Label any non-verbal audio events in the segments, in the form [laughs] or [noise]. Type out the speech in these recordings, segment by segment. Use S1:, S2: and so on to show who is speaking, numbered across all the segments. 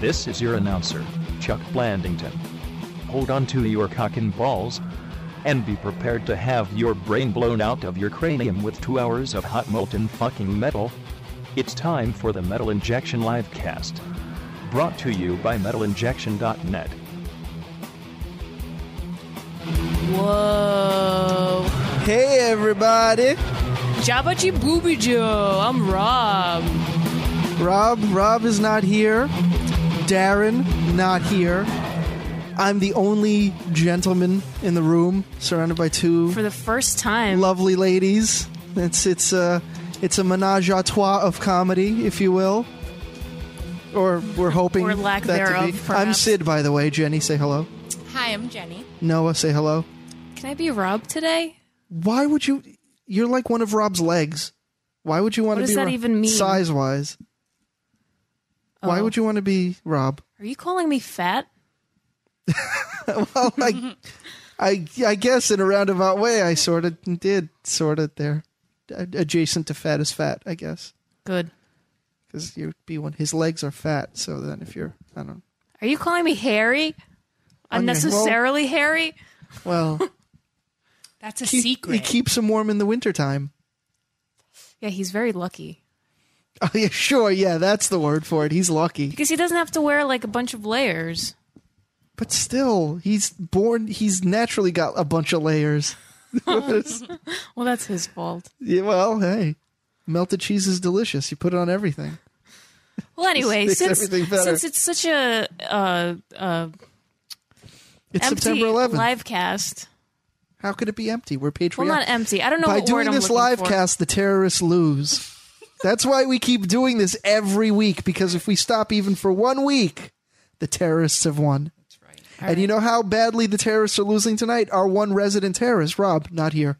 S1: This is your announcer, Chuck Blandington. Hold on to your cock and balls. And be prepared to have your brain blown out of your cranium with two hours of hot molten fucking metal. It's time for the Metal Injection Livecast. Brought to you by metalinjection.net.
S2: Whoa.
S3: Hey everybody,
S2: Uh, Jabaji Booby Joe. I'm Rob.
S3: Rob. Rob is not here. Darren not here. I'm the only gentleman in the room, surrounded by two
S2: For the first time.
S3: lovely ladies. It's it's a it's a menage a trois of comedy, if you will. Or we're hoping
S2: Or lack
S3: that to be.
S2: thereof,
S3: I'm
S2: perhaps.
S3: Sid, by the way. Jenny, say hello.
S4: Hi, I'm Jenny.
S3: Noah, say hello.
S2: Can I be Rob today?
S3: Why would you? You're like one of Rob's legs. Why would you want
S2: What
S3: to
S2: does
S3: be
S2: that
S3: Rob?
S2: even mean?
S3: Size wise, why
S2: Oh.
S3: would you want to be Rob? [laughs]
S2: Are you calling me fat?
S3: I, I, I guess in a roundabout way, I sort of did sort of there, A- adjacent to fat is fat, I guess,
S2: Good.
S3: because you'd be one. His legs are fat, so then if you're, I don't.
S2: Are you calling me hairy? Unnecessarily hairy? [laughs]
S3: Well,
S4: That's a
S3: keep,
S4: secret.
S3: it keeps him warm in the wintertime. [laughs]
S2: Yeah, he's very lucky.
S3: Oh yeah, sure, yeah, that's the word for it. He's lucky,
S2: Because he doesn't have to wear like a bunch of
S3: [laughs]
S2: layers.
S3: but still, he's born. He's naturally got a bunch of layers.
S2: Well, that's his fault.
S3: Yeah, well, hey, melted cheese is delicious. You put it on everything.
S2: Well, anyway,
S3: This makes
S2: since,
S3: everything better.
S2: since it's such a uh, uh,
S3: It's
S2: empty
S3: September 11th.
S2: live cast.
S3: How could it be empty? We're Patreon.
S2: Well, not empty. I don't know
S3: By
S2: what word
S3: doing
S2: I'm
S3: this
S2: looking
S3: live
S2: for.
S3: cast, the terrorists lose. That's why we keep doing this every week because if we stop even for one week, the terrorists have won. and you know how badly the terrorists are losing tonight? Our one resident terrorist, Rob, not here.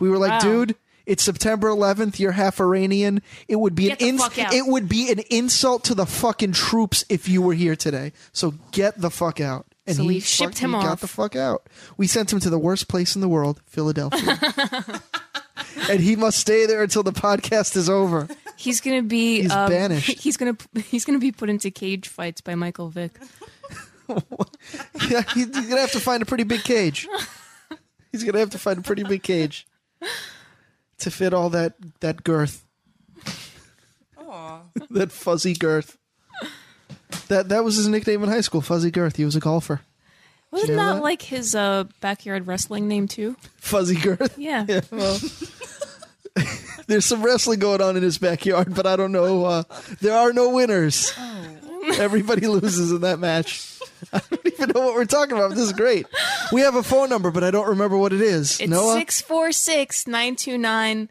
S3: We were
S2: Wow.
S3: like, dude, it's September 11th. You're half Iranian. It would be
S2: Get the
S3: an
S2: fuck out.
S3: it would be an insult to the fucking troops if you were here today. So get the fuck out. And
S2: So
S3: he
S2: we shipped
S3: fuck- he
S2: him
S3: Got
S2: off.
S3: the fuck out. We sent him to the worst place in the world,
S2: [laughs]
S3: Philadelphia, and he must stay there until the podcast is over. [laughs]
S2: He's gonna be
S3: He's
S2: um,
S3: banished.
S2: [laughs] He's gonna he's gonna be put into cage fights by Michael Vick.
S3: Yeah, he- he's gonna have to find a pretty big cage. He's gonna have to find a pretty big cage to fit all that that girth,
S4: Aw.
S3: [laughs] that fuzzy girth. That that was his nickname in high school, Fuzzy Girth. He was a golfer.
S2: Wasn't
S3: know
S2: that,
S3: that?
S2: like his uh, backyard wrestling name too?
S3: Fuzzy Girth.
S2: Yeah.
S3: [laughs] Yeah, well, there's some wrestling going on in his backyard, but I don't know. Uh, there are no winners. Everybody loses in that match. I don't even know what we're talking about. This is great. We have a phone number, but I don't remember what it is.
S2: It's
S3: Noah.
S2: six four six nine two nine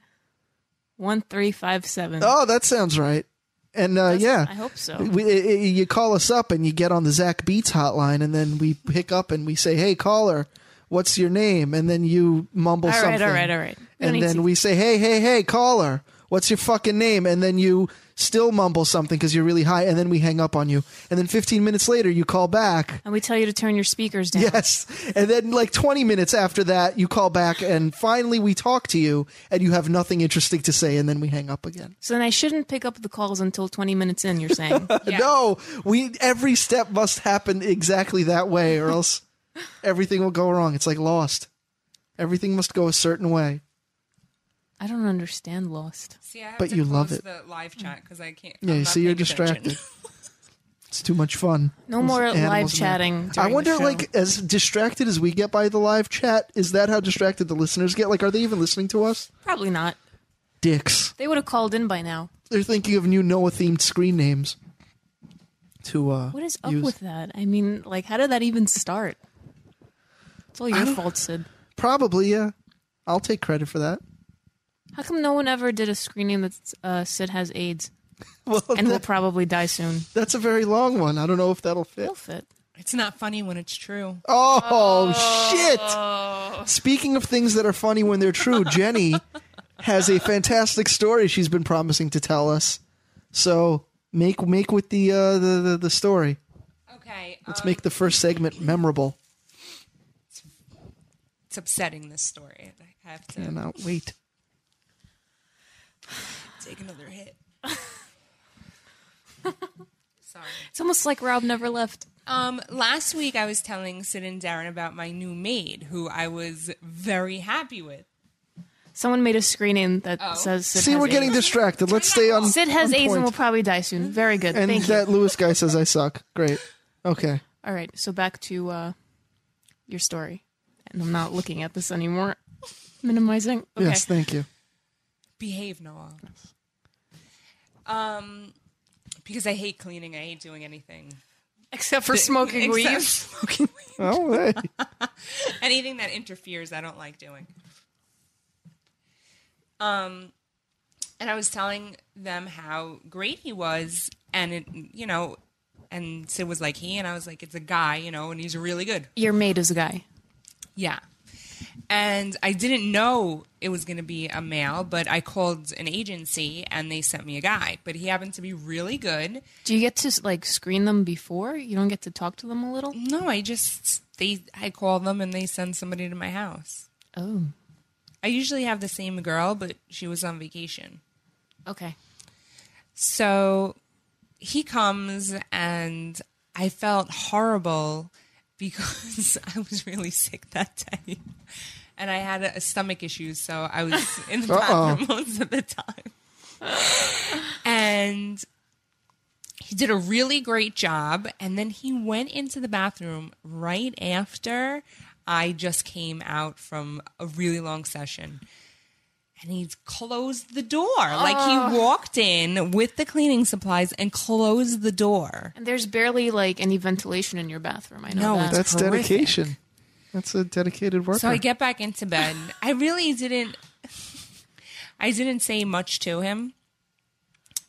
S2: one three five seven.
S3: oh, that sounds right. And uh, yeah,
S2: I hope so.
S3: We, i- i- you call us up and you get on the Zach Beats hotline, and then we pick up and we say, "Hey, caller, what's your name?" And then you mumble
S2: All right, all
S3: something.
S2: right, all right. We don't
S3: and
S2: need
S3: then
S2: to-
S3: we say, "Hey, hey, hey, caller, what's your fucking name?" And then you still mumble something because you're really high, and then we hang up on you. And then 15 minutes later, you call back.
S2: And we tell you to turn your speakers down.
S3: Yes. And then, like 20 minutes after that, you call back, and finally we talk to you, and you have nothing interesting to say, and then we hang up again.
S2: So then I shouldn't pick up the calls until twenty minutes in. You're saying?
S4: Yeah.
S3: [laughs] No, we every step must happen exactly that way, or else everything will go wrong. It's like Lost. Everything must go a certain way.
S2: I don't understand Lost.
S4: See, I have
S3: But
S4: to
S3: you
S4: close
S3: love it.
S4: the live chat because I can't.
S3: Yeah,
S4: I'm
S3: you
S4: not
S3: see, you're
S4: paying attention.
S3: distracted. it's too much fun.
S2: No
S3: Those
S2: more
S3: animals
S2: live
S3: in there.
S2: chatting.
S3: I
S2: during the
S3: wonder,
S2: show.
S3: like, as distracted as we get by the live chat, is that how distracted the listeners get? Like, are they even listening to us?
S2: probably not.
S3: Dicks.
S2: They would have called in by now.
S3: They're thinking of new Noah themed screen names. To uh,
S2: What is up
S3: use.
S2: with that? I mean, like, how did that even start? It's all your fault, Sid.
S3: probably yeah. I'll take credit for that.
S2: How come no one ever did a screening that uh, Sid has AIDS
S3: [laughs] Well,
S2: and will
S3: that-
S2: probably die soon?
S3: that's a very long one. I don't know if that'll fit.
S2: He'll fit.
S4: It's not funny when it's true.
S3: Oh,
S2: Oh.
S3: shit! Speaking of things that are funny when
S2: [laughs]
S3: they're true, Jenny has a fantastic story she's been promising to tell us. So make make with the uh, the, the the story.
S4: Okay,
S3: Let's
S4: um,
S3: make the first segment memorable.
S4: it's upsetting this story. I have to
S3: And uh, wait,
S4: take another hit. Sorry.
S2: It's almost like Rob never left.
S4: Um, last week I was telling Sid and Darren about my new maid, who I was very happy with.
S2: Someone made a screening that says Sid
S3: See,
S2: has
S3: we're getting
S2: AIDS.
S3: distracted. Let's stay on.
S2: Sid has
S3: on
S2: AIDS and
S3: point.
S2: will probably die soon. Very good.
S3: And
S2: Thank
S3: that
S2: you.
S3: Lewis guy says I suck. Great. Okay.
S2: All right, so back to uh, your story. And I'm not looking at this anymore. Minimizing. Okay.
S3: Yes, thank you.
S4: Behave, Noah. Um, because I hate cleaning. I hate doing anything.
S2: Except for smoking
S4: Except [laughs]
S2: weed.
S4: smoking weed.
S3: Oh, hey.
S2: [laughs]
S4: Anything that interferes, I don't like doing. Um, and I was telling them how great he was, and it, you know, and Sid was like he, and I was like, it's a guy, you know, and he's really good.
S2: Your maid is a guy.
S4: Yeah. And I didn't know it was going to be a male, but I called an agency and they sent me a guy. But he happened to be really good.
S2: Do you get to like screen them before? You don't get to talk to them a little?
S4: No, I just they I call them and they send somebody to my house.
S2: Oh,
S4: I usually have the same girl, but she was on vacation.
S2: okay.
S4: So he comes and I felt horrible [laughs] because [laughs] I was really sick that day. And I had a stomach issue, so I was in the bathroom [laughs] most of the time. And he did a really great job. And then he went into the bathroom right after I just came out from a really long session. And he closed the door.
S2: Ah.
S4: Like he walked in with the cleaning supplies and closed the door.
S2: And there's barely like any ventilation in your bathroom. I
S4: No,
S2: know that.
S3: That's
S4: horrific.
S3: dedication. That's a dedicated worker.
S4: So I get back into bed. I really didn't I didn't say much to him.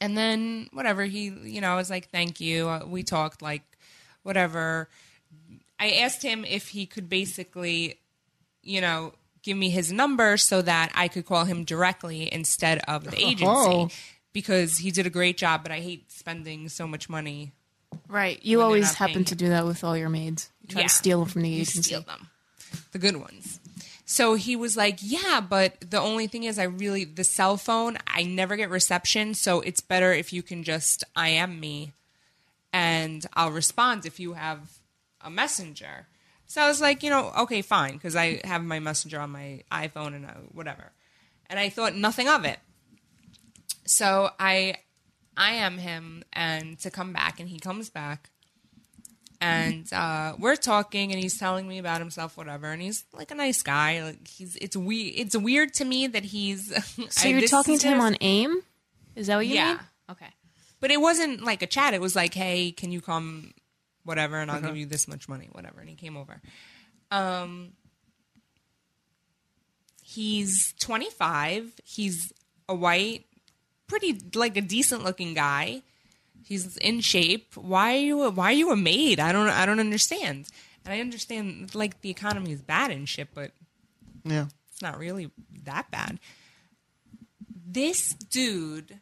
S4: And then whatever he you know, I was like thank you. Uh, We talked like whatever. I asked him if he could basically you know, give me his number so that I could call him directly instead of the agency
S3: Oh.
S4: because he did a great job, but I hate spending so so much money
S2: right. You
S4: they're
S2: always
S4: not
S2: happen
S4: paying
S2: to do that with all your maids. You try
S4: Yeah.
S2: to steal them from the agency.
S4: you steal them, the good ones. So he was like, "Yeah, but the only thing is, I really the cell phone. I never get reception, so it's better if you can just I am me, and I'll respond if you have a messenger." So I was like, you know, okay, fine, because I have my messenger on my iPhone and uh, whatever, and I thought nothing of it. So I, I am him, and to come back, and he comes back, and uh, we're talking and he's telling me about himself whatever and he's like a nice guy like he's it's weird it's weird to me that he's [laughs]
S2: So
S4: I-
S2: you're
S4: this
S2: talking
S4: is
S2: to him
S4: gonna-
S2: on AIM? Is that what you
S4: Yeah.
S2: mean? Okay.
S4: but it wasn't like a chat it was like hey can you come whatever and i'll give you this much money whatever and he came over um he's 25 he's a white pretty like a decent looking guy he's in shape why are you a, why are you a maid i don't i don't understand and i understand like the economy is bad and shit but
S3: [laughs] yeah.
S4: it's not really that bad. This dude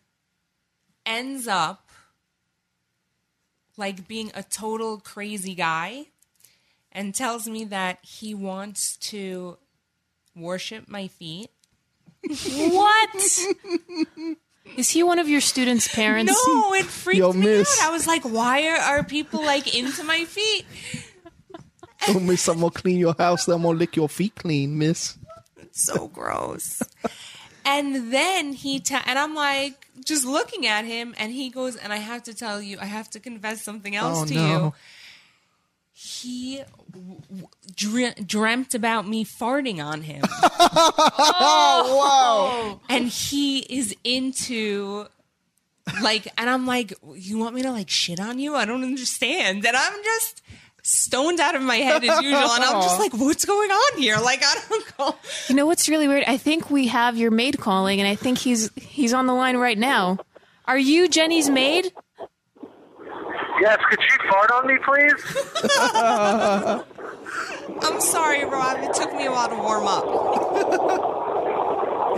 S4: ends up like being a total crazy guy and tells me that he wants to worship my feet.
S2: [laughs] What? Is he one of your students' parents?
S4: No,
S2: [laughs]
S4: it freaked
S3: Yo,
S4: me
S3: miss.
S4: out. I was like, why are, are people like into my feet?
S3: Oh, miss, I'm gonna clean your house. I'm gonna lick your feet clean, miss.
S4: so
S3: [laughs]
S4: gross. And then he ta- and I'm like just looking at him, and he goes, and I have to tell you, I have to confess something else
S3: Oh,
S4: to
S3: no.
S4: you. He w- w- dre- dreamt about me farting on him,
S3: Oh, [laughs] wow.
S4: and he is into like, and I'm like, you want me to like shit on you? I don't understand. And I'm just stoned out of my head as usual, and I'm
S3: [laughs]
S4: just like, what's going on here? Like, I don't go.
S2: You know what's really weird? I think we have your maid calling, and I think he's he's on the line right now. Are you Jenny's maid?
S5: Yes, could you fart on me, please?
S3: Uh,
S4: I'm sorry, Rob. It took me a while to warm up.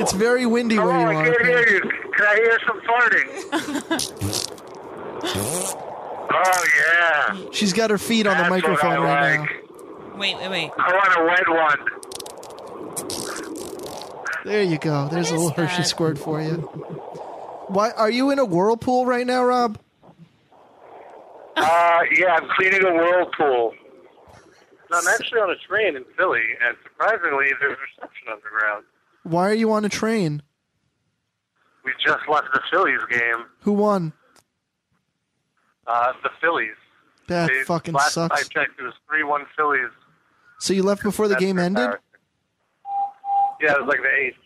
S3: It's very windy
S5: Oh,
S3: where you
S5: I
S3: are.
S5: can't
S3: apparently.
S5: hear you. Can I hear some farting? oh, yeah.
S3: She's got her feet on the
S5: That's
S3: microphone
S5: what I
S3: right
S5: like.
S4: Wait, wait, wait.
S5: I want a wet one.
S3: now. There you go. There's a
S2: is
S3: little Hershey
S2: that?
S3: squirt for you. Why are you in a whirlpool right now, Rob?
S5: Uh, yeah, I'm cleaning a whirlpool. No, I'm actually on a train in Philly, and surprisingly, there's reception underground.
S3: Why are you on a train?
S5: We just left the Phillies game.
S3: Who won?
S5: Uh, the Phillies.
S3: That
S5: They-
S3: fucking
S5: last I
S3: sucks.
S5: checked, it was 3-1 Phillies.
S3: So you left before the
S5: That's
S3: game ended?
S5: embarrassing. Yeah, it was like the eighth.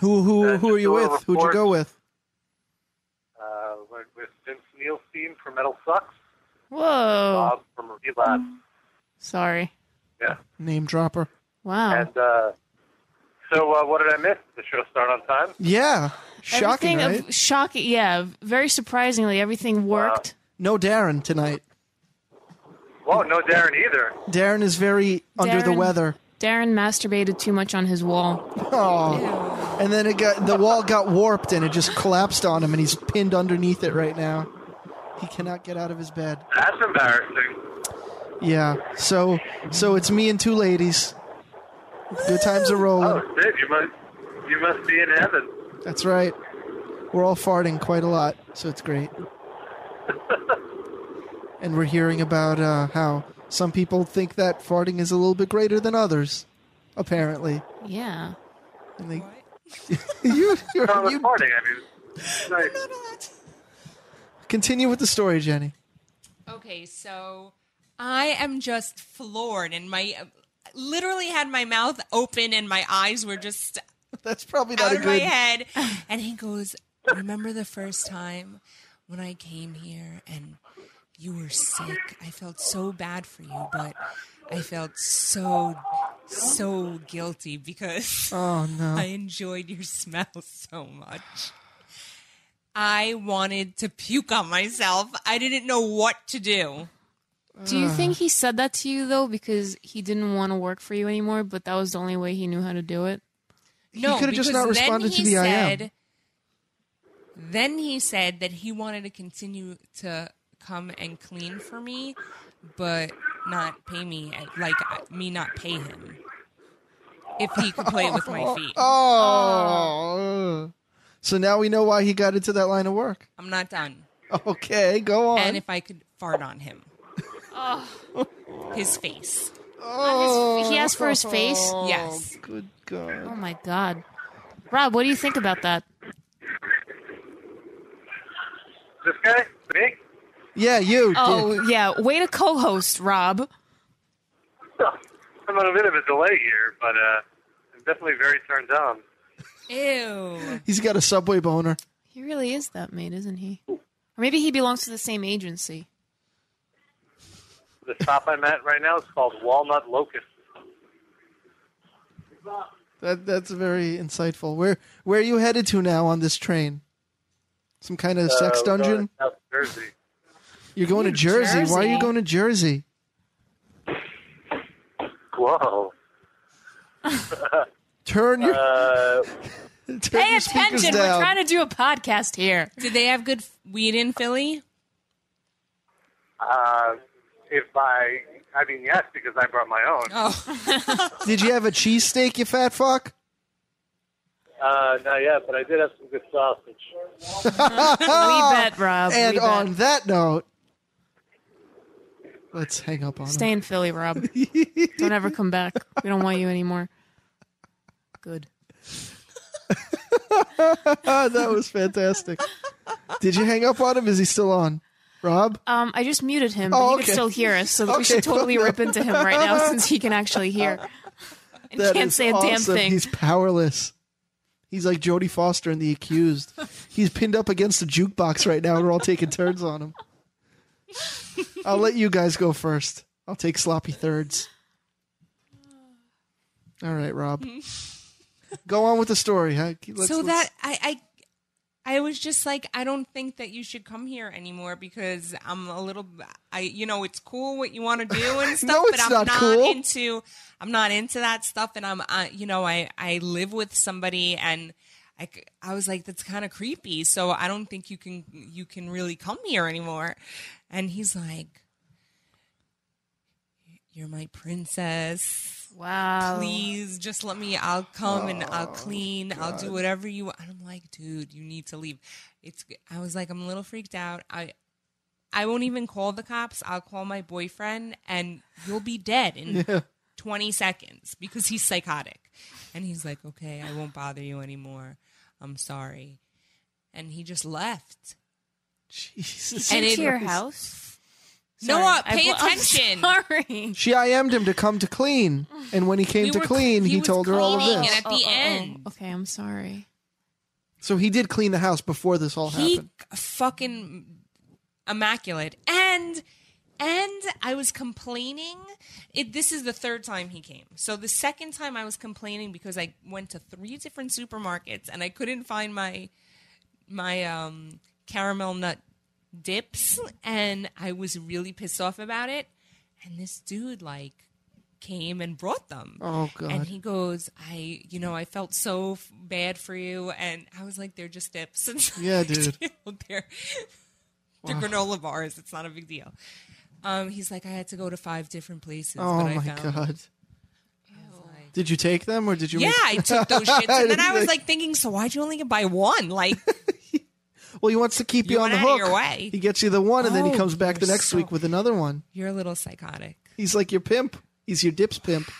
S3: Who who
S5: Uh,
S3: who are
S5: just
S3: you
S5: a
S3: with?
S5: little
S3: Who'd you
S5: report.
S3: go with?
S5: Uh, we're with Vince Nielsen from Metal Sucks,
S2: Whoa.
S5: Bob from Review Lab.
S2: Sorry.
S5: Yeah.
S3: Name dropper.
S2: Wow.
S5: And uh, so, uh, what did I miss? The show start on time?
S3: Yeah. Shocking,
S2: everything
S3: right?
S2: of shocking. Yeah. Very surprisingly, everything worked.
S3: no Darren tonight.
S5: Well, no Darren either.
S3: Darren is very under the
S2: Darren-
S3: weather.
S2: Darren masturbated too much on his wall.
S3: Oh. And then it got the wall got warped and it just collapsed on him and he's pinned underneath it right now. He cannot get out of his bed.
S5: That's embarrassing.
S3: Yeah. So so it's me and two ladies. Good times are
S5: Oh,
S3: rolling.
S5: shit, you must, you must be in heaven.
S3: That's right. We're all farting quite a lot, so it's great. and we're hearing about uh, how some people think that farting is a little bit greater than others, apparently.
S2: Yeah.
S3: And
S5: [laughs]
S3: they, you, you,
S5: Start
S3: [laughs]
S5: with
S3: you-
S5: farting, I mean. it's Nice.
S3: continue with the story, Jenny.
S4: Okay, so I am just floored, and my literally had my mouth open, and my eyes were just
S3: [laughs] That's probably not
S4: out
S3: a
S4: of my
S3: good. [laughs]
S4: head. And he goes, "Remember the first time when I came here and you were sick? I felt so bad for you, but I felt so so guilty because
S3: Oh
S4: [laughs] I
S3: no!
S4: enjoyed your smell so much." I wanted to puke on myself. I didn't know what to do.
S2: Do you think he said that to you though because he didn't want to work for you anymore, but that was the only way he knew how to do it?
S4: No,
S3: could have just
S4: because
S3: not
S4: then
S3: responded to
S4: he
S3: the I am.
S4: said- Then he said that he wanted to continue to come and clean for me, but not pay me, like me not pay him. If he could play with
S3: [laughs]
S4: my feet,
S3: Oh. So now we know why he got into that line of work. [laughs]
S4: I'm not done.
S3: Okay, go on.
S4: And if I could fart on him, his face.
S2: He asked for Oh. his face.
S4: Yes.
S3: Oh, Good God.
S2: Oh my god. Rob, what do you think about that?
S5: This guy? Me?
S3: Yeah, you. dick.
S2: Oh yeah, way to co-host, Rob.
S5: Huh. I'm on a bit of a delay here, but uh, I'm definitely very turned on.
S4: Ew.
S3: He's got a subway boner.
S2: He really is that mate, isn't he? Or maybe he belongs to the same agency.
S5: The shop I'm at right now is called Walnut Locust.
S3: That that's very insightful. Where where are you headed to now on this train? Some kind of sex
S5: Uh, we're going
S3: dungeon?
S5: to South Jersey.
S3: You're going to Jersey. Why are you
S2: Jersey.
S3: going to Jersey?
S5: Whoa.
S3: [laughs] Turn your
S5: Uh,
S3: [laughs] turn
S2: Pay
S3: your speakers
S2: attention,
S3: down.
S2: we're trying to do a podcast here.
S4: Did they have good weed in Philly?
S5: uh, if I, I mean, yes, because I brought my own.
S4: Oh,
S3: Did you have a cheesesteak, you fat fuck?
S5: [laughs] Uh, not yet, but I did have some good sausage.
S2: [laughs] we bet, Rob.
S3: [laughs] And
S2: we bet.
S3: on that note, let's hang up on him.
S2: Stay in Philly, Rob. don't ever come back. We don't want you anymore. Good.
S3: Ah, [laughs] that was fantastic. Did you hang up on him? Is he still on? Rob?
S2: Um, I just muted him, but
S3: Oh,
S2: he
S3: okay.
S2: could still hear us, so that we
S3: Okay, Uh,
S2: should totally rip into him right
S3: [laughs]
S2: now since he can actually hear. And
S3: That
S2: can't
S3: is
S2: say a damn
S3: awesome.
S2: thing.
S3: He's powerless. He's like Jodie Foster in The Accused. He's pinned up against a jukebox right now, and we're all taking turns on him. I'll let you guys go first. I'll take sloppy thirds. All right, Rob. Go on with the story. Huh? Let's-
S4: so
S3: let's-
S4: that I, I I was just like I don't think that you should come here anymore because I'm a little I you know it's cool what you want to do
S3: [laughs]
S4: and stuff
S3: No,
S4: but
S3: it's
S4: I'm
S3: not
S4: not,
S3: cool.
S4: into I'm not into that stuff and I'm uh, you know I I live with somebody and I, c- I was like that's kind of creepy so I don't think you can you can really come here anymore and he's like you're my princess
S2: Wow.
S4: please just let me i'll come and i'll clean i'll do whatever you want and i'm like dude you need to leave it's i was like i'm a little freaked out i I won't even call the cops. I'll call my boyfriend, and you'll be dead in 20 seconds because he's psychotic. And he's like, okay, I won't bother you anymore. I'm sorry. And he just left.
S3: Jesus.
S2: And
S4: And
S2: to
S4: it-
S2: your house.
S4: no, uh,
S2: I
S4: pay
S2: bl- I'm
S4: attention.
S2: [laughs] sorry.
S3: She IM'd him to come to clean, and when he came
S4: We
S3: to
S4: were-
S3: clean,
S4: he
S3: he,
S4: was
S3: told her all of
S4: cleaning
S3: this.
S4: and At the end.
S2: Oh, Okay, I'm sorry.
S3: So he did clean the house before this all
S4: he
S3: happened.
S4: fucking immaculate and and i was complaining it, this is the third time he came so the second time i was complaining because i went to three different supermarkets and i couldn't find my my um caramel nut dips and i was really pissed off about it and this dude like came and brought them
S3: Oh, God.
S4: and he goes i you know i felt so f- bad for you and i was like they're just dips [laughs]
S3: Yeah, dude.
S4: you know,
S3: [laughs]
S4: they're they're granola bars. It's not a big deal. Um, he's like, I had to go to five different places.
S3: Oh
S4: but I
S3: my
S4: found [laughs]
S3: god! Did you take them or did you?
S4: Yeah,
S3: make-
S4: I took those shits,
S3: I
S4: and
S3: [laughs]
S4: then
S3: didn't
S4: I was
S3: think-
S4: like thinking, so why'd you only buy one? Like, [laughs]
S3: Well, he wants to keep you,
S4: You
S3: on
S4: went
S3: the
S4: out
S3: hook.
S4: of your way.
S3: He gets you the one, and then he
S4: Oh,
S3: comes back the
S4: you're
S3: next
S4: so-
S3: week with another one.
S4: you're a little psychotic.
S3: He's like your pimp. He's your dips pimp.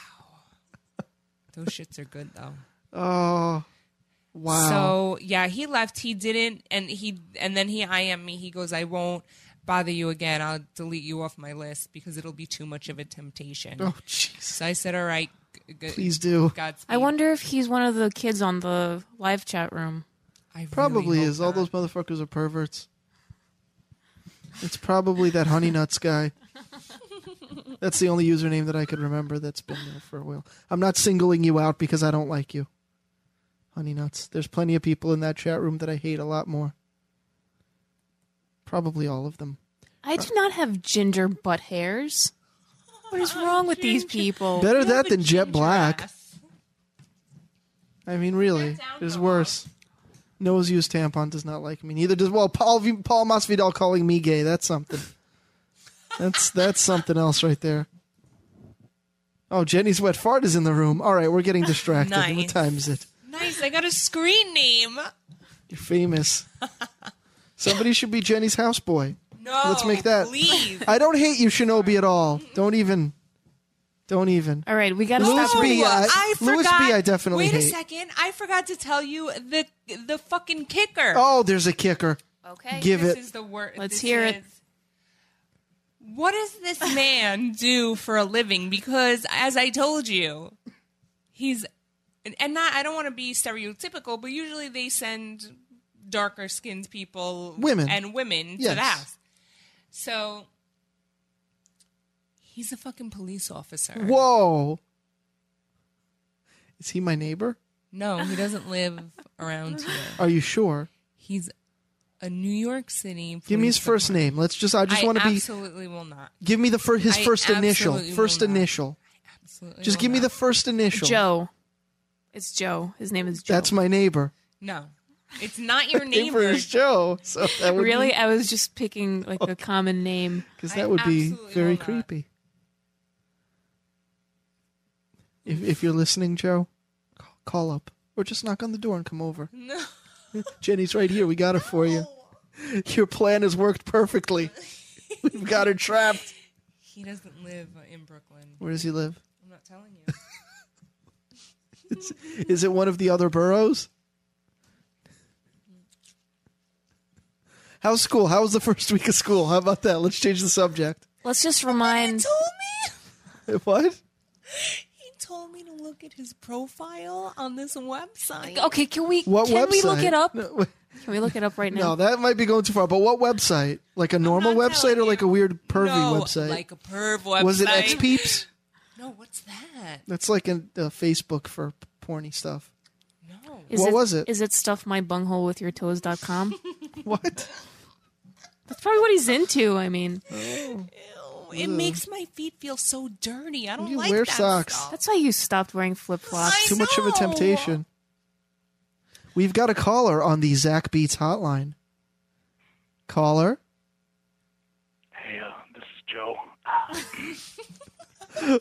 S4: Those shits are good though.
S3: Oh, wow!
S4: So yeah, he left. He didn't, and he and then he IM me. He goes, I won't bother you again. I'll delete you off my list because it'll be too much of a temptation.
S3: oh, jeez.
S4: So I said, all right, g- g-
S3: Please do.
S4: Godspeed.
S2: I wonder if he's one of the kids on the live chat room.
S4: I really
S3: Probably
S4: hope
S3: is. All
S4: not.
S3: those motherfuckers are perverts. It's probably that Honey
S4: [laughs]
S3: Nuts guy. That's the only username that I could remember that's been there for a while. I'm not singling you out because I don't like you. Honey Nuts. There's plenty of people in that chat room that I hate a lot more. Probably all of them.
S2: I do not have ginger butt hairs. What
S4: Oh,
S2: is wrong with these people?
S3: Better
S4: You have
S3: that
S4: a
S3: than Jet
S4: ginger
S3: Black.
S4: ass.
S3: I mean, really,
S4: down
S3: it's
S4: for
S3: worse. Nose used tampon does not like me. Neither does well Paul V- Paul Masvidal calling me gay. That's something. that's that's something else right there. Oh, Jenny's wet fart is in the room. All right, we're getting distracted. What
S4: Nice.
S3: time is it?
S4: Nice. I got a screen name. [laughs]
S3: You're famous. Somebody should be Jenny's houseboy.
S4: No.
S3: Let's make that.
S4: Please.
S3: I don't hate you, Shinobi, at all. Don't even. Don't even.
S2: All right, we got to
S3: Louis
S2: stop.
S4: Oh,
S3: B, I-
S4: I
S3: Louis B,
S4: forgot-
S3: I definitely
S4: Wait
S3: hate.
S4: a second. I forgot to tell you the the fucking kicker.
S3: Oh, there's a kicker.
S2: Okay.
S3: Give
S4: this
S3: it.
S4: is the word.
S2: Let's
S4: this
S2: hear it.
S4: is- What does
S2: [laughs]
S4: this man do for a living? Because as I told you, he's and- and not. I don't want to be stereotypical, but usually they send darker skinned people,
S3: Women.
S4: and women,
S3: Yes.
S4: to the house. So he's a fucking police officer.
S3: Whoa. Is he my neighbor?
S4: No, he doesn't live around here.
S3: Are you sure?
S4: He's a New York City.
S3: Give me
S4: police
S3: his first
S4: department.
S3: name. Let's just. I just
S4: I
S3: want to be.
S4: absolutely will not.
S3: Give me the fir- his
S4: I
S3: first initial.
S4: absolutely will
S3: First
S4: not.
S3: initial.
S4: Absolutely
S3: Just
S4: will
S3: give me
S4: not.
S3: the first initial.
S2: Joe. It's Joe. His name
S3: [laughs]
S2: is Joe.
S3: That's my neighbor.
S4: No, it's not
S3: [laughs]
S4: your
S3: Neighbor
S4: neighbor.
S3: is Joe. So that would
S2: really. Uh, I was just picking like
S3: [laughs]
S2: a common name.
S3: because
S4: I
S3: that would be
S4: absolutely
S3: very
S4: will not.
S3: creepy. If if you're listening, Joe, call, call up or just knock on the door and come over.
S4: [laughs] No.
S3: Jenny's right here. We got her for you. [laughs] Your plan has worked
S4: [laughs]
S3: perfectly. We've got her trapped.
S4: He doesn't live in Brooklyn.
S3: Where does he live?
S4: I'm not telling you.
S3: Is it one of the other boroughs? How's school? How was the first week of school? How about that? Let's change the subject. [laughs]
S2: Let's just
S4: he
S2: remind.
S4: told me.
S3: What?
S4: He told me to look at his profile on this website.
S2: Okay, can we
S3: What
S2: can
S3: website?
S2: we look it up?
S3: No, wait.
S2: Can we look it up right now?
S3: No, that might be going too far. But what website? Like a normal
S4: not
S3: website or
S4: telling
S3: like
S4: you.
S3: a weird pervy
S4: no,
S3: website?
S4: like a perv website.
S3: was it X Peeps?
S4: [laughs] No, what's that?
S3: That's like a, a Facebook for p- porny stuff.
S4: No.
S2: Is
S3: what was it?
S2: Is it stuffmybungholewithyourtoes.com?
S3: [laughs] What?
S2: That's probably what he's into. I mean,
S4: Ew, it makes my feet feel so dirty. I don't
S3: You
S4: like
S3: wear
S4: that
S3: socks.
S4: stuff.
S2: that's why you stopped wearing flip flops.
S4: I
S3: Too much of a
S4: know.
S3: temptation. We've got a caller on the Zach Beats hotline. Caller? [laughs]
S5: Hey, uh, this is Joe.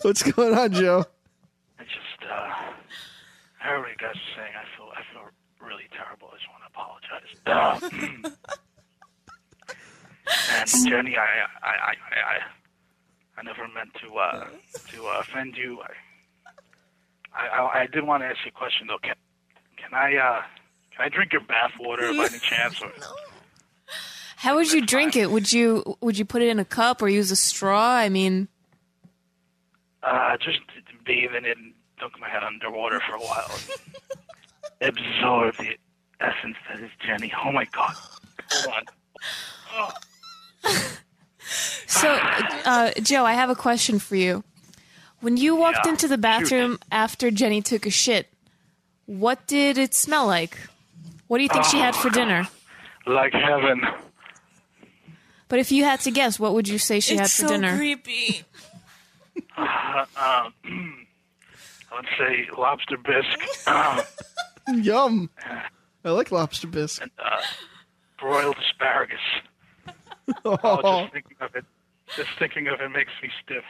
S3: What's going on, Joe?
S5: I just, uh, I heard what you guys are saying. I feel, I feel really terrible. I just want to apologize.
S6: And Jenny, I, I, I, I, I never meant to uh, to uh, offend you. I, I, I did want to ask you a question though. Can, can I, uh, can I drink your bath water by any chance? Or,
S2: How would you drink it? Would you would you put it in a cup or use a straw? I mean,
S6: uh, just bathe in it and dunk my head underwater for a
S7: [laughs]
S6: while. Absorb the essence that is Jenny. Oh my god. Hold on.
S2: so uh, Joe, I have a question for you. When you walked
S6: Yeah.
S2: into the bathroom after Jenny took a shit, what did it smell like? What do you think she had for dinner?
S6: Like heaven.
S2: But if you had to guess, what would you say she had
S7: it's
S2: for
S7: so
S2: dinner?
S7: creepy.
S6: Uh, um, I would say lobster bisque, um,
S3: Yum. I like lobster bisque.
S6: uh, broiled asparagus. Oh, just thinking of it. Just thinking of it makes me stiff.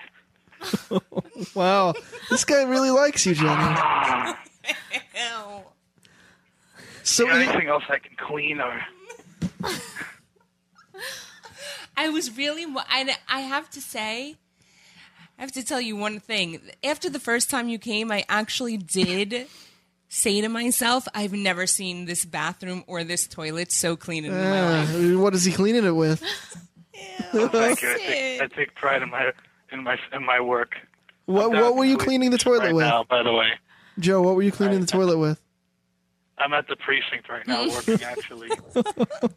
S3: [laughs] Wow. This guy really likes you, Jenny.
S7: Ew.
S3: So
S6: Got anything else I can clean or?
S4: I was really. wa- I I have to say, I have to tell you one thing. After the first time you came, I actually
S2: [laughs]
S4: did say to myself, "I've never seen this bathroom or this toilet so clean in my life."
S3: uh, what is he cleaning it with?
S6: Thank you. I take, I take pride in my in my in my work.
S3: What
S6: Not
S3: what were you cleaning the toilet
S6: right
S3: with?
S6: now? By the way,
S3: Joe, what were you cleaning the toilet with?
S6: I'm at the precinct right now working. Actually,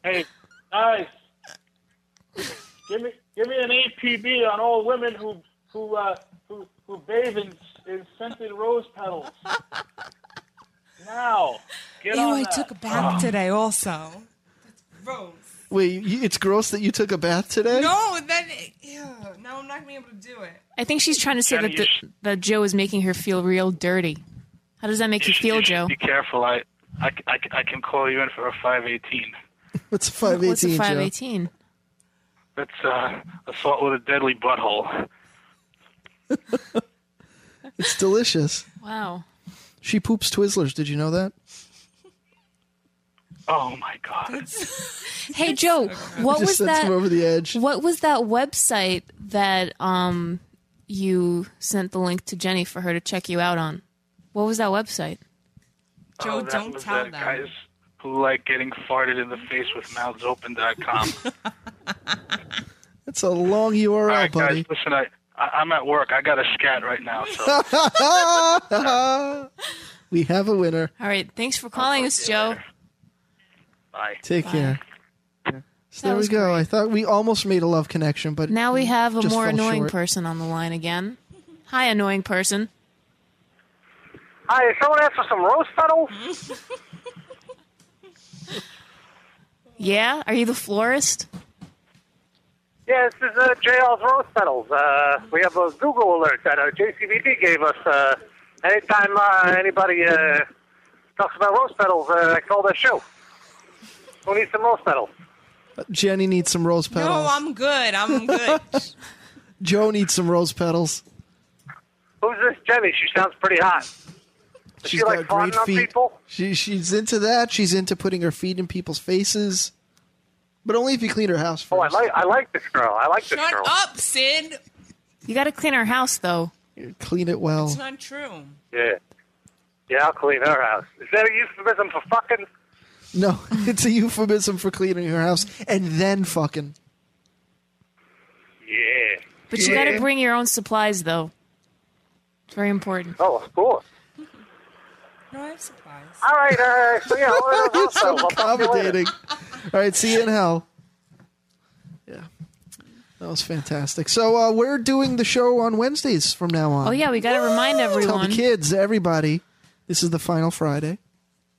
S5: Hey, guys, give me give me an APB on all women who who uh, who who bathe in, in scented rose petals. Now, get
S4: Ew,
S5: on
S4: Oh, I
S5: that.
S4: took a bath
S2: [gasps]
S4: today also. That's gross.
S3: Wait, you, it's gross that you took a bath today?
S4: No, then ew, no, I'm not gonna be able to do it.
S2: I think she's trying to say
S6: Jenny,
S2: that
S6: you
S2: the, that Joe is making her feel real dirty. How does that make you
S6: should-
S2: feel,
S6: should
S2: Joe?
S6: Be careful. I, I, c- I c- I can call you in for a five eighteen.
S3: [laughs] What's a 518,
S2: What's a five
S3: Joe?
S2: eighteen?
S6: That's uh, assault with a deadly butthole.
S3: It's delicious.
S2: Wow.
S3: She poops Twizzlers. Did you know that?
S6: Oh my god.
S2: Hey Joe, what
S3: Just
S2: was
S3: sends
S2: that?
S3: him over the edge.
S2: What was that website that um you sent the link to Jenny for her to check you out on? What was that website?
S4: Joe,
S6: Oh, that
S4: don't
S6: was
S4: tell
S6: the
S4: them.
S6: Guys who like getting farted in the face with mouths open dot
S4: [laughs]
S6: com.
S3: That's a long
S6: All
S3: URL,
S6: right, guys,
S3: buddy.
S6: listen. I, I I'm at work. I got a scat right now. So
S3: [laughs] we have a winner.
S2: All right, thanks for calling us, Joe.
S6: bye.
S3: Take care. So
S2: That
S3: there we
S2: was
S3: go. I thought we almost made a love connection, but
S2: Now we have a
S3: Just
S2: more
S3: fell
S2: annoying
S3: short.
S2: person on the line again. Hi, annoying person.
S5: Hi, is someone asked for some rose petals?
S4: [laughs]
S2: Yeah, are you the florist?
S5: Yeah, this is uh, JL's Rose Petals. Uh, we have a Google alert that uh, JCVD gave us. Uh, anytime uh, anybody uh, talks about rose petals, uh, I call their show. Who needs some rose petals?
S3: Jenny needs some rose petals.
S4: No, I'm good. I'm good.
S3: Joe needs some rose petals.
S5: Who's this Jenny? She sounds pretty hot. Does
S3: She's
S5: she like
S3: got
S5: fawning
S3: great
S5: on
S3: feet.
S5: people?
S3: She she's into that. She's into putting her feet in people's faces, but only if you clean her house first.
S5: [laughs] Oh, I like I like this girl. I like this
S4: Shut
S5: girl.
S4: up, Sid.
S2: You got to clean our house though.
S3: clean it well.
S4: It's not true.
S5: Yeah. Yeah, I'll clean her house. Is that a euphemism for fucking?
S3: No, [laughs] it's a euphemism for cleaning her house and then fucking.
S5: Yeah.
S2: But you got to bring your own supplies though. It's very important.
S5: Oh, of course.
S4: No, I have supplies.
S5: All right. Uh, so yeah,
S3: [laughs]
S5: order those rose
S3: so
S5: petals. [laughs] I'll talk to you later.
S3: accommodating. All right, see you in hell. Yeah, that was fantastic. So uh, we're doing the show on Wednesdays from now on.
S2: Oh yeah, we got to remind
S3: Tell the
S2: everyone,
S3: kids, everybody, this is the final Friday.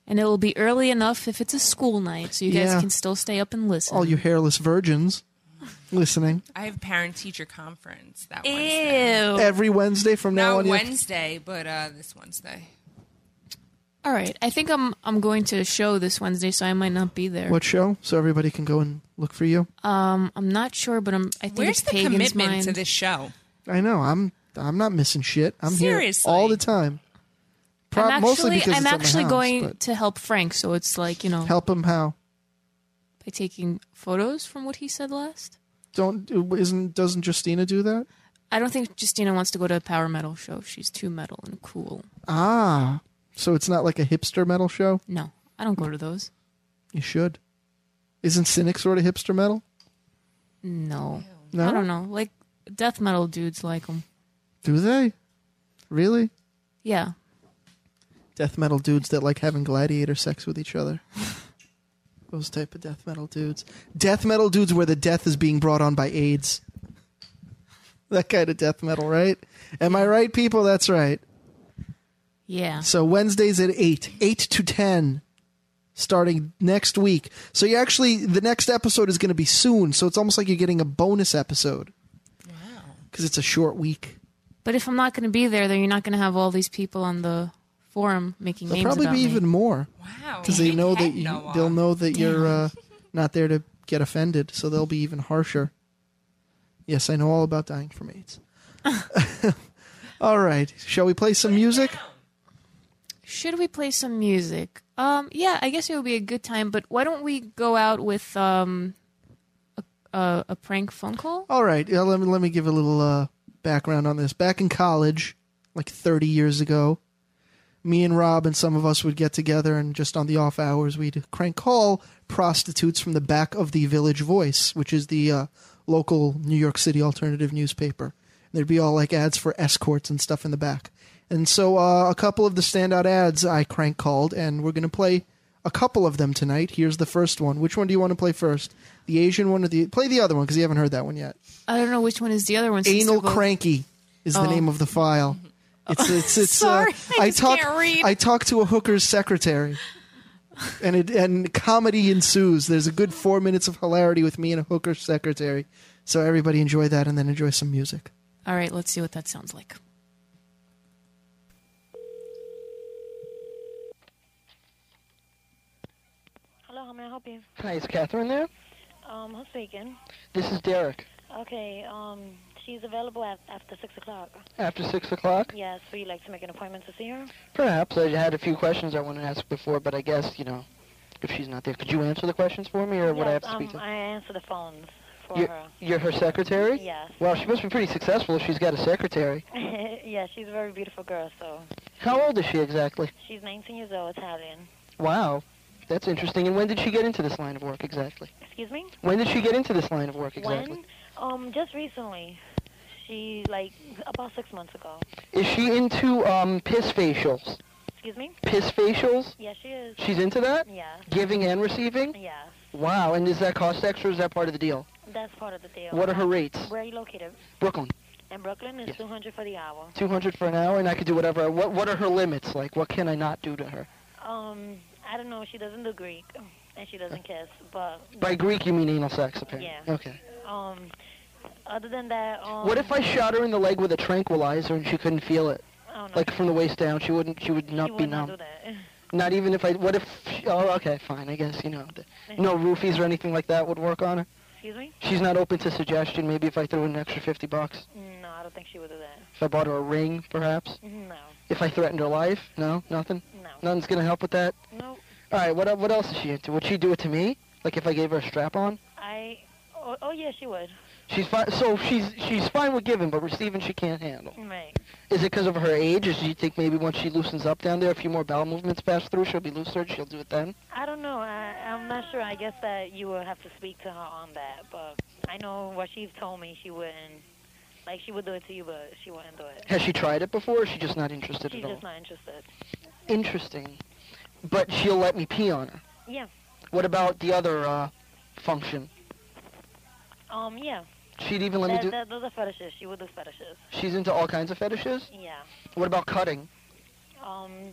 S2: and it will be early enough if it's a school night, so you guys
S3: Yeah.
S2: can still stay up and listen.
S3: All you hairless virgins listening
S4: I have parent teacher conference that Wednesday.
S2: Ew.
S3: every Wednesday from now
S4: Not
S3: on. you have to-
S4: Wednesday, but uh, this Wednesday.
S2: All right, I think I'm I'm going to a show this Wednesday, so I might not be there. Um,
S3: What show? So everybody can go and look for you.
S2: I'm not sure, but I'm. I think
S4: Where's
S2: it's
S4: the
S2: Pagan's
S4: commitment
S2: mind.
S4: to this show?
S3: I know. I'm. I'm not missing shit. I'm
S4: Seriously.
S3: here all the time. Pro-
S2: I'm actually,
S3: mostly because
S2: I'm
S3: it's at my
S2: actually
S3: house,
S2: going
S3: but
S2: to help Frank, so it's like you know,
S3: help him how.
S2: by taking photos from what he said last.
S3: Don't isn't doesn't Justina do that?
S2: I don't think Justina wants to go to a power metal show. She's too metal and cool.
S3: Ah, so it's not like a hipster metal show.
S2: No, I don't go to those.
S3: You should. Isn't Cynic sort of hipster metal?
S2: No.
S3: No?
S2: I don't know. Like death metal dudes like them.
S3: Do they? Really?
S2: Yeah.
S3: Death metal dudes that like having gladiator sex with each other. Those type of death metal dudes. Death metal dudes where the death is being brought on by AIDS. That kind of death metal, right? Am I right, people? That's right.
S2: Yeah.
S3: So Wednesdays at 8, 8 to 10, starting next week. So you actually, the next episode is going to be soon. So it's almost like you're getting a bonus episode. Wow. Because it's a short week.
S2: But if I'm not going to be there, then you're not going to have all these people on the forum making
S3: There'll
S2: names
S3: probably
S2: about
S3: be
S2: me.
S3: even more.
S4: Wow.
S3: Because they know that
S4: Heck,
S3: you,
S4: Noah.
S3: they'll know that you're uh, not there to get offended. So they'll be even harsher. Yes, I know all about dying from AIDS. [laughs] all right. Shall we play some music?
S2: Should we play some music? Um, yeah, I guess it would be a good time. But why don't we go out with um, a, a, a prank phone call?
S3: All right, yeah, let me let me give a little uh, background on this. Back in college, like 30 years ago, me and Rob and some of us would get together, and just on the off hours, we'd crank call prostitutes from the back of the Village Voice, which is the uh, local New York City alternative newspaper. And there'd be all like ads for escorts and stuff in the back. And so, uh, a couple of the standout ads I crank called, and we're gonna play a couple of them tonight. Here's the first one. Which one do you want to play first? The Asian one or the play the other one because you haven't heard that one yet.
S2: I don't know which one is the other one. since
S3: Anal
S2: they're both-
S3: Cranky is the
S2: Oh.
S3: name of
S2: [laughs]
S3: the file. It's it's it's.
S2: Sorry,
S3: uh,
S2: I
S3: I
S2: just
S3: talk
S2: can't read.
S3: I talk to a hooker's secretary, and it and comedy ensues. There's a good four minutes of hilarity with me and a hooker's secretary. So everybody enjoy that, and then enjoy some music.
S2: All right, let's see what that sounds like.
S8: Hello, how may I help you?
S9: Hi, is Catherine there?
S8: Um, who's speaking?
S9: This is Derek.
S8: Okay, um, she's available af- after 6 o'clock.
S9: After 6 o'clock?
S8: Yes, would you like to make an appointment to see her?
S9: Perhaps. I had a few questions I wanted to ask before, but I guess, you know, if she's not there, could you answer the questions for me, or would
S8: yes,
S9: I have to
S8: um,
S9: speak to
S8: I answer the phones for
S9: You're,
S8: her.
S9: you're her secretary?
S8: Yes.
S9: Well, she must be pretty successful if she's got a
S8: [laughs]
S9: secretary.
S8: yeah, she's a very beautiful girl, so.
S9: How old is she exactly?
S8: She's 19 years old, Italian.
S9: Wow. That's interesting. And when did she get into this line of work exactly?
S8: Excuse me?
S9: When did she get into this line of work exactly?
S8: When? Um, just recently. She, like, about six months ago.
S9: Is she into um, piss facials?
S8: Excuse me?
S9: Piss facials?
S8: Yes, she is.
S9: She's into that?
S8: Yeah.
S9: Giving and receiving?
S8: Yes.
S9: Wow. And does that cost extra? or Is that part of the deal?
S8: That's part of the deal.
S9: Oh. What are her
S8: Um,
S9: rates?
S8: Where are you located?
S9: Brooklyn.
S8: In Brooklyn, it's 200 for the hour.
S9: 200 for an hour and I could do whatever I what what are her limits like what can I not do to her
S8: Um, I don't know. She doesn't do Greek, and she doesn't kiss. But
S9: by Greek you mean anal sex apparently
S8: yeah.
S9: okay
S8: Um, other than that, um,
S9: what if I shot her in the leg with a tranquilizer and she couldn't feel it
S8: I don't know.
S9: like from the waist down she wouldn't she would not
S8: she
S9: be
S8: would not
S9: numb
S8: do that.
S9: not even if I what if she, oh okay fine I guess you know the, no roofies or anything like that would work on her
S8: Excuse me?
S9: she's not open to suggestion maybe if I threw in an extra 50 bucks
S8: No, I don't think she would do that.
S9: if I bought her a ring perhaps
S8: No,
S9: if I threatened her life no nothing
S8: no,
S9: nothing's gonna help with that
S8: no.
S9: all right what el- what else is she into would she do it to me like if I gave her a strap on
S8: I. Oh, oh yeah, she would.
S9: She's fine. So she's she's fine with giving, but receiving she can't handle.
S8: Right.
S9: Is it because of her age? Or do you think maybe once she loosens up down there, a few more bowel movements pass through, she'll be looser and she'll do it then?
S8: I don't know. I, I'm not sure. I guess that you will have to speak to her on that. But I know what she's told me. She wouldn't. Like she would do it to you, but she wouldn't do it.
S9: Has she tried it before? Or is she just not interested
S8: She's
S9: at all?
S8: just not interested.
S9: Interesting. But she'll let me pee on her.
S8: Yeah.
S9: What about the other uh, function?
S8: Um. Yeah.
S9: She'd even let
S8: that,
S9: me do.
S8: that, those are fetishes. She would do fetishes.
S9: She's into all kinds of fetishes.
S8: Yeah.
S9: What about cutting?
S8: Um,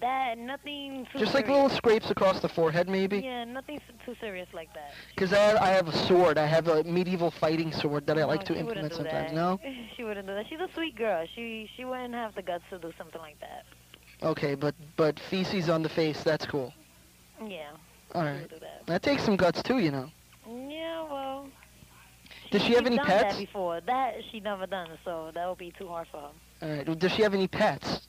S8: that nothing too
S9: Just
S8: serious.
S9: like little scrapes across the forehead, maybe.
S8: Yeah, nothing s- too serious like that.
S9: Because I, I have a sword. I have a medieval fighting sword that I like to
S8: she wouldn't
S9: implement
S8: do
S9: sometimes.
S8: that.
S9: No.
S8: [laughs] She wouldn't do that. She's a sweet girl. She she wouldn't have the guts to do something like that.
S9: Okay, but but feces on the face. That's cool.
S8: Yeah,
S9: All
S8: she
S9: right.
S8: would do that.
S9: That takes some guts too, you know.
S8: Yeah, well.
S9: Does she have
S8: she's
S9: any
S8: done
S9: pets?
S8: That before that she never done, so that would be too hard for her.
S9: All right. well, Does she have any pets?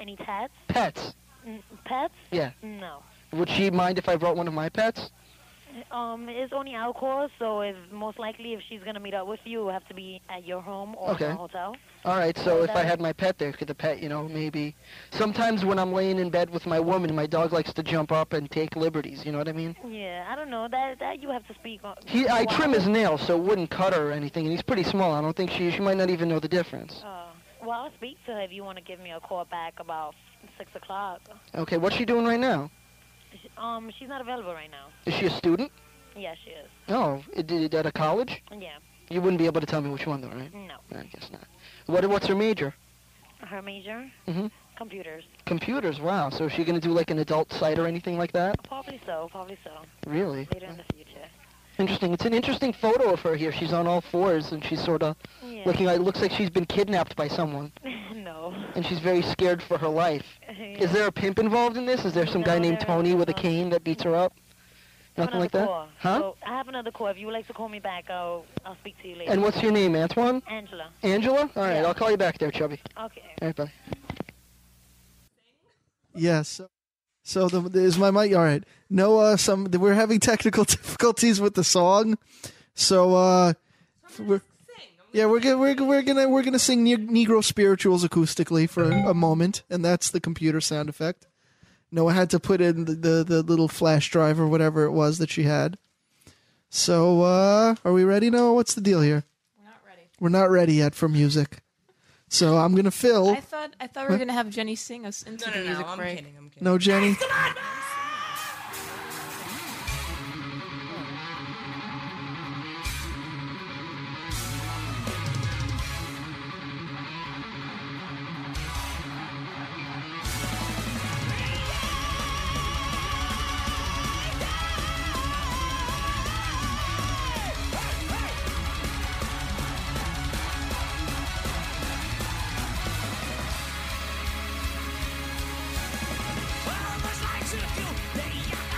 S8: Any tats?
S9: Pets.
S8: N- pets?
S9: Yeah.
S8: No.
S9: Would she mind if I brought one of my pets?
S8: Uh, Um, it's only alcohol, so if most likely if she's gonna meet up with you, it'll have to be at your home or
S9: Okay.
S8: in a hotel.
S9: All right, so if I
S8: that-
S9: had my pet there, could the pet, you know, maybe sometimes when I'm laying in bed with my woman, my dog likes to jump up and take liberties. You know what I mean?
S8: Yeah, I don't know that that you have to speak on.
S9: He, I
S8: Wow.
S9: trim his nails so it wouldn't cut her or anything, and he's pretty small. I don't think she, she might not even know the difference.
S8: Uh, well, I'll speak to her if you want to give me a call back about six o'clock.
S9: Okay, what's she doing right now?
S8: Um, she's not available right now.
S9: Is she a student?
S8: Yeah, she is.
S9: No, i- did at a college?
S8: Yeah,
S9: You wouldn't be able to tell me which one though, right?
S8: no.
S9: I guess not. What, what's her major?
S8: Her major,
S9: Mm-hmm.
S8: computers.
S9: Computers. Wow. So is she gonna do like an adult site or anything like that?
S8: Probably so. Probably so.
S9: Really?
S8: Later in the future.
S9: Interesting. It's an interesting photo of her here. She's on all fours and she's sort of
S8: Yeah.
S9: looking like looks like she's been kidnapped by someone
S8: [laughs] no.
S9: and she's very scared for her
S8: [laughs]
S9: life.
S8: Yeah.
S9: Is there a pimp involved in this? Is there some
S8: No,
S9: guy named
S8: there
S9: Tony with a
S8: isn't.
S9: cane that beats her up?
S8: I have
S9: Nothing like
S8: another
S9: that?
S8: call.
S9: Huh?
S8: So I have another call. If you would like to call me back, I'll I'll speak to you later.
S9: and what's your name, Antoine?
S8: Angela.
S9: Angela? All right,
S8: Yeah.
S9: I'll call you back there, Chubby.
S8: Okay.
S9: All right, bye.
S3: Yeah, so, so the, is my mic all right? No, uh, some we're having technical [laughs] difficulties with the song, so uh, we're yeah, we're gonna we're, we're gonna we're gonna sing ne- Negro spirituals acoustically for a, a moment, and that's the computer sound effect. Noah had to put in the, the the little flash drive or whatever it was that she had. So, uh, are we ready? Noah, what's the deal here? We're not ready yet for music, so I'm gonna fill.
S2: I thought I thought we were
S3: Oh. What?
S2: gonna have Jenny sing us into
S4: No,
S2: the
S4: no, no,
S2: music
S4: I'm
S2: break.
S4: kidding, I'm kidding.
S3: No, Jenny.
S7: Almost like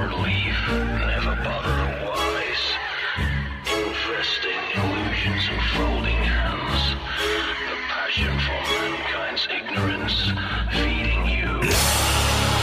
S10: relief, never bothered the wise. Infesting illusions and folding hands. The passion for mankind's ignorance feeding you.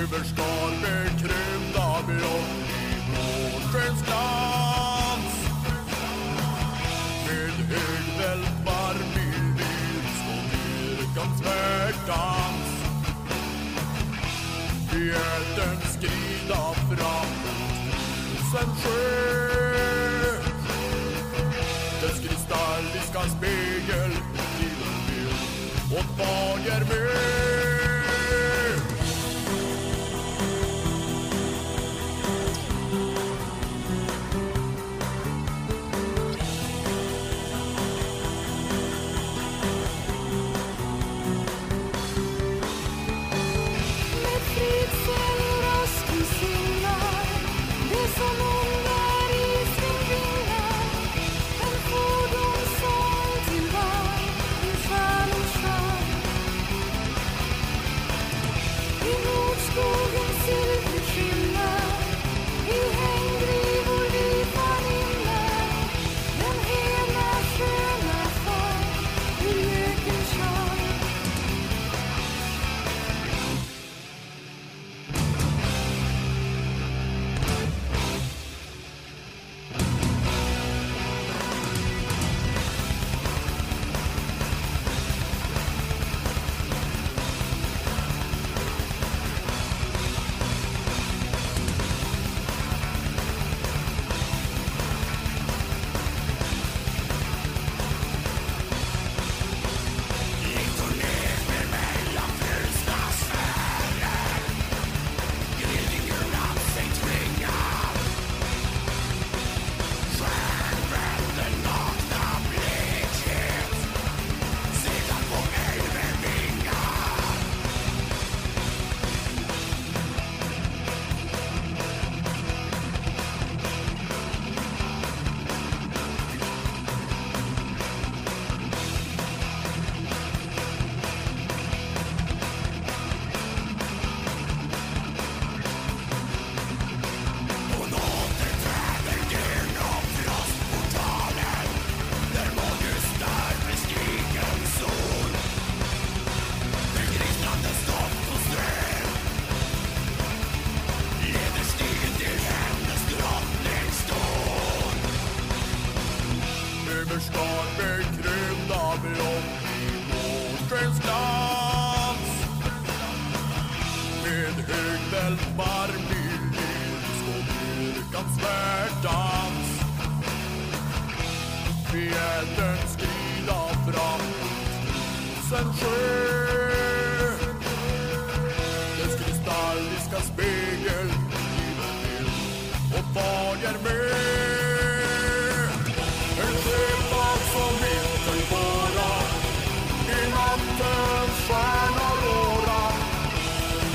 S11: Över skalber krymda block i blåsjöns glans Med högvält varm i lyx och dyrkans världans I eten skrida fram mot tusen sjö Dess kristalliska spegel till en bild åt Fagermö Återstad bekrymda blott i måsens glans Med högväld varm i lyrisk och kyrkans världans Vi elden skrida fram mot tusen sjö Dess kristalliska spegel giver bild och fager med En skeppad som vintern våra i nattens stjärna råda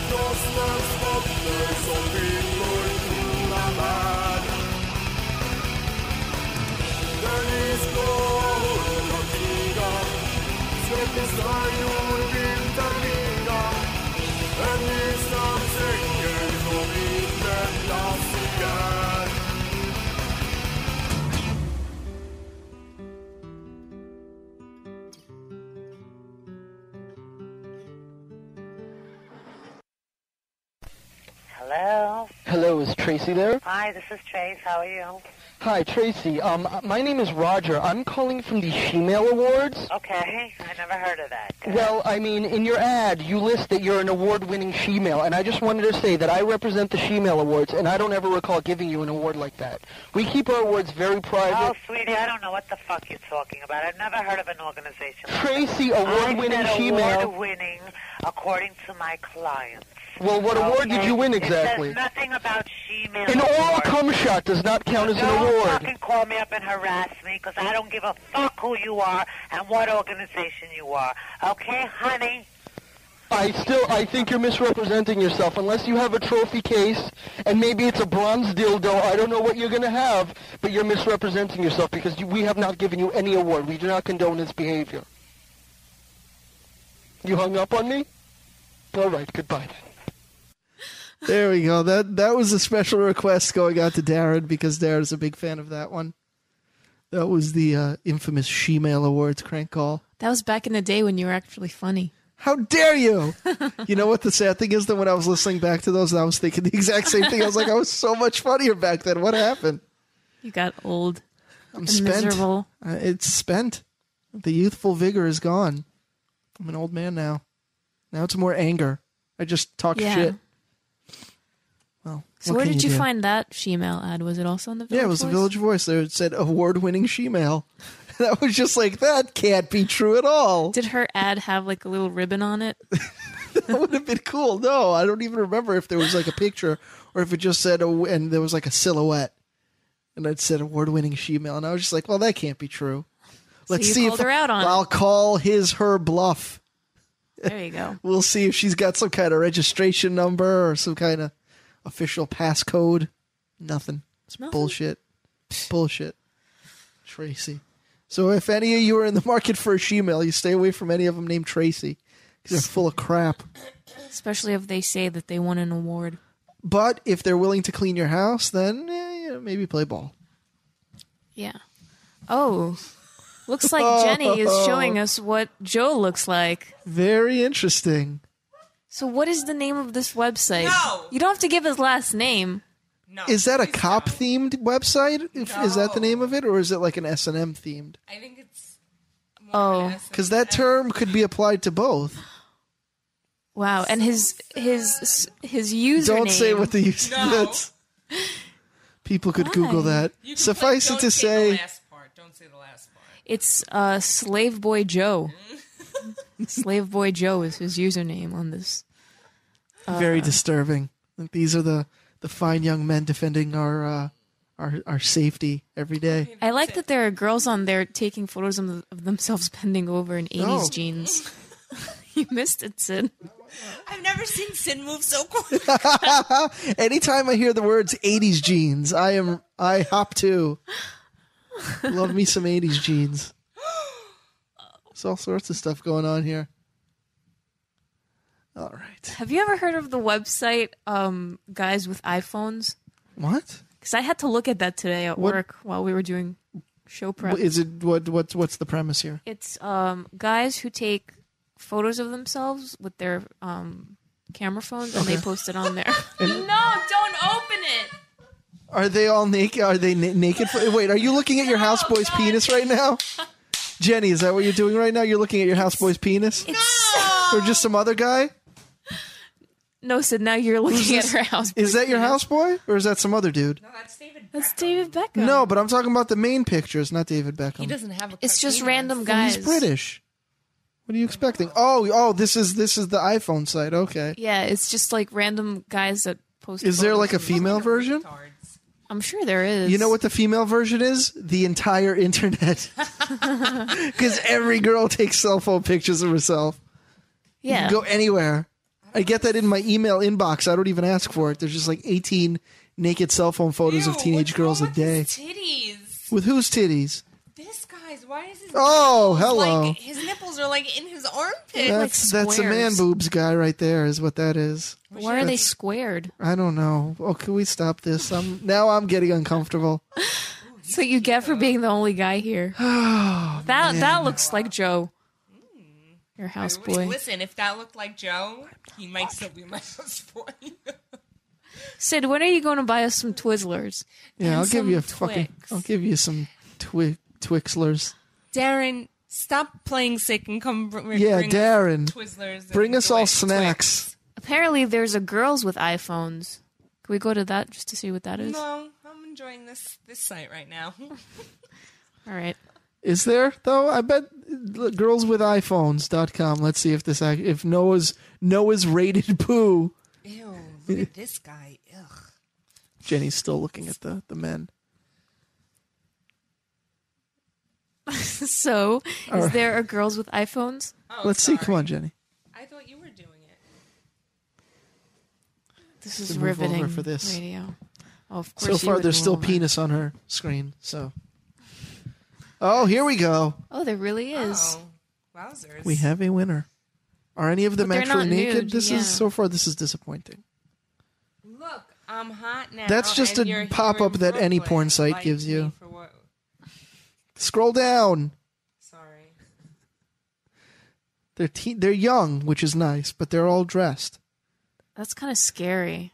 S11: Frostens fötter som villor kronan är Den isblå hunden kriga släpptes varjor vinterliga En nysnödd säcker från vinden glaciär
S8: Hello.
S9: Hello, is Tracy there?
S8: Hi, this is Trace. How are you?
S9: Hi, Tracy. Um, my name is Roger. I'm calling from the Female Awards.
S8: Okay, I never heard of that.
S9: Well, I mean, in your ad, you list that you're an award-winning female, and I just wanted to say that I represent the Female Awards, and I don't ever recall giving you an award like that. We keep our awards very
S8: Oh,
S9: private.
S8: sweetie, I don't know what the fuck you're talking about. I've never heard of an organization.
S9: Tracy, award-winning
S8: I said
S9: female.
S8: Award-winning, according to my clients.
S9: Well, what award did you win exactly?
S8: Oh, It says nothing about female.
S9: An oral
S8: award.
S9: cum shot does not count as an
S8: Don't
S9: award.
S8: fucking call me up and harass me because I don't give a fuck who you are and what organization you are. Okay, honey?
S9: I still, I think you're misrepresenting yourself. Unless you have a trophy case, and maybe it's a bronze dildo, I don't know what you're going to have, but you're misrepresenting yourself because you, we have not given you any award. We do not condone this behavior. You hung up on me? All right, goodbye.
S3: There we go. That that was a special request going out to Darren because Darren's a big fan of that one. That was the uh, infamous Shemale Awards crank call.
S2: That was back in the day when you were actually funny.
S3: How
S2: [laughs]
S3: dare you? you know what the sad thing is that when I was listening back to those, I was thinking the exact same thing. I was like, I was so much funnier back then. What happened?
S2: You got old.
S3: I'm
S2: and
S3: spent.
S2: Miserable.
S3: Uh, it's spent. The youthful vigor is gone. I'm an old man now. Now it's more anger. I just talk
S2: Yeah.
S3: shit. Well,
S2: So
S3: what
S2: where
S3: can
S2: did you,
S3: do?
S2: find that shemale ad? Was it also on the Village
S3: Yeah, it was
S2: Voice?
S3: the Village Voice. There it said award-winning shemale. [laughs] That was just like that can't be true at all. [laughs]
S2: Did her ad have like a little ribbon on it?
S3: that would have been cool. No, I don't even remember if there was like a picture or if it just said, aw- and there was like a silhouette and it said award winning shemale. And I was just like, well, that can't be true.
S2: So
S3: Let's
S2: you
S3: see
S2: called
S3: if
S2: her out on it.
S3: I'll call his her bluff.
S2: There you go.
S3: We'll see if she's got some kind of registration number or some kind of official passcode. Nothing. It's
S2: Nothing.
S3: bullshit. bullshit. Tracy. So if any of you are in the [laughs] market for a shemale, you stay away from any of them named Tracy because they're full of crap.
S2: Especially if they say that they won an award.
S3: But if they're willing to clean your house, then eh, you know, maybe play ball.
S2: Yeah. Oh. Looks like Jenny
S3: [laughs]
S2: is showing us what Joe looks like.
S3: Very interesting.
S2: So what is the name of this website? No. You don't have to give his last name.
S3: is that a cop themed website? If, Is that the name of it, or is it like an S and M themed?
S4: I think it's
S2: Oh.
S3: Because that term could be applied to both.
S2: Wow. And his his his username
S3: Don't say what the use. That's, people could Google that. Suffice it to say,
S2: It's uh, Slave Boy Joe. [laughs] Slave Boy Joe is his username on this. uh,
S3: very disturbing. Like, These are the the fine young men defending our uh, our our safety every day. [laughs]
S2: I like that there are girls on there taking photos of, of themselves bending over in 80s
S3: Oh.
S2: jeans. [laughs] you missed it, Sid.
S7: I've never seen Sin move so quick.
S3: Anytime I hear the words '80s jeans, I am I hop to. Love me some '80s jeans. There's all sorts of stuff going on here. All right,
S2: Have you ever heard of the website um, Guys with iPhones?
S3: what
S2: Because I had to look at that today at
S3: What-
S2: work while we were doing show prep.
S3: is it? What what's what's the premise here?
S2: It's um, guys who take photos of themselves with their um, camera phones and they
S3: Okay.
S2: [laughs] post it on there.
S3: [laughs] And-
S2: no, don't open it.
S3: Are they all naked? Are they na- naked? For- Wait, are you looking at your houseboy's penis right now? Jenny, is that what you're doing right now? You're looking at your houseboy's penis? Or just some other guy?
S2: No, Sid, now you're
S3: Who's
S2: looking at
S3: this?
S2: her house.
S3: Is that your houseboy? Or is that some other dude?
S2: [laughs] That's David Beckham.
S3: No, but I'm talking about the main pictures, not David Beckham.
S2: He doesn't have a It's just random
S3: Well,
S2: guys.
S3: He's British. What are you expecting? Oh, oh, this is this is the iPhone site. Okay.
S2: Yeah, it's just like random guys that post.
S3: Is there
S2: photos
S3: like a
S2: of-
S3: female version?
S2: I'm sure there is.
S3: You know what the female version is? The
S4: [laughs]
S3: entire internet. Because every girl takes cell phone pictures of herself. You can
S2: Yeah.
S3: go anywhere. I get that in my email inbox. I don't even ask for it. There's just like 18 naked cell phone photos of teenage girls a day.
S4: Titties.
S3: With whose titties?
S4: This guy's. Why is his?
S3: Oh,
S4: nipples
S3: hello.
S4: Like, his nipples are like in his armpit.
S3: That's that's a man boobs guy right there. Is what that is.
S2: Why are they squared?
S3: I don't know. Oh, can we stop this? I'm now I'm getting uncomfortable.
S2: That's what you get for being the only guy
S3: [sighs]
S2: here.
S3: Oh,
S2: that that looks like Joe, your houseboy.
S4: Listen, if that looked like Joe, he might still be my houseboy.
S2: Sid, when are you going to buy us some Twizzlers?
S3: Yeah,
S2: And
S3: I'll give you a
S2: some
S3: fucking.
S2: Twix.
S3: I'll give you some twi- Twixlers.
S4: Darren, stop playing sick and come. Br-
S3: yeah,
S4: bring us
S3: Darren.
S4: Twizzlers. and
S3: Bring us all
S4: Twix.
S3: snacks.
S2: Apparently, there's a girls with iPhones. Can we go to that just to see what that is?
S4: No, I'm enjoying this this site right now. [laughs]
S2: All right. [laughs]
S3: Is there though? I bet girlswithiphones.com. Let's see if this ac- if Noah's Noah's rated poo. [laughs]
S4: Ew, look at this guy. Ugh.
S3: Jenny's still looking at the the men.
S2: so,
S3: All
S2: is
S3: right.
S2: there a girls with iPhones?
S3: Let's see. Come on, Jenny.
S4: I thought you were doing it.
S2: This is
S3: To move over
S2: riveting
S3: for this.
S2: radio. Oh, of course.
S3: So
S2: you
S3: far,
S2: would
S3: there's
S2: move
S3: still
S2: over.
S3: penis on her screen. So. Oh, here we go.
S2: Oh, there really is.
S4: Wowzers.
S3: We have a winner. Are any of them
S2: But they're
S3: actually
S2: not
S3: naked?
S2: nude,
S3: this
S2: yeah.
S3: is so far. This is disappointing.
S4: Look, I'm hot now.
S3: That's just
S4: and
S3: a
S4: you're
S3: pop
S4: here
S3: up
S4: in
S3: that any
S4: Brooklyn.
S3: porn site
S4: Like
S3: gives
S4: me
S3: you.
S4: for what? [laughs]
S3: Scroll down.
S4: Sorry.
S3: They're teen they're young, which is nice, but they're all dressed.
S2: That's kind of scary.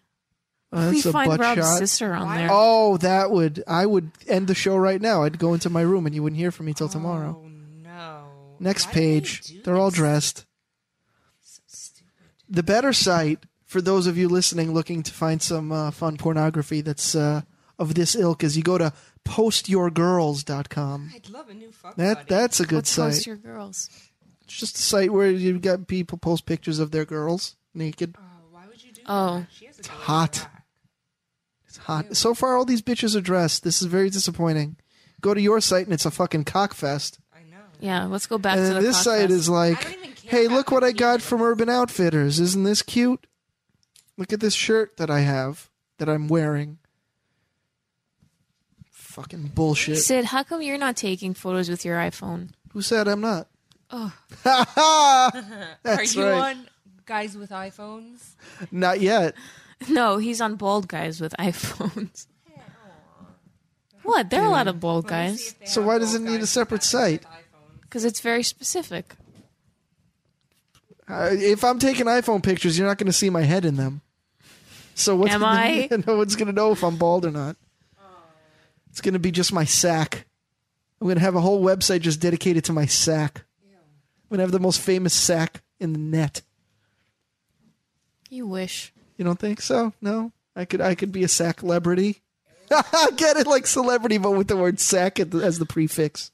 S3: Oh,
S2: If
S3: that's
S2: we
S3: a
S2: find
S3: butt
S2: Rob's
S3: shot.
S2: sister on there.
S3: Oh, that would I would end the show right now. I'd go into my room and you wouldn't hear from me till tomorrow.
S4: Oh, No.
S3: Next page. They are all dressed. the better site for those of you listening looking to find some uh, fun pornography that's uh, of this ilk is you go to postyourgirls.com.
S4: I'd love a new fuck
S3: That
S4: buddy.
S3: that's a good site.
S2: your girls?
S3: it's just a site where you got people post pictures of their girls naked.
S2: Oh,
S3: It's hot. It's hot. So far, all these bitches are dressed. This is very disappointing. Go to your site and it's a fucking cockfest.
S2: yeah. Let's go back
S3: and
S2: to
S3: then
S2: the
S3: this
S2: cock
S3: site
S2: fest.
S3: is like, hey, look what I got from Urban Outfitters. Isn't this cute? Look at this shirt that I have that I'm wearing. Fucking bullshit.
S2: Sid, how come you're not taking photos with your iPhone?
S3: Who said I'm not?
S2: Oh,
S3: Ha ha!
S4: Are
S3: [laughs] That's
S4: you
S3: right.
S4: on guys with iPhones?
S3: [laughs] Not yet.
S2: [laughs] no, he's on bald guys with iPhones. What? There are a lot of bald guys
S3: So why does it need a separate site?
S2: because it's very specific.
S3: Uh, if I'm taking iPhone pictures, you're not going to see my head in them. So what's
S2: Am
S3: gonna,
S2: I?
S3: [laughs] no one's going to know if I'm bald or not. It's going to be just my sack. I'm going to have a whole website just dedicated to my sack. I'm going to have the most famous sack in the net.
S2: You wish.
S3: You don't think so? No, I could I could be a sack [laughs] celebrity. Get it like celebrity, but with the word sack at the, as the prefix.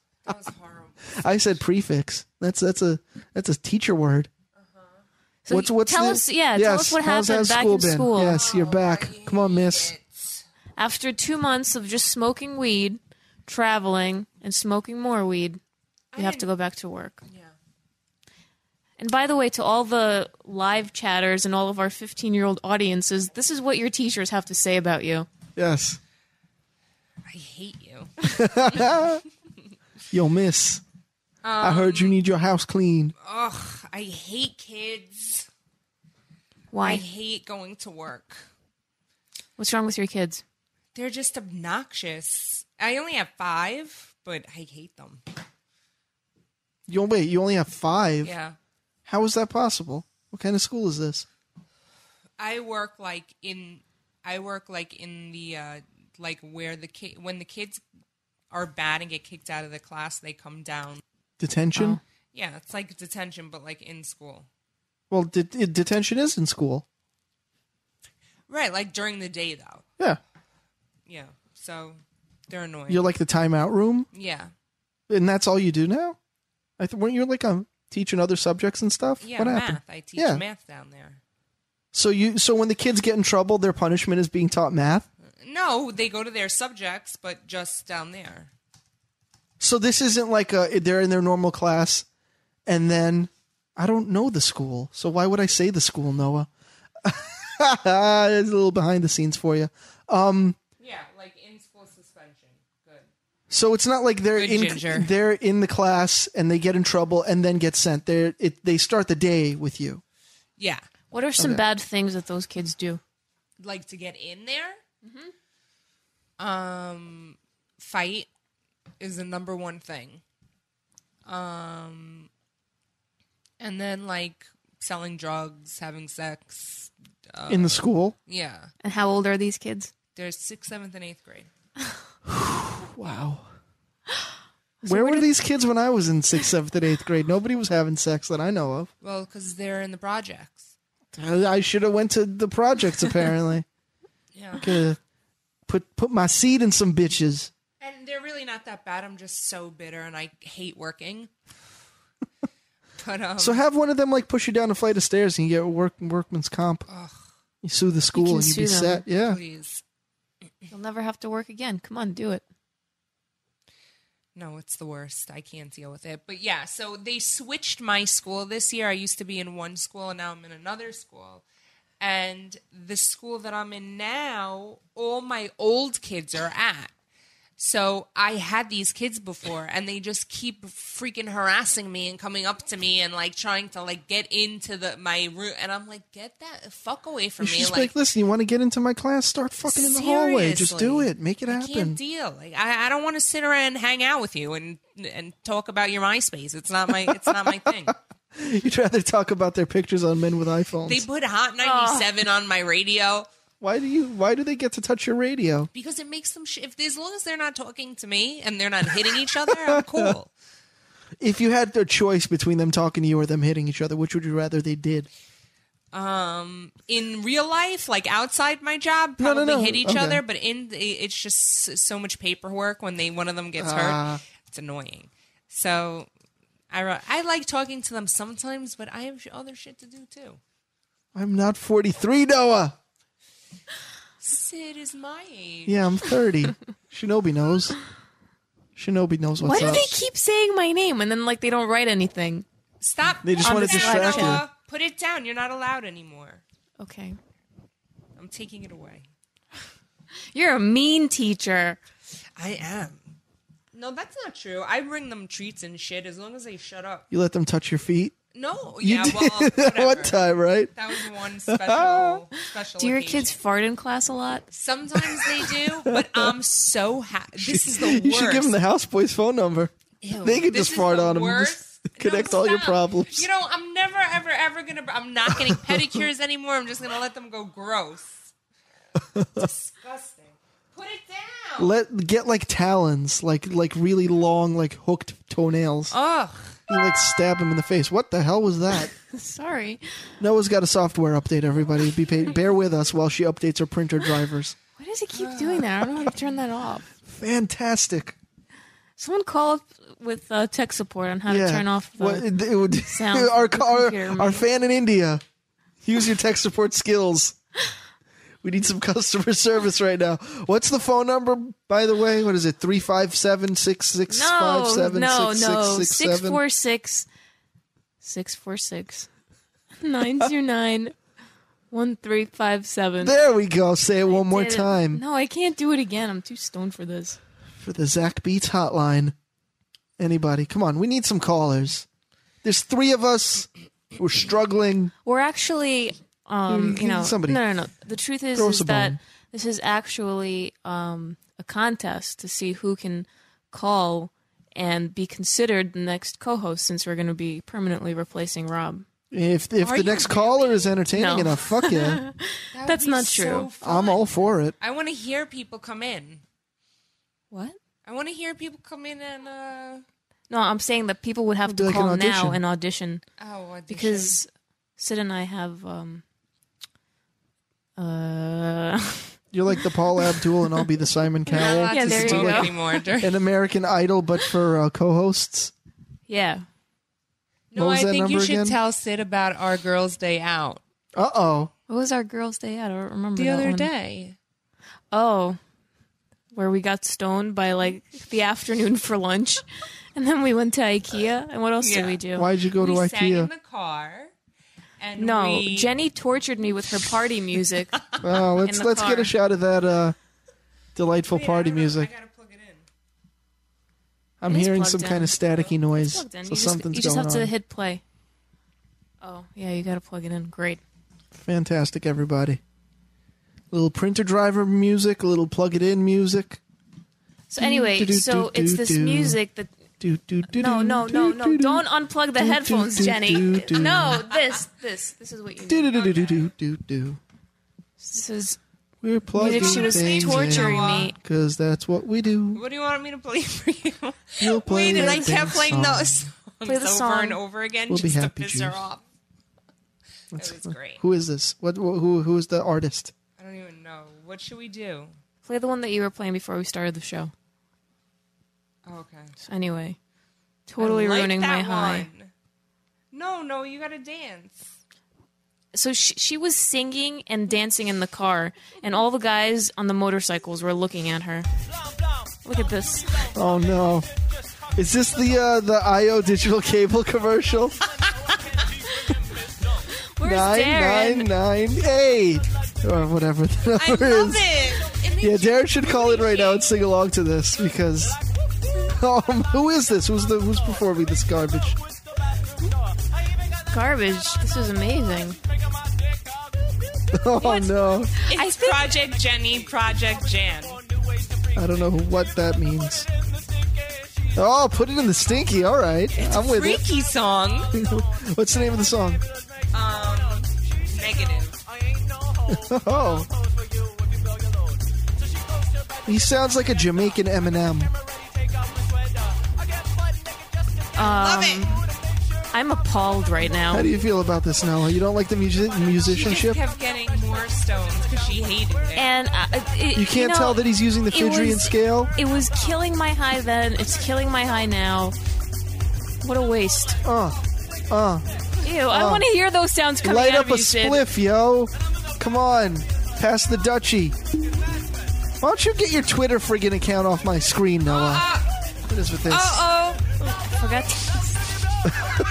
S3: I said prefix. That's that's a that's a teacher word.
S2: Uh-huh. So you- tell
S3: the-
S2: us- yeah, tell us what
S3: how's-
S2: happened
S3: how's
S2: back in
S3: been?
S2: school. Oh,
S3: Yes, you're back. Come on, miss.
S2: After two months of just smoking weed, traveling, and smoking more weed, you have to go back to work. Yeah. And by the way, to all the live chatters and all of our 15 year old audiences, this is what your teachers have to say about you.
S3: Yes.
S4: I hate you.
S3: [laughs] Yo, miss. I heard
S2: Um,
S3: you need your house clean.
S4: Ugh, I hate kids. I hate going to work.
S2: What's wrong with your kids?
S4: They're just obnoxious. I only have five, but I hate them.
S3: You wait. You only have five.
S4: Yeah.
S3: How is that possible? What kind of school is this?
S4: I work like in I work like in the uh like where the kid when the kids are bad and get kicked out of the class, they come down.
S2: Oh.
S3: Detention?
S4: Yeah, it's like detention, but like in school.
S3: Well, de- de- detention is in school.
S4: Right, like during the day though.
S3: Yeah.
S4: Yeah, so they're annoying.
S3: You're like the timeout room,
S4: yeah,
S3: and that's all you do now? I th- weren't you like um, teaching other subjects and stuff?
S4: yeah,
S3: what
S4: math.
S3: happened?
S4: I teach
S3: yeah.
S4: math down there.
S3: So you so when the kids get in trouble, their punishment is being taught math.
S4: No, they go to their subjects, but just down there.
S3: So this isn't like a they're in their normal class, and then I don't know the school, so why would I say the school, Noah? [laughs] it's a little behind the scenes for you. Um,
S4: Yeah, like in school suspension. Good.
S3: so it's not like they're
S4: Good ginger.
S3: in they're in the class and they get in trouble and then get sent. They are it they start the day with you.
S4: Yeah.
S2: What are some
S3: Okay.
S2: bad things that those kids do?
S4: Like to get in there. Um, fight is the number one thing. Um, and then like selling drugs, having sex uh,
S3: In the school?
S4: Yeah,
S2: And how old are these kids?
S4: they're sixth, seventh, and eighth grade.
S3: Wow. [gasps] Where were these kids when I was in sixth, seventh, and eighth grade? Nobody was having sex that I know of.
S4: Well, because they're in the projects.
S3: I I should have went to the
S4: [laughs]
S3: projects. Apparently,
S4: Yeah.
S3: Coulda put put my seed in some bitches.
S4: And they're really not that bad. I'm just so bitter and I hate working. [laughs] but um
S3: so have one of them like push you down a flight of stairs and you get work workman's comp. You sue the school
S2: can
S3: and you
S2: sue
S3: be
S2: them.
S3: set. Yeah,
S4: please.
S2: You'll never have to work again. Come on, do it.
S4: No, Oh, it's the worst. I can't deal with it. But yeah, so they switched my school this year. I used to be in one school and now I'm in another school. And the school that I'm in now, all my old kids are at. So I had these kids before and they just keep freaking harassing me and coming up to me and like trying to like get into the my room and I'm like, get that fuck away from
S3: you should
S4: me.
S3: just be like, listen, you want to get into my class? Start fucking in the hallway. Just do
S4: Seriously.
S3: it. Make it
S4: I can't
S3: happen.
S4: deal. Like I, I don't want to sit around and hang out with you and and talk about your MySpace. It's not my it's
S3: [laughs]
S4: not my thing.
S3: [laughs] You'd rather talk about their pictures on men with iPhones.
S4: They put Hot 97 on my radio
S3: why do you? Why do they get to touch your radio?
S4: because it makes them sh- if as long as they're not talking to me and they're not hitting each other, I'm
S3: [laughs]
S4: cool.
S3: If you had the choice between them talking to you or them hitting each other, which would you rather they did?
S4: Um in real life, like outside my job,
S3: No, no,
S4: probably
S3: no.
S4: hit each
S3: Okay.
S4: other, but in it's just s- so much paperwork when they one of them gets
S3: Ah.
S4: hurt. It's annoying. So I ro- I like talking to them sometimes, but I have sh- other shit to do too.
S3: I'm not 43, Noah.
S4: Sid is my age.
S3: Yeah,
S4: [laughs]
S3: I'm 30. Shinobi knows. Shinobi knows what's
S2: Why do
S3: up.
S2: they keep saying my name and then like they don't write anything?
S4: Stop.
S3: They just
S4: put
S3: wanna
S4: it down,
S3: distract you.
S4: Noah. Put it down. You're not allowed anymore.
S2: Okay.
S4: I'm taking it away.
S2: You're a mean teacher.
S4: I am. No, that's not true. I bring them treats and shit as long as they shut up.
S3: you let them touch your feet?
S4: No.
S3: You
S4: yeah,
S3: did [laughs]
S4: well,
S3: that
S4: whatever.
S3: one time, right?
S4: That was one
S3: [laughs]
S4: special special.
S2: Do your
S4: occasion.
S2: kids fart in class a lot?
S4: Sometimes they do, but I'm so happy. This is the worst.
S3: You should give them the houseboy's phone number.
S4: Ew,
S3: they can
S4: this
S3: just
S4: is
S3: fart
S4: the
S3: on them.
S4: worst.
S3: Just connect all your
S4: stop.
S3: problems.
S4: You know, I'm never, ever, ever gonna. I'm not getting pedicures anymore. I'm just gonna let them go gross. Disgusting. Put it down.
S3: [laughs] let get like talons, like like really long, like hooked toenails.
S4: Ugh.
S3: You like stab them in the face. What the hell was
S4: [laughs]
S3: that?
S2: [laughs] Sorry.
S3: Noah's got a software update. Everybody, be pa- bear with us while she updates her printer drivers.
S2: Why does he keep doing that? I don't know how to turn that off.
S3: Fantastic.
S2: Someone call up with uh, tech support on how to turn off the
S3: What- it- it
S2: [laughs]
S3: would-
S2: sound
S3: [laughs] our,
S2: from the
S4: Um,
S3: our,
S2: computer.
S3: our fan in India. Use your tech support skills. We need some [laughs] customer service right now. What's the phone number, by the way? What is it? Three five seven six six five
S2: No,
S3: seven
S2: no,
S3: six six
S2: no.
S3: six
S2: Six
S3: seven.
S2: four six six four six [laughs] nine zero nine one three five seven.
S3: There we go. Say it one more
S2: Did it.
S3: time
S2: No, I can't do it again. I'm too stoned for this.
S3: for the Zach Beats hotline. Anybody? Come on. We need some callers. There's three of us. We're struggling.
S2: We're actually, um,
S3: Mm,
S2: you know,
S3: somebody-
S2: No, no, no. The truth is,
S3: Throw us
S2: is
S3: a
S2: that
S3: bone.
S2: this is actually um, a contest to see who can call and be considered the next co-host, since we're going to be permanently replacing Rob.
S3: If if
S4: Are
S3: the
S4: you
S3: next caller is entertaining
S4: No.
S3: enough, fuck yeah.
S4: That [laughs] That's would be not so true.
S3: I'm all for it.
S4: I want to hear people come in.
S2: What?
S4: I want to hear people come in and uh
S2: No, I'm saying that people would have
S4: It'd be
S2: to
S4: like an
S2: call now
S4: audition.
S2: and audition.
S4: Oh, audition.
S2: because Sid and I have. Um, uh, [laughs]
S3: You're like the Paul Abdul, and I'll be the Simon Cowell.
S2: allowed Yeah, to there you smoke go. anymore during-
S3: An American Idol, but for uh, co-hosts.
S2: yeah.
S4: No,
S3: What was
S4: I
S3: that
S4: think you
S3: number
S4: should
S3: again?
S4: tell Sid about our girls' day out
S3: Uh oh.
S2: What was our girls' day? I don't remember.
S4: the
S2: that
S4: other
S2: one.
S4: day.
S2: Oh, where we got stoned by like the afternoon for lunch, [laughs] and then we went to IKEA. And what else did we do?
S3: Why'd you go to IKEA?
S4: the car. And
S2: no,
S4: we-
S2: Jenny tortured me with her party music.
S3: [laughs] Oh,
S2: in
S3: let's
S2: the
S3: let's get
S2: car.
S3: a shot of that uh, delightful party music. I am
S2: It is
S3: hearing
S2: plugged
S3: some
S2: in.
S3: kind of staticky noise,
S2: It's plugged
S3: so
S2: in. you just,
S3: something's
S2: you just
S3: going
S2: have to
S3: on.
S2: hit play. Oh yeah, you got to plug it in. Great.
S3: Fantastic, everybody! Little printer driver music, a little plug it in music.
S2: So anyway, so it's this music that
S3: Do, do, do,
S2: no,
S3: do,
S2: no, no, no.
S3: do, do,
S2: Don't unplug the
S3: do, do,
S2: headphones,
S3: do,
S2: Jenny.
S3: do, do.
S2: No, this, this, this is what you
S3: do,
S2: need.
S3: do, do, do, do, do, do.
S2: This is
S3: We're plugging
S2: Music she was
S3: things
S2: torturing
S3: in,
S2: me.
S3: because that's what we do.
S4: What do you want me to play for you?
S3: You'll
S4: [laughs]
S3: play
S4: Wait, and
S3: that
S4: I
S3: damn
S4: kept playing
S3: song.
S4: those [laughs] songs
S2: Play the
S4: over
S2: song.
S4: and over again
S3: We'll be
S4: just to
S3: happy
S4: piss
S3: Jews.
S4: her off.
S3: That's
S4: it was great.
S3: Who is this? What? wh- Who? Who is the artist?
S4: I don't even know. What should we do?
S2: play the one that you were playing before we started the show.
S4: Oh, okay.
S2: Anyway, totally
S4: I like
S2: ruining my
S4: that
S2: high.
S4: one. No, no, you gotta dance.
S2: So she, she was singing and dancing in the car, and all the guys on the motorcycles were looking at her. Look at this.
S3: Oh no! Is this the uh, the IO digital
S4: [laughs]
S3: cable commercial?
S2: Where's
S3: nine
S2: Darren?
S3: nine eight or whatever the
S4: I
S3: number
S4: love
S3: is.
S4: it. And they
S3: Yeah,
S4: keep
S3: Darren should call it right now and sing along to this because. [laughs] Um, who is this? Who's the who's performing this garbage? [laughs]
S2: Garbage. This is amazing.
S3: Oh no!
S4: It's Project Jenny, Project Jan.
S3: I don't know what that means. Oh, put it in the stinky. All right, I'm with
S4: Freaky song.
S3: it. [laughs] What's the name of the song?
S4: Um, negative.
S3: Oh. [laughs] He sounds like a Jamaican Eminem.
S2: Um, I'm appalled right now.
S3: How do you feel about this, Noah? You don't like the music- musicianship?
S4: Kept getting more stones because she hated it.
S2: and uh, it,
S3: You can't
S2: know,
S3: tell that he's using the
S2: it was-
S3: Fidrian scale?
S2: It was killing my high then. It's killing my high now. What a waste.
S3: Uh, uh.
S2: Ew, I want to hear those sounds coming
S3: Oh. Light
S2: out
S3: up
S2: of
S3: a
S2: you, Sid.
S3: spliff, yo. Come on. Pass the duchy. Why don't you get your Twitter friggin' account off my screen,
S2: Uh,
S3: Noah? What is with this?
S4: Uh
S2: oh. Forgot.
S3: [laughs]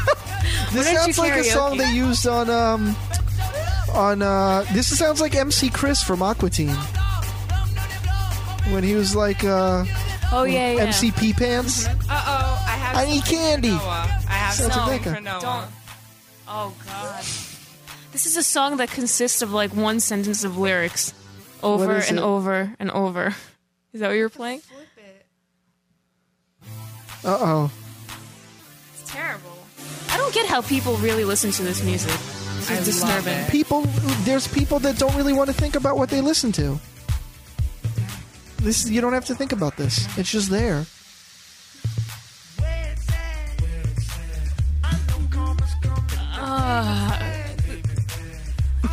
S3: This
S2: Why don't you
S3: sounds like a song
S2: karaoke?
S3: they used on um on uh this sounds like MC Chris from Aqua Teen. When he was like uh
S2: Oh, yeah, yeah.
S3: MCP pants.
S4: Uh oh, I have.
S3: I
S4: something
S3: need
S4: for
S3: candy.
S4: Noah. I have
S3: Sounds like
S4: something
S3: that
S4: for
S3: guy.
S4: Noah.
S2: Don't. Oh, God. This is a song that consists of like one sentence of lyrics over
S3: What is
S2: and
S3: it?
S2: over and over. Is that what you were playing?
S3: Uh oh.
S2: It's terrible. I don't get how people really listen to this music. This
S4: I
S2: is
S4: love
S2: disturbing.
S4: it.
S3: People there's people that don't really want to think about what they listen to. This you don't have to think about this. It's just there.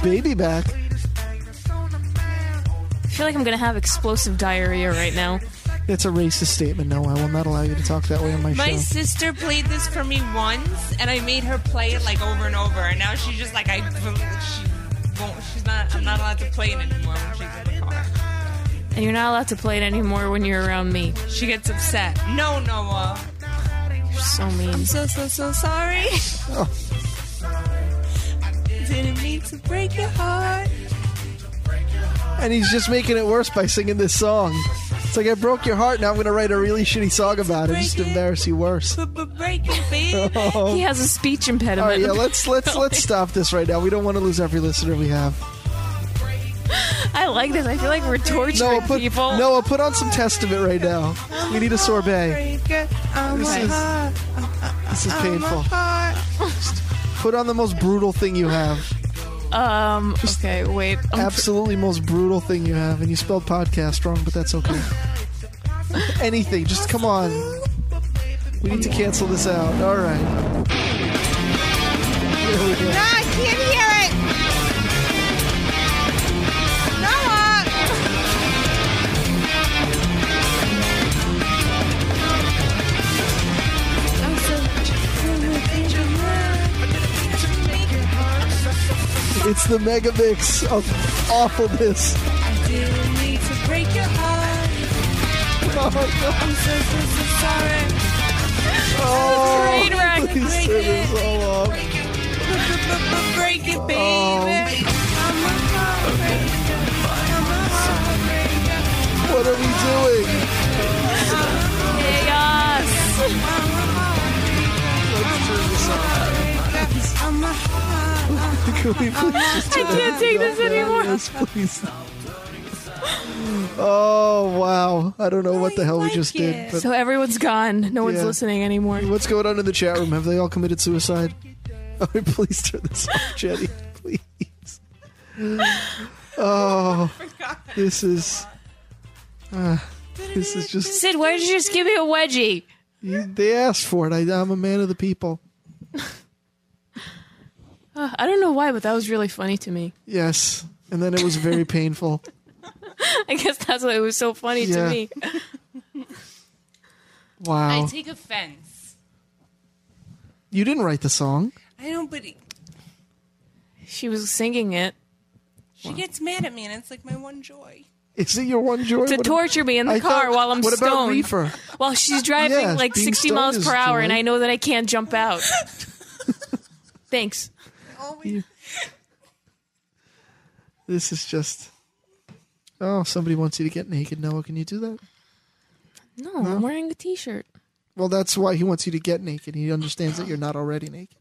S3: Baby back.
S2: I feel like I'm gonna have explosive diarrhea right now.
S3: That's a racist statement. No, I will not allow you to talk that way on my,
S4: My
S3: show.
S4: sister played this for me once, and I made her play it like over and over. And now she's just like, I, she won't. She's not. I'm not allowed to play it anymore when she's in the car.
S2: And you're not allowed to play it anymore when you're around me.
S4: She gets upset. No, Noah.
S2: You're so mean.
S4: I'm so so so sorry. [laughs]
S3: Oh.
S4: Didn't mean to break your heart.
S3: And he's just making it worse by singing this song. It's like I broke your heart. Now I'm gonna write a really shitty song about it, just to embarrass you worse.
S4: But but break it, babe.
S3: [laughs] Oh.
S2: He has a speech impediment.
S3: All right,
S2: [laughs]
S3: yeah. Let's let's let's stop this right now. We don't want to lose every listener we have.
S2: I like this. I feel like we're torturing
S3: Noah, put
S2: people.
S3: Noah, put on some Testament right now. We need a sorbet.
S4: Break it. I'm
S3: This
S4: a
S3: is-
S4: heart.
S3: This is
S4: I'm a
S3: painful.
S4: heart.
S3: Put on the most brutal thing you have.
S2: Um. Okay. Wait. Um, I'm
S3: Absolutely most brutal thing you have. And you spelled podcast wrong, but that's okay. Anything. Just come on. We need to cancel this out. All right. Here we go.
S7: No, I can't hear it. Noah.
S3: It's the mega mix of awfulness.
S7: I didn't need to break your heart. I'm so, so, so sorry.
S3: Oh, [laughs]
S7: train wreck.
S3: please turn this all off.
S7: Break it, baby. I'm a heartbreaker. I'm a heartbreaker.
S3: What are we doing?
S2: Chaos.
S7: I'm a heartbreaker.
S2: Oh,
S3: Can we please just
S7: I
S3: turn
S7: can't take
S3: off
S7: this
S3: now? [laughs]
S7: anymore.
S3: Yes, please. Oh wow! I don't know what the hell we just did. But
S2: So everyone's gone. No one's
S3: Yeah.
S2: listening anymore.
S3: what's going on in the chat room? Have they all committed suicide? [laughs] Oh, please turn this off,
S2: [laughs]
S3: Jenny. Please. Oh, this is. ah, this is just.
S2: Sid, why did you just give me a wedgie?
S3: you- They asked for it. I, I'm a man of the people.
S2: Uh, I don't know why, but that was really funny [laughs] to me.
S3: Yes, and then it
S2: [laughs]
S3: was very painful.
S2: I guess that's why it was so funny
S3: Yeah.
S2: to me.
S3: [laughs] Wow,
S4: I take offense.
S3: you didn't write the song.
S4: I know, but
S2: She was singing it
S4: she gets mad at me, and it's like my one joy.
S3: Is it your one joy?
S2: to
S3: What-
S2: torture me in the
S3: I
S2: car
S3: thought-
S2: while I'm
S3: what
S2: stoned.
S3: about reefer?
S2: While she's driving
S3: Yes,
S2: like
S3: being
S2: 60
S3: stoned
S2: miles
S3: is
S2: per hour,
S3: joy.
S2: and I know that I can't jump
S3: [laughs]
S2: out. Thanks.
S3: This is just. Oh, somebody wants you to get naked. Noah, can you do that?
S2: No, I'm wearing a t-shirt.
S3: Well, that's why he wants you to get naked. He understands that you're not already naked.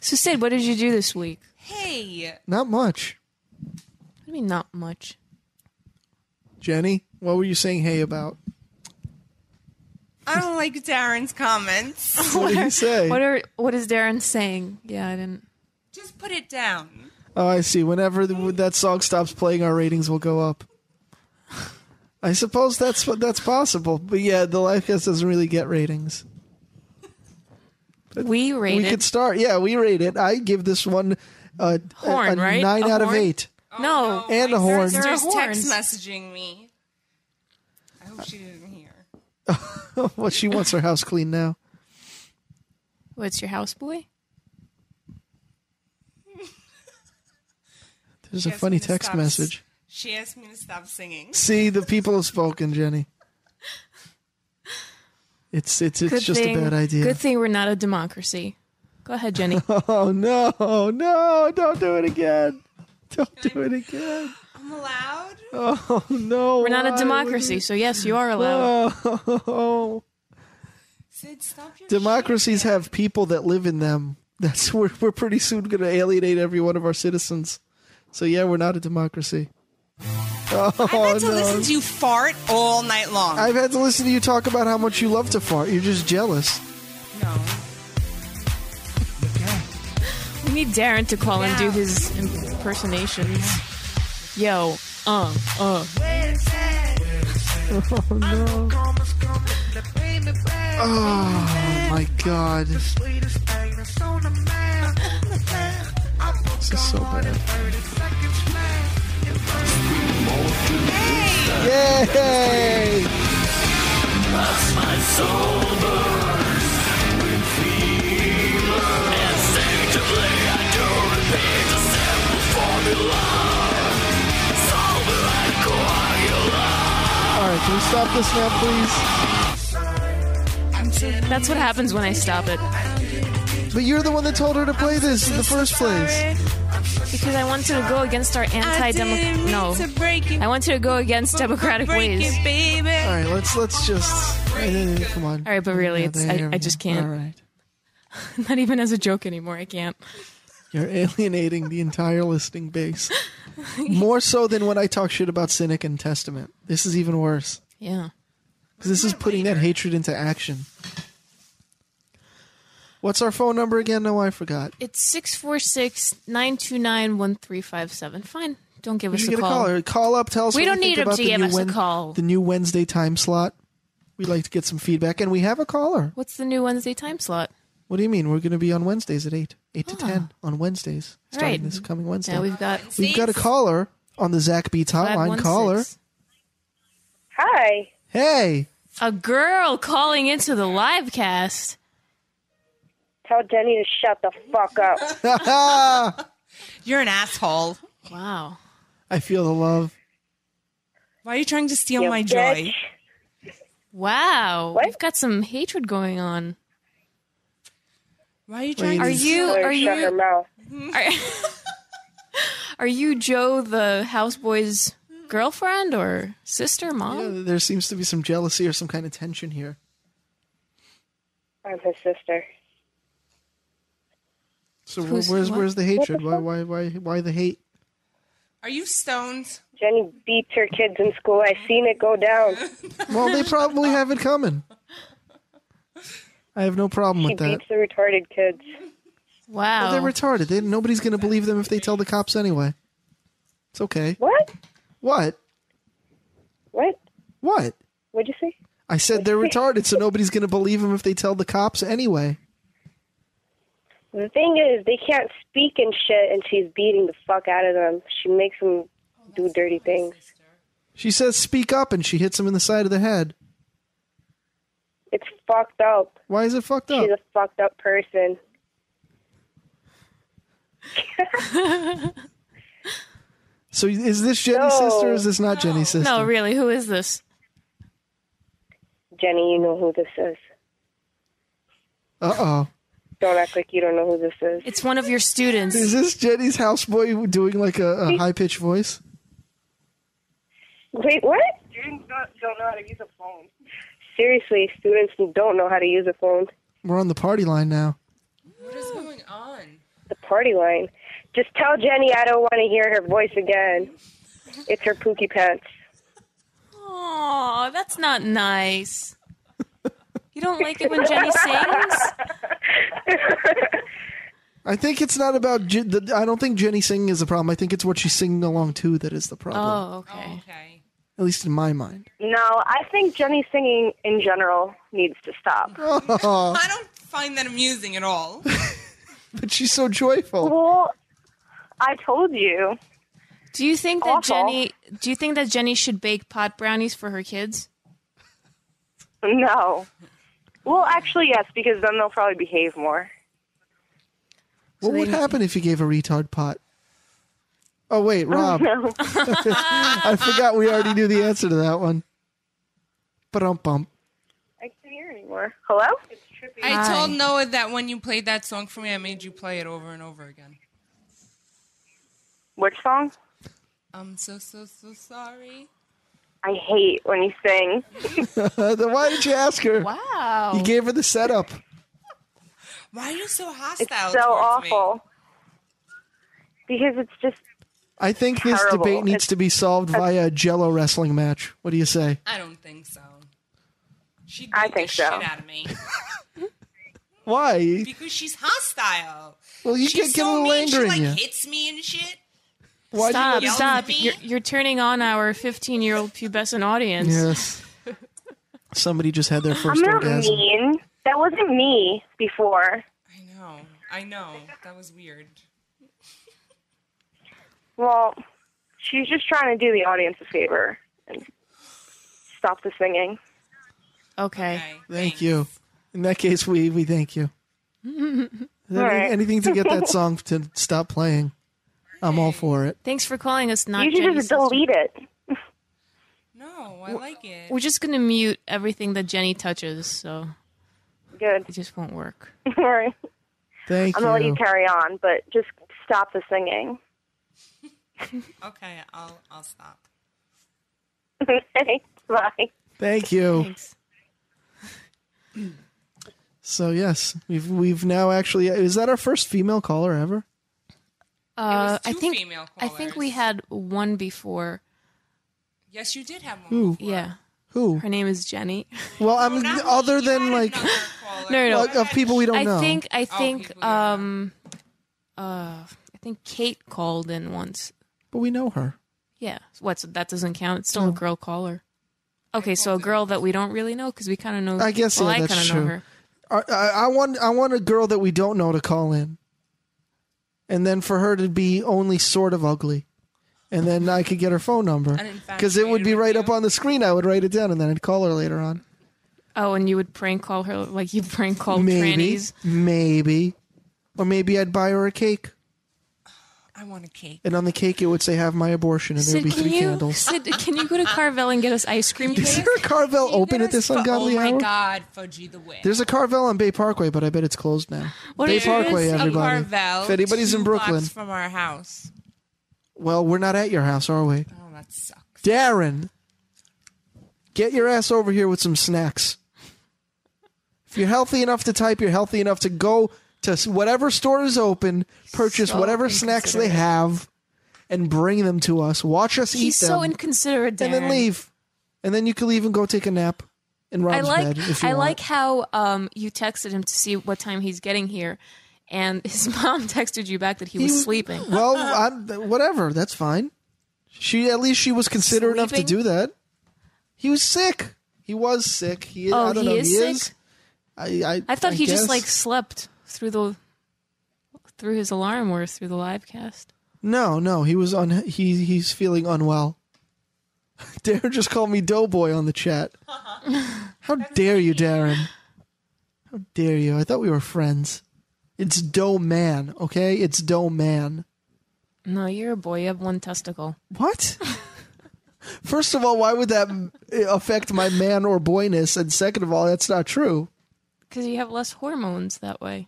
S2: So, Sid, what did you do this week?
S4: Hey,
S3: Not much.
S2: I mean, not much.
S3: Jenny, what were you saying hey about?
S4: I don't like Darren's comments.
S3: What did he say?
S2: What are what is Darren saying? Yeah, I didn't.
S4: [laughs] Just put it down.
S3: oh, I see. Whenever the, when that song stops playing, our ratings will go up. I suppose that's what that's possible. But yeah, the Lifecast doesn't really get ratings.
S2: We
S3: we
S2: rated.
S3: could start. Yeah, we rate it. I give this one uh, a-
S2: Horn,
S3: a,
S2: right?
S3: nine
S2: A
S3: out of
S2: horn?
S3: eight. [laughs]
S4: Oh,
S2: no,
S3: And a horn.
S2: There are
S4: There's text
S2: horns.
S4: messaging me. I hope she didn't hear.
S3: well, she wants her house clean now.
S2: What's your houseboy?
S3: There's
S4: She
S3: a
S4: asked
S3: funny
S4: me to
S3: text
S4: stop s-
S3: message.
S4: She asked me to stop singing.
S3: See, the people have spoken, Jenny. It's it's it's just a bad idea.
S2: Good thing we're not a democracy. Go ahead,
S3: [laughs]
S2: Jenny.
S3: Oh no, no, don't do it again. Don't do it again.
S4: I'm allowed.
S3: Oh no.
S2: We're not
S3: why
S2: a
S3: would
S2: democracy,
S3: you-
S2: so yes, you are allowed.
S3: Oh.
S4: Sid, stop your.
S3: Democracies have people that live in them. That's we're we're pretty soon going to alienate every one of our citizens. So yeah, we're not a democracy. Oh
S4: I had to
S3: no.
S4: listen to you fart all night long.
S3: I've had to listen to you talk about how much you love to fart. You're just jealous.
S4: no.
S2: We need Darren to call and do his impersonations. Yo, uh, uh.
S3: Oh my god. This is so bad. Yay! Alright, can we stop this now, please?
S2: That's what happens when I stop it.
S3: But you're the one that told her to play this in the first place.
S2: Because I wanted to go against our
S7: I didn't
S2: anti-democratic.
S7: mean
S2: No,
S7: to break it.
S2: I wanted to go against democratic
S7: break
S2: ways.
S7: it, baby.
S2: [laughs]
S3: Alright, let's let's just eh, come on.
S2: All right, but really,
S3: Yeah,
S2: it's
S3: there
S2: I,
S3: we
S2: I just
S3: go.
S2: can't.
S3: Alright.
S2: Not even as a joke anymore. I can't.
S3: You're alienating the entire
S2: [laughs]
S3: listening base. More so than when I talk shit about Cynic and Testament. This is even worse.
S2: Yeah.
S3: Because this is putting that hatred into action. What's our phone number again? No, I forgot.
S2: It's 646 929 1357. Fine. Don't give
S3: We
S2: us
S3: should
S2: a
S3: get a
S2: call.
S3: caller. Call up. Tell us.
S2: We
S3: what
S2: don't
S3: you think
S2: need 'em
S3: about
S2: to
S3: the
S2: give
S3: new
S2: us a call.
S3: The new Wednesday time slot. We'd like to get some feedback, and we have a caller.
S2: What's the new Wednesday time slot?
S3: What do you mean? We're going to be on Wednesdays at eight, eight to ten on Wednesdays,
S2: All
S3: starting
S2: right.
S3: this coming Wednesday.
S2: Now we've got
S3: We've got a caller on the Zach Beats hotline.
S2: 516.
S3: Caller,
S12: Hi.
S3: hey,
S2: a girl calling into the live
S3: [laughs]
S2: cast.
S12: Tell Jenny to shut the fuck
S3: up.
S4: [laughs] You're an asshole.
S2: Wow.
S3: I feel the love.
S4: Why are you trying to steal
S2: You
S4: my joy?
S2: bitch. Wow. We've got some hatred going on.
S4: Why are you
S2: trying Are to- you-
S12: Or
S2: are
S12: shut
S2: you-
S12: her mouth.
S2: Are, are you Joe the houseboy's girlfriend or sister, mom?
S3: Yeah, there seems to be some jealousy or some kind of tension here.
S12: I'm his sister.
S3: So wh-
S12: Who's-
S3: where's
S12: what?
S3: where's the
S12: What the
S3: hatred? why why why why the hate?
S4: Are you stoned?
S12: Jenny beats her kids in school. I seen it go down.
S3: Well, they probably have it coming. I have no problem
S12: She
S3: with that.
S12: beats the retarded kids.
S2: Wow.
S3: Well,
S2: Oh.
S3: they're retarded. They, nobody's going to believe them if they tell the cops anyway. It's okay.
S12: What?
S3: What?
S12: What?
S3: What?
S12: What'd you say?
S3: I said
S12: [laughs]
S3: they're retarded, so nobody's going to believe them if they tell the cops anyway.
S12: The thing is, they can't speak and shit, and she's beating the fuck out of them. She makes them do dirty things.
S3: She says, "Speak up," and she hits him in the side of the head.
S12: It's fucked up.
S3: Why is it fucked up?
S12: She's a fucked up person.
S3: So is this Jenny's sister? or Is this not Jenny's sister?
S2: No, really, who is this?
S12: Jenny, you know who this is.
S3: Uh oh.
S12: Don't act like you don't know who this is.
S2: It's one of your students.
S3: Is this Jenny's houseboy doing like a, a high pitched voice?
S12: Wait, what?
S13: Students not, don't know how to use a phone.
S12: Seriously, students don't know how to use a phone.
S3: We're on the party line now.
S4: What is going on?
S12: The party line. Just tell Jenny I don't want to hear her voice again. It's her pookie pants.
S2: Aw, that's not
S3: [laughs]
S2: nice. You don't like it when Jenny sings?
S3: I think it's not about. Je- the, I don't think Jenny singing is the problem. I think it's what she's singing along to that is the problem.
S2: Oh, okay.
S3: At least in my mind.
S13: No, I think Jenny singing in general needs to stop.
S3: Oh,
S4: I don't find that amusing at all.
S3: but she's so joyful.
S13: Well, I told you.
S2: Do you think that
S13: Awful.
S2: Jenny? Do you think that Jenny should bake pot brownies for her kids?
S13: No. Well, actually, yes, because then they'll probably behave more.
S3: What would happen if you gave a retard pot? Oh wait, Rob.
S4: [laughs]
S3: I forgot we already knew the answer to that one. But um bump.
S13: I can't hear anymore. Hello? It's trippy.
S4: I told Noah that when you played that song for me, I made you play it over and over again.
S13: Which song?
S4: I'm so so so sorry.
S13: I hate when you sing.
S3: then [laughs] why did you ask her?
S2: Wow.
S3: You gave her the setup.
S4: Why are you so hostile?
S13: It's so
S4: towards me?
S13: awful. Because it's just
S3: I think this
S13: Terrible.
S3: debate needs
S13: It's-
S3: to be solved via a jello wrestling match. What do you say?
S4: I don't think so. She beat I think the
S13: so.
S4: shit out of
S3: [laughs]
S4: me
S3: Why?
S4: because she's hostile.
S3: Well, you
S4: she's
S3: can't get
S4: so
S3: a little
S4: mean.
S3: anger
S4: she
S3: in
S4: like
S3: you.
S4: hits me and shit.
S3: Why do you
S2: stop!
S4: yell at
S2: stop!
S4: me?
S2: You're, you're turning on our 15-year-old pubescent audience.
S3: Yes. Somebody just had their
S13: I'm
S3: first
S13: not
S3: orgasm.
S13: mean. That wasn't me before.
S4: I know. I know. That was weird.
S13: Well, she's just trying to do the audience a favor and stop the singing.
S3: [laughs]
S2: Okay.
S3: Thank you. In that case, we we thank you. Is there any-
S2: Alright.
S3: Anything to
S2: [laughs]
S3: get
S13: [laughs]
S3: that song to stop playing. I'm all for it.
S2: Thanks for calling us. Not
S13: you should
S2: Jenny's
S13: just
S2: sister.
S13: delete it.
S4: No, I like it.
S2: We're just gonna mute everything that Jenny touches, so
S13: Good.
S2: it just won't work.
S14: [laughs]
S13: All right.
S3: Thank
S13: I'm gonna let
S3: you.
S13: you carry on, but just stop the
S14: [laughs]
S13: singing.
S4: Okay, I'll I'll stop.
S13: Okay, Bye.
S3: Thank you.
S2: Thanks.
S3: So yes, we've we've now actually is that our first female caller ever?
S2: Uh,
S4: two
S2: I think
S4: female
S2: I think we had one before.
S4: Yes, you did have one.
S3: Who?
S2: Yeah.
S3: Who? [laughs]
S2: Her name is Jenny.
S3: Well, I'm other than like
S2: no, no,
S3: Well, of people we don't
S2: I
S3: know.
S2: think
S4: Oh,
S2: I think um, uh, I think Kate called in once.
S3: But we know her.
S2: Yeah, what's that doesn't count. It's still a girl caller. Okay, so a girl that we don't really know because we kind of know.
S3: I guess
S2: well,
S3: yeah,
S2: I
S3: that's
S2: kinda
S3: true.
S2: Know her.
S3: I, I, I want I want a girl that we don't know to call in, and then for her to be only sort of ugly, and then I could get her phone number because it would be right up on the screen. I would write it down, and then I'd call her later on.
S2: Oh, and you would prank call her like you prank called
S3: maybe,
S2: trannies.
S3: maybe, or maybe I'd buy her a cake,
S4: I want a cake.
S3: and on the cake it would say "Have my abortion," and there
S2: Sid,
S3: would be
S2: can
S3: three
S2: you
S3: candles.
S2: [laughs] Sid, can you go to Carvel and get us ice cream?
S3: Is there a Carvel open at this ungodly
S4: oh my
S3: hour?
S4: God, Fudgy the Witch.
S3: There's a Carvel on Bay Parkway, but I bet it's closed now.
S4: What
S3: Bay
S4: is
S3: Parkway,
S4: a
S3: everybody.
S4: Carvel
S3: if anybody's
S4: two
S3: in Brooklyn,
S4: blocks from our house.
S3: well, we're not at your house, are we?
S4: Oh, that sucks.
S3: Darren, get your ass over here with some snacks. If you're healthy enough to type, you're healthy enough to go to s- whatever store is open, purchase
S2: So
S3: whatever snacks they
S2: inconsiderate.
S3: have, and bring them to us. Watch us
S2: He's
S3: eat them,
S2: so inconsiderate,
S3: and then
S2: Darren.
S3: leave. And then you can leave and go take a nap in
S2: I
S3: Rob's
S2: like
S3: bed if you
S2: I
S3: want.
S2: like how um, you texted him to see what time he's getting here, and his [laughs] mom texted you back that he was sleeping.
S3: [laughs] Well, I'm, whatever. That's fine. She at least she was considerate enough to
S2: Sleeping?
S3: do that. He was sick. He was sick. He.
S2: Oh,
S3: I don't
S2: he
S3: know.
S2: is
S3: he
S2: sick?
S3: is. I. I,
S2: I thought he just
S3: guess.
S2: like slept through the through his alarm or through the live cast.
S3: No, no. He was on. He he's feeling unwell. [laughs] Darren just called me Doughboy on
S2: [laughs]
S3: the chat. How dare you, Darren? How dare you? I thought we were friends. It's Dough Man, okay? It's Dough Man.
S2: No, you're a boy. You have one testicle.
S3: What? First of all, why would that m- affect my man or boyness? And second of all, that's not true.
S2: Because you have less hormones that way.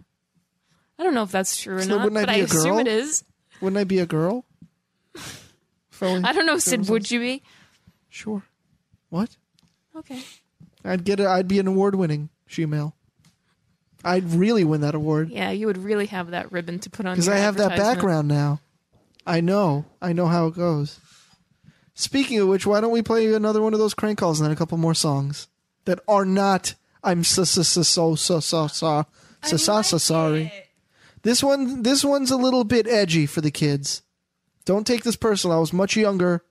S2: I don't know if that's true or
S3: So
S2: not,
S3: wouldn't I
S2: but
S3: be
S2: I
S3: a
S2: assume
S3: girl?
S2: it is.
S3: Wouldn't I be a girl? If only-
S2: I don't know,
S3: if there
S2: Sid.
S3: was a-
S2: Would you be?
S3: Sure. What?
S2: Okay.
S3: I'd get a, I'd be an award-winning shemale. I'd really win that award
S2: Yeah, you would really have that ribbon to put on.
S3: because
S2: your
S3: I have that
S2: advertisement.
S3: background now. I know. I know how it goes. Speaking of which, why don't we play another one of those crank calls and then a couple more songs that are not I'm so so so so so so so so so so sorry. This one this one's a little bit edgy for the kids. Don't take this personal. I was much younger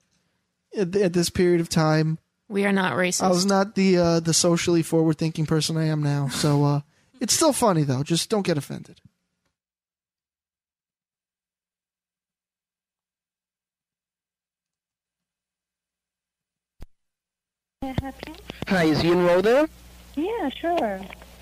S3: at, at this period of time.
S2: We are not racist.
S3: I was not the uh, the socially forward thinking person I am now. So uh, it's still funny though. Just don't get offended.
S9: Hi, is Ian Rowe there?
S13: Yeah, sure.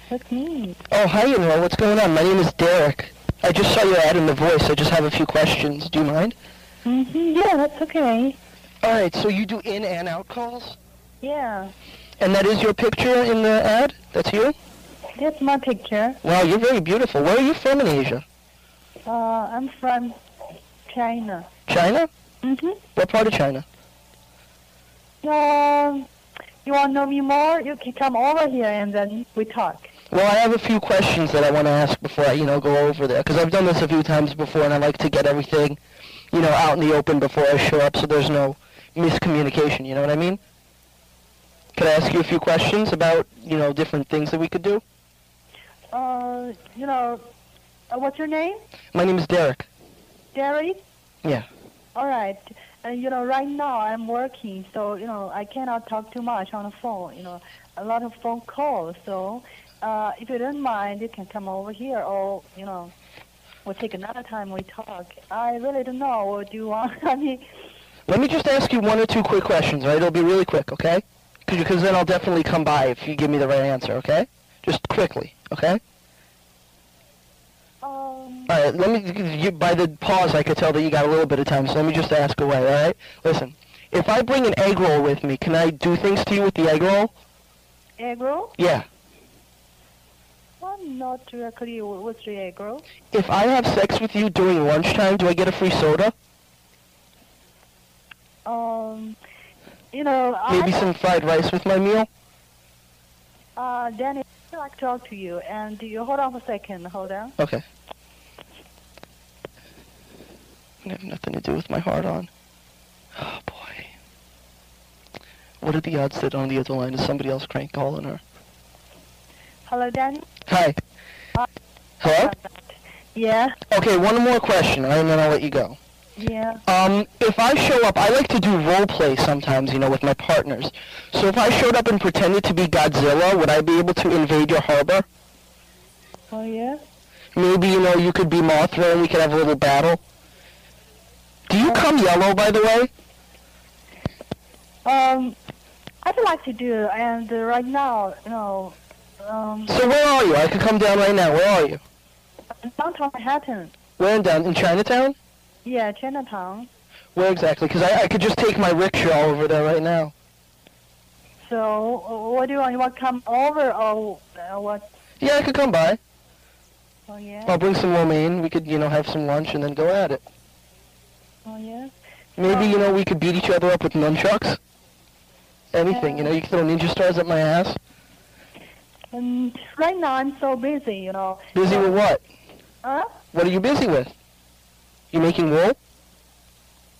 S13: That's me.
S9: Oh, hi, Ian Rowe. What's going on? My name is Derek. I just saw your ad in The Voice. I just have a few questions. Do you mind?
S13: hmm Yeah, that's okay.
S9: All right, so you do in and out calls?
S13: Yeah,
S9: And that is your picture in the ad? That's you?
S13: that's my picture.
S9: Wow, you're very beautiful. Where are you from in Asia?
S13: Uh, I'm from China.
S9: China?
S13: Mm-hmm.
S9: What part of China?
S13: Um, you want to know me more? You can come over here and then we talk.
S9: Well, I have a few questions that I want to ask before I, you know, go over there because I've done this a few times before, and I like to get everything, you know, out in the open before I show up, so there's no miscommunication. You know what I mean? Can I ask you a few questions about, you know, different things that we could do?
S13: Uh, you know, uh, what's your name?
S9: My name is Derek.
S13: Derek?
S9: Yeah.
S13: All right. Uh, you know, right now I'm working, so you know I cannot talk too much on the phone. You know, a lot of phone calls. So, uh, if you don't mind, you can come over here, or you know, we'll take another time we talk. I really don't know. What do you want? [laughs] I mean,
S9: Let me just ask you one or two quick questions, all right? It'll be really quick, okay? Because then I'll definitely come by if you give me the right answer, okay? Just quickly, okay? Um, all right, let me, you, by the pause, I could tell that you got a little bit of time, so let me just ask away, all right? Listen, if I bring an egg roll with me, can I do things to you with the egg roll?
S13: agro?
S9: Yeah.
S13: I'm not directly w- with the agro.
S9: If I have sex with you during lunchtime, do I get a free soda?
S13: Um, you know,
S9: Maybe
S13: I,
S9: some fried rice with my meal?
S13: uh, Danny, I'd like to talk to you, and you hold on for a second. Hold on.
S9: Okay. I have nothing to do with my heart on. Oh boy. What are the odds that on the other line is somebody else crank calling her?
S13: Hello, Danny.
S9: Hi. Hello?
S13: Yeah,
S9: Okay, one more question, and then I'll let you go.
S13: yeah.
S9: Um, if I show up, I like to do role play sometimes, you know, with my partners. So if I showed up and pretended to be Godzilla, would I be able to invade your harbor?
S13: Oh yeah.
S9: Maybe, you know, you could be Mothra and we could have a little battle. Do you come yellow, by the way?
S13: Um, I'd like to do, and uh, right now, you know, um,
S9: So where are you? I could come down right now. Where are you?
S13: downtown Manhattan.
S9: Where in down? In Chinatown?
S13: Yeah, Chinatown.
S9: Where exactly? Because I, I could just take my rickshaw over there right now.
S13: So, uh, what do you want? You want to come over or uh, what?
S9: Yeah, I could come by.
S13: Oh yeah.
S9: I'll bring some romaine. We could, you know, have some lunch and then go at it.
S13: Oh yeah.
S9: Maybe, you know, we could beat each other up with nunchucks. Anything, you know, you could throw ninja stars at my ass.
S13: And right now I'm so busy, you know. Uh,
S9: Busy with what?
S13: Huh?
S9: What are you busy with? You making wool?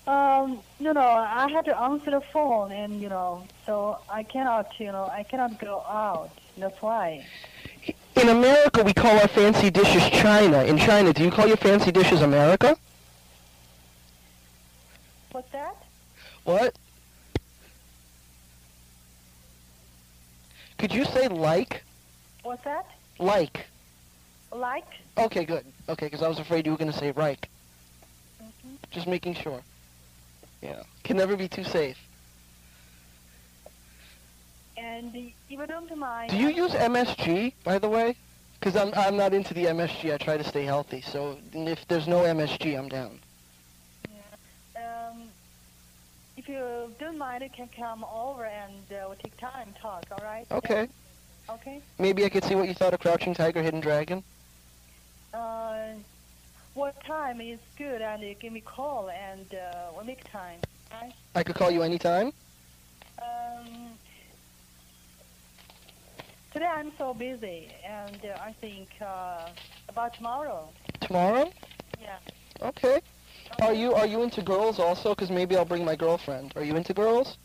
S13: Um, you know, I had to answer the phone, and you know, so I cannot, you know, I cannot go out. That's why.
S9: In America, we call our fancy dishes China. In China, do you call your fancy dishes America?
S13: What's that?
S9: What? Could you say like?
S13: What's that?
S9: Like.
S13: Like?
S9: Okay, good. Okay, because I was afraid you were going to say Reich.
S13: Mm-hmm.
S9: Just making sure. Yeah. Can never be too safe.
S13: And even don't mind.
S9: Do you use MSG, by the way? Because I'm, I'm not into the MSG. I try to stay healthy. So if there's no MSG, I'm down.
S13: Um, if you don't mind, you can come over and uh, we'll take time talk. All right?
S9: Okay.
S13: Okay.
S9: Maybe I could see what you thought of Crouching Tiger, Hidden Dragon.
S13: Uh, what time is good? And you give me call and uh, we'll make time. all Right?
S9: I could call you anytime.
S13: Um, today I'm so busy, and uh, I think uh, about tomorrow.
S9: Tomorrow?
S13: Yeah.
S9: Okay. Are you are you into girls also? Because maybe I'll bring my girlfriend. Are you into girls?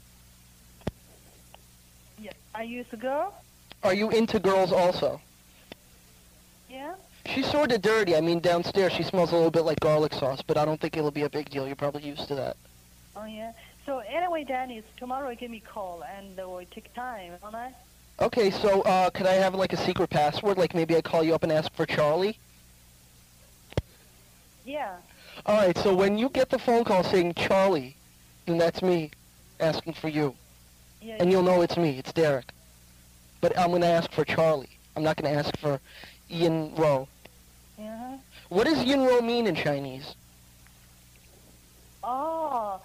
S13: Yeah. Are you a girl?
S9: Are you into girls also?
S13: Yeah.
S9: She's sort of dirty. I mean, downstairs she smells a little bit like garlic sauce, but I don't think it'll be a big deal. You're probably used to that.
S13: Oh yeah. So anyway, Dennis, tomorrow you give me call, and uh, we'll take time. All right?
S9: Okay, so uh, could I have like a secret password? Like maybe I call you up and ask for Charlie.
S13: Yeah.
S9: All right. So when you get the phone call saying Charlie, then that's me asking for you,
S13: Yeah.
S9: and you'll know it's me. It's Derek. But I'm gonna ask for Charlie. I'm not gonna ask for Ian Rowe.
S13: Yeah.
S9: What does Yin Ro mean in Chinese?
S13: Oh,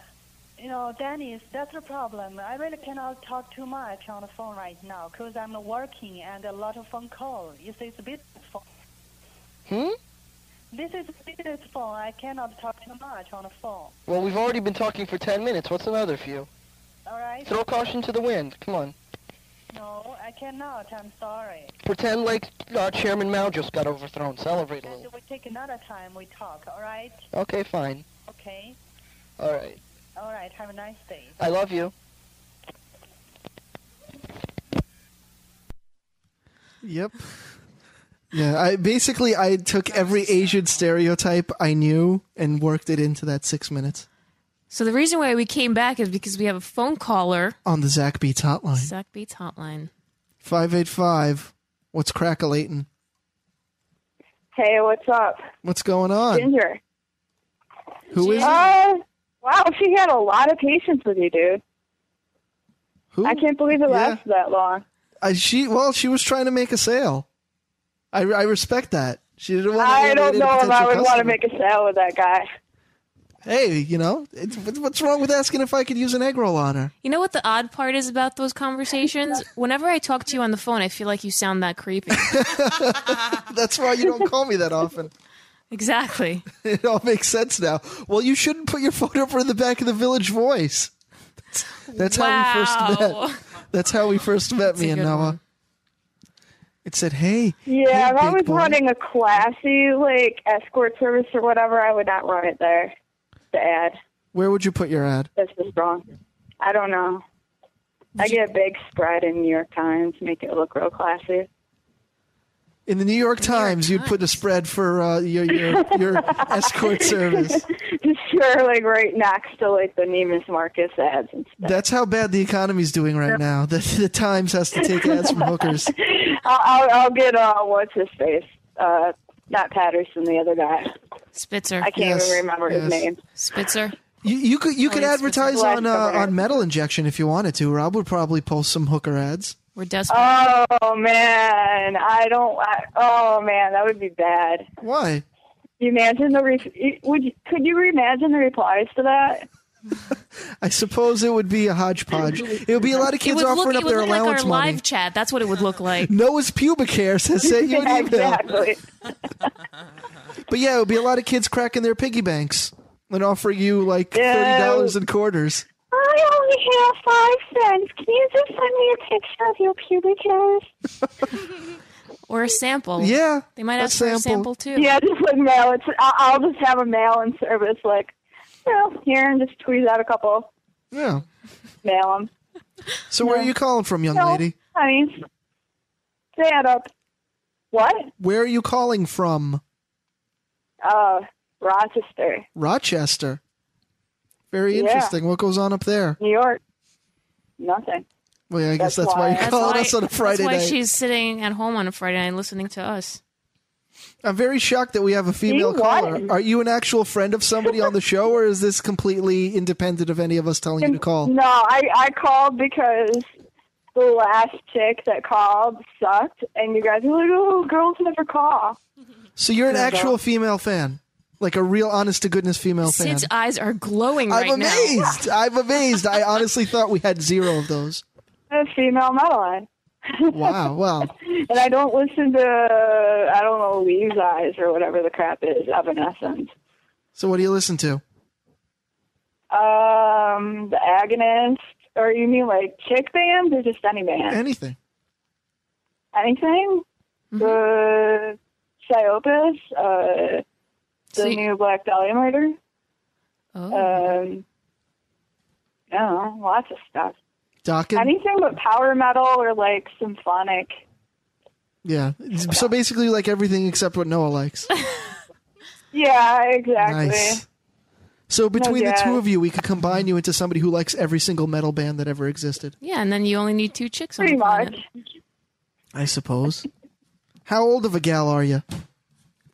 S13: you know, Dennis, that's the problem. I really cannot talk too much on the phone right now because I'm working and a lot of phone calls. You see, it's a business phone.
S9: Hmm?
S13: This is a business phone. I cannot talk too much on the phone.
S9: Well, we've already been talking for 10 minutes. What's another few?
S13: All right?
S9: Throw caution to the wind. Come on.
S13: No, I cannot. I'm sorry.
S9: Pretend like uh, Chairman Mao just got overthrown. Celebrate a
S13: And
S9: little.
S13: we take another time. We talk. All right?
S9: Okay, fine.
S13: Okay.
S9: All right.
S13: All right. Have a nice day.
S9: I love you.
S3: Yep. Yeah, I basically I took every Asian stereotype I knew and worked it into that six minutes
S2: So the reason why we came back is because we have a phone caller,
S3: on the Zach Beats hotline.
S2: Zach Beats Hotline.
S3: Five eight five. What's crackalating?
S14: Hey, what's up?
S3: What's going on?
S14: Ginger.
S3: Who is it?
S14: Uh, wow, she had a lot of patience with you, dude.
S3: Who?
S14: I can't believe it lasted that long.
S3: I, she well, she was trying to make a sale. I, I respect that. She didn't want. to
S14: I
S3: alienate
S14: don't
S3: a
S14: know if I
S3: potential
S14: would want
S3: customer.
S14: to make a sale with that guy.
S3: Hey, you know, it's, what- what's wrong with asking if I could use an egg roll on her?
S2: You know what the odd part is about those [laughs] conversations? Whenever I talk to you on the phone, I feel like you sound that creepy.
S3: That's why you don't call me that often.
S2: Exactly.
S3: [laughs] It all makes sense now. Well, you shouldn't put your phone over in the back of the Village Voice. That's, that's how we
S2: Wow.
S3: first met. That's how we first met, me
S14: a
S3: and
S14: good
S3: Noah. It said, "Hey,
S14: Yeah, if I was
S3: big boy.
S14: running a classy like escort service or whatever, I would not run it there. The ad.
S3: where would you put your ad?"
S14: That's just wrong. I don't know. I get a big spread in New York Times, make it look real classy.
S3: In the New York Times, you'd put a spread for uh, your your, your escort service.
S12: [laughs] sure, like right next to like the Neiman's Marcus ads and stuff.
S3: That's how bad the economy's doing right now. The, the Times has to take ads from hookers.
S12: [laughs] I'll, I'll, I'll get uh, what's his face? Uh, not Patterson, the other guy.
S2: Spitzer.
S12: I can't
S3: Yes,
S12: even remember
S3: yes.
S12: his name.
S2: Spitzer.
S3: You, you could you could
S2: Oh, it's
S3: advertise
S12: specific.
S3: on uh, on metal injection if you wanted to. Rob would probably post some hooker ads.
S2: We're desperate.
S12: Oh man, I don't. I, oh man, that would be bad.
S3: Why?
S12: You imagine the re- would you, could you imagine the replies to that?
S3: I suppose it would be a hodgepodge. It would be a lot of
S2: it
S3: kids
S2: would look,
S3: offering up
S2: it would
S3: their
S2: look
S3: allowance
S2: like our
S3: money.
S2: live chat. That's what it would look
S3: [laughs]
S2: like.
S3: Noah's pubic hair
S2: [laughs]
S3: says sent you an email.
S12: exactly.
S3: But yeah, it would be a lot of kids cracking their piggy banks and offering you like
S12: Yeah.
S3: thirty dollars in quarters.
S12: I only have five cents. Can you just send me a picture of your pubic hairs?
S2: Or a sample.
S12: Yeah,
S2: They might ask for a sample too.
S12: Yeah, just like mail. It's I- I'll just have a mail in service. Like, well, here and just tweeze out a couple.
S3: Yeah.
S12: Mail them.
S3: So where are you calling from, young lady?
S12: I mean, they add up. What?
S3: Where are you calling from?
S12: Uh, Rochester,
S3: Rochester. Very
S12: Yeah.
S3: interesting. What goes on up there?
S12: New York. Nothing.
S3: Well, yeah, I guess that's, why, you called us on a Friday
S2: That's why
S3: night.
S2: she's sitting at home on a Friday night listening to us.
S3: I'm very shocked that we have a female
S2: You what?
S3: caller. Are you an actual friend of somebody on the show, or is this completely independent of any of us telling you to call?
S12: No, I I called because the last chick that called sucked, and you guys were like, "Oh, girls never call."
S3: So you're an
S12: No,
S3: actual
S12: no.
S3: female fan, like a real honest to goodness female fan.
S2: Sid's eyes are glowing
S3: I'm
S2: right now.
S3: amazed. I'm amazed. I honestly thought we had zero of those.
S12: A female Madeline.
S3: Wow. Wow.
S12: And I don't listen to I don't know Leaves Eyes or whatever the crap is Evanescence.
S3: So what do you listen to?
S12: Um, the Agonist, or you mean like chick bands or just any band?
S3: Anything. Mm-hmm.
S12: Anything? The Psyopus, uh, the
S2: So you-
S12: new Black Dahlia murder.
S2: Oh.
S12: Um, I don't know, lots of stuff.
S3: Dokken.
S12: Anything but power metal or like symphonic.
S3: yeah. So basically, like everything except what Noah likes.
S12: Yeah, exactly.
S3: Nice. So between the
S2: jazz.
S3: two of you, we could combine you into somebody who likes every single metal band that ever existed.
S2: Yeah, and then you only need two chicks on
S12: Pretty
S2: the planet.
S3: I
S12: [laughs]
S3: suppose. How old of a gal are you?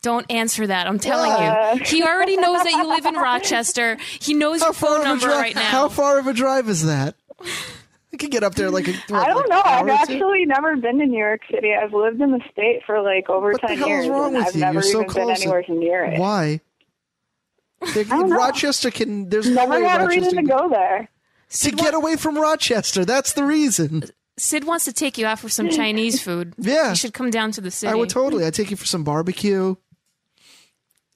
S2: Don't answer that. I'm telling
S3: Yeah.
S2: you. He already knows that you live
S12: [laughs]
S2: in Rochester. He knows your phone number
S3: dri-
S2: right now.
S3: How far of a drive
S2: [laughs]
S3: is that? I could get up there like a.
S12: I don't know.
S3: hour
S12: I've
S3: or two?
S12: actually never been to New York City. I've lived in the state for like over
S3: What the
S12: ten
S3: hell
S12: years.
S3: is wrong
S12: and
S3: with
S12: I've
S3: you?
S12: never
S3: You're so
S12: even been
S3: close.
S12: anywhere near it. [laughs]
S3: Why? They- Rochester can. There's no
S12: Never
S3: way
S12: had a
S3: Rochester
S12: reason to
S3: can-
S12: go there.
S3: to get away from Rochester. That's the reason.
S2: Sid wants to take you out for some
S3: [laughs]
S2: Chinese food.
S3: Yeah.
S2: You should come down to the city.
S3: I would totally. I'd take you for some barbecue.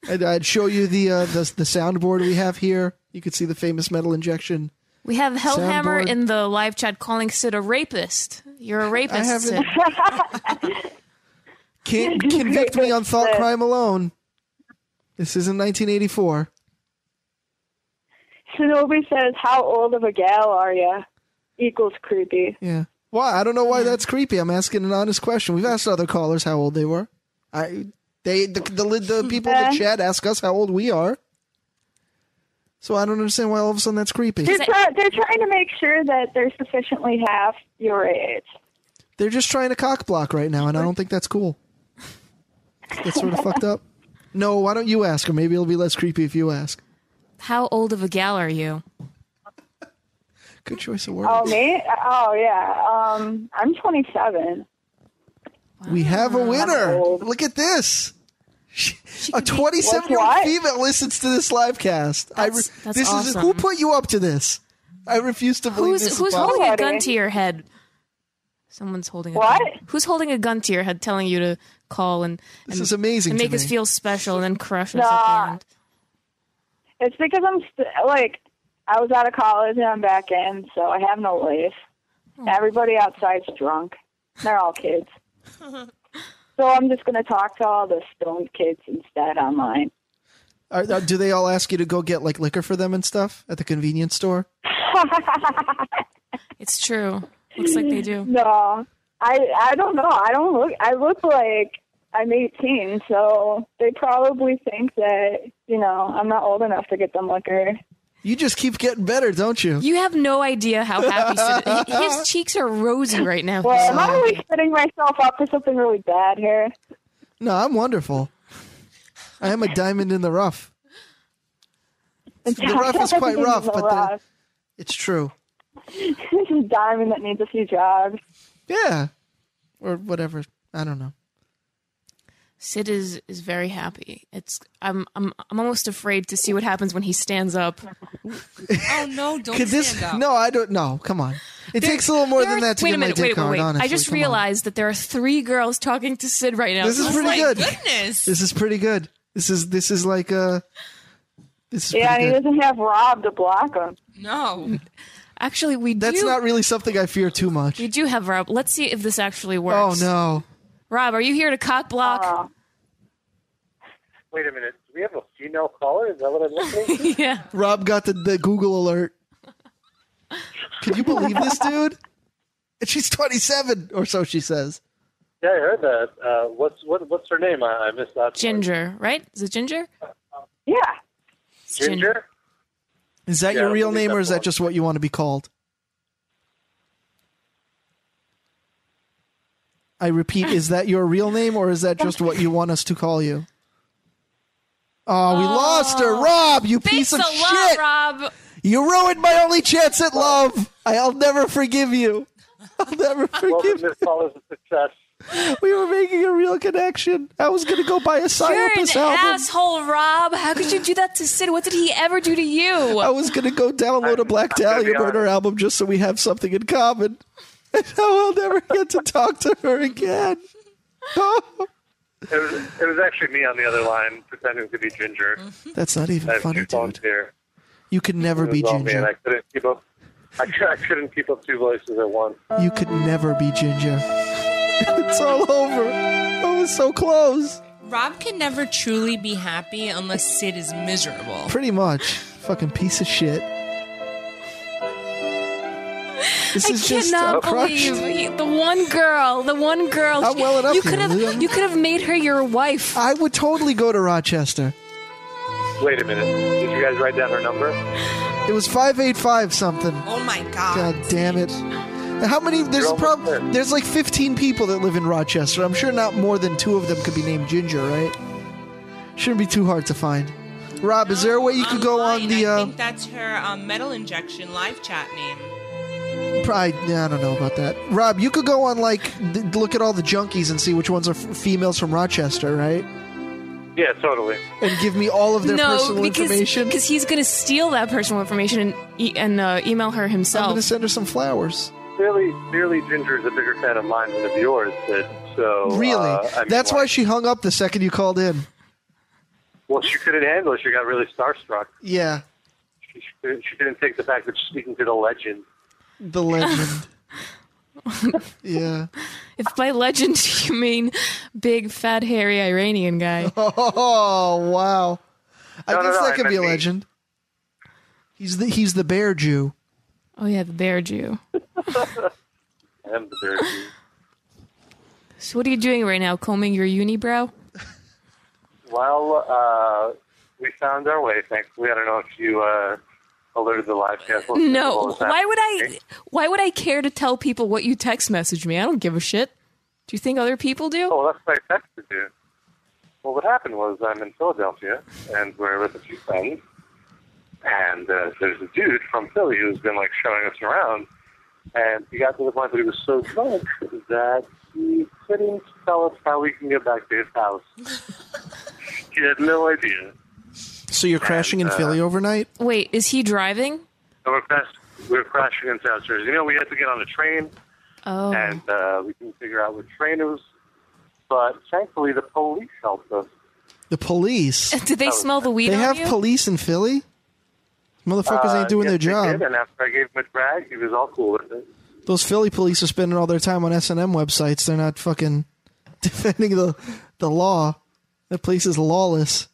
S3: I'd, I'd show you the, uh, the the soundboard we have here. You could see the famous metal injection.
S2: We have Hellhammer
S3: Soundboard.
S2: in the live chat calling Sid a rapist. You're a rapist, Sid.
S3: haven't- Can't convict me on thought crime alone. This isn't 1984.
S12: Shinobi says, "How old of a gal are you?" Equals creepy.
S3: Yeah. Why? I don't know why that's creepy. I'm asking an honest question. We've asked other callers how old they were. I they the the, the, people in the
S12: Yeah.
S3: chat ask us how old we are. So I don't understand why all of a sudden that's creepy.
S12: They're, try- they're trying to make sure that they're sufficiently half your age.
S3: They're just trying to cock block right now, and I don't think that's cool. That's
S12: [laughs]
S3: sort of fucked up. No, why don't you ask her? Maybe it'll be less creepy if you ask.
S2: How old of a gal are you?
S3: Good choice of words.
S12: Oh me? Oh yeah. Um, I'm 27.
S3: We have a winner.
S12: I'm old.
S3: Look at this. She- a
S12: could be-
S3: 27 year
S12: What's
S3: old
S12: what?
S3: female listens to this live cast. I re-
S2: That's- that's
S3: this is
S2: awesome.
S3: who put you up to this. I refuse to believe this.
S2: Who's
S3: is
S2: who's holding a
S3: possible.
S2: gun to your head? Someone's holding a
S12: What?
S2: gun. Who's holding a gun to your head telling you to call and,
S3: This
S2: and-
S3: is amazing
S2: and
S3: to
S2: make us
S3: me.
S2: feel special and then crush us at the
S12: Nah.
S2: end.
S12: It's because I'm st- like I was out of college and I'm back in, so I have no life. Everybody outside's drunk. They're all kids.
S13: [laughs]
S12: So I'm just gonna talk to all the stoned kids instead online.
S3: Are- are- do they all ask you to go get like liquor for them and stuff at the convenience store?
S2: It's
S12: [laughs]
S2: true. Looks like they do.
S12: No, I I don't know. I don't look. I look like I'm 18, so they probably think that, you know, I'm not old enough to get them liquor.
S3: You just keep getting better, don't you?
S2: You have no idea how happy Sid- he-
S3: [laughs]
S2: his cheeks are rosy right now.
S12: Well, am I really setting myself up for something really bad here?
S3: No, I'm wonderful. I am a diamond in the rough. The rough is quite rough, but the, it's true.
S12: this is [laughs] diamond that needs a few jobs.
S3: Yeah. Or whatever. I don't know.
S2: Sid is is very happy. It's I'm I'm I'm almost afraid to see what happens when he stands up.
S4: [laughs] Oh no! Don't
S3: Could this?
S2: stand up.
S3: No, I don't. No, come on. It
S2: There-
S3: takes a little more
S2: there
S3: than
S2: are-
S3: that to
S2: wait
S3: get
S2: a minute,
S3: my
S2: wait,
S3: dick
S2: wait,
S3: hard,
S2: wait.
S3: honestly.
S2: I just
S3: come on.
S2: realized that there are three girls talking to Sid right now.
S3: This is
S2: I was
S3: pretty
S2: like,
S3: good. This is pretty good. This is this is like uh This is
S12: Yeah, and
S3: pretty
S12: he
S3: good.
S12: doesn't have Rob to block him.
S4: No.
S2: Actually, we
S3: That's
S2: do.
S3: not really something I fear too much.
S2: we do have Rob. Let's see if this actually
S3: Oh
S2: works.
S3: no.
S2: Rob, are you here to cock block?
S5: Wait a minute. Do we have a female caller? Is that what I'm listening
S2: [laughs]
S5: to?
S2: yeah.
S3: Rob got the, the Google alert. Can you believe this dude? And she's 27 or so she says.
S5: Yeah, I heard that. Uh, what's what, what's her name? I, I missed that.
S2: Ginger, right? Is it Ginger?
S12: Yeah.
S5: Ginger.
S3: Is that
S5: Yeah,
S3: your
S5: I
S3: real
S5: believe
S3: name or
S5: that's
S3: is that just what you want to be called? I repeat, is that your real name or is that just what you want us to call you? Oh, we lost her. Rob, you piece
S2: Thanks
S3: of
S2: a lot,
S3: shit.
S2: Rob.
S3: You ruined my only chance at love. I'll never forgive you. [laughs] I'll never forgive
S5: This call is a success.
S3: you. We were making a real connection. I was going to go buy a
S2: You're an
S3: Psyopus album.
S2: asshole, Rob. How could you do that to Sid? What did he ever do to you?
S3: I was going to go download a Black Dahlia murder album just so we have something in common. [laughs] And now I'll never get to talk to her again. [laughs]
S5: It was, it was actually me on the other line pretending to be Ginger.
S3: That's not even
S5: I have
S3: funny,
S5: two phones here.
S3: You could never
S5: It
S3: be
S5: was all me, and
S3: Ginger.
S5: I couldn't keep up. I, cou- I couldn't keep up two voices at once.
S3: You could never be Ginger. [laughs] It's all over. I was so close.
S4: Rob can never truly be happy unless Sid is miserable.
S3: Pretty much. Fucking piece of shit. This
S2: I
S3: is just
S2: cannot
S3: uh, crushed.
S2: believe he- the one girl, the one girl.
S3: I'm welling up
S2: you could
S3: here,
S2: have
S3: Liam.
S2: you could have made her your wife.
S3: I would totally go to Rochester.
S5: Wait a minute. Did you guys write down her number?
S3: It was 585 something.
S4: Oh my god.
S3: God damn it. How many? There's prob- There's like 15 people that live in Rochester. I'm sure not more than two of them could be named Ginger, right? Shouldn't be too hard to find. Rob, is there a way you could go on the?
S4: I
S3: Uh,
S4: think that's her um, metal injection live chat name.
S3: probably, yeah, I don't know about that. Rob, you could go on like th- look at all the junkies and see which ones are f- females from Rochester, right?
S5: Yeah, totally.
S3: And give me all of their
S2: no,
S3: personal
S2: because
S3: information.
S2: because he's gonna steal that personal information and e- and uh, email her
S3: I'm
S2: himself.
S3: gonna send her some
S2: [laughs]
S3: flowers.
S5: Clearly, clearly, Ginger is a bigger fan of mine than of yours. Sid. So uh,
S3: Really?
S5: I mean,
S3: That's
S5: like-
S3: why she hung up the second you called in.
S5: Well, she couldn't handle it. She got really starstruck.
S3: Yeah,
S5: She, she, couldn't, she couldn't take the fact that she's speaking to the legend.
S3: the legend. yeah.
S2: If by legend [laughs] you mean big fat hairy Iranian guy.
S3: Oh wow! I
S2: No, no,
S3: guess
S2: no,
S3: that
S2: I
S3: could be a
S2: meant me.
S3: legend. He's the he's the bear Jew.
S2: Oh yeah, the bear [laughs] Jew.
S5: I am the bear. Jew.
S2: So what are you doing right now? Combing your unibrow?
S5: Well, uh, we found our way. Thankfully, I don't know if you uh, alerted the live cast.
S2: No. Why would I? Why would I care to tell people what you text message me? I don't give a shit. Do you think other people do?
S5: Oh, well, that's what I texted you. Well, what happened was I'm in Philadelphia, and we're with a few friends, and uh, there's a dude from Philly who's been like showing us around, and he got to the point that he was so drunk that he couldn't tell us how we can get back to his house. [laughs] he had no idea.
S3: So you're crashing in
S5: uh,
S3: Philly overnight?
S2: Wait, is he driving?
S5: So we're, crash- we're crashing in South Jersey. You know, we had to get on a train,
S2: Oh.
S5: and uh, we couldn't figure out which train it was. But thankfully, the police helped us.
S3: The police.
S2: [laughs] Did they smell the weed
S3: They
S2: on
S3: have
S2: you?
S3: police in Philly. Motherfuckers
S5: Uh,
S3: ain't doing
S5: yes,
S3: their
S5: they
S3: job.
S5: did, and after I gave him a drag, he was all cool with it.
S3: Those Philly police are spending all their time on S and M websites. They're not fucking [laughs] defending the the law. That place is lawless.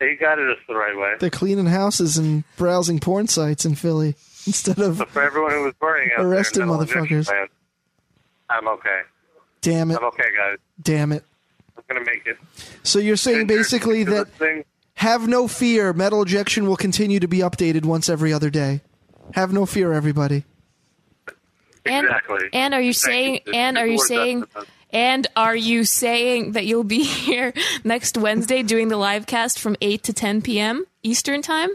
S5: They guided us the right way.
S3: They're cleaning houses and browsing porn sites in Philly [laughs] instead of.
S5: so for everyone who was worrying out
S3: Arrested
S5: there, mental
S3: motherfuckers.
S5: injection plans, I'm okay.
S3: Damn it!
S5: I'm okay, guys.
S3: Damn it!
S5: take it.
S3: So you're saying basically that
S5: thing.
S3: have no fear, metal ejection will continue to be updated once every other day. Have no fear, everybody.
S5: Exactly.
S2: And are you saying? And are you saying? And are you saying that you'll be [laughs] here next Wednesday doing the live cast from eight to ten p.m. Eastern time?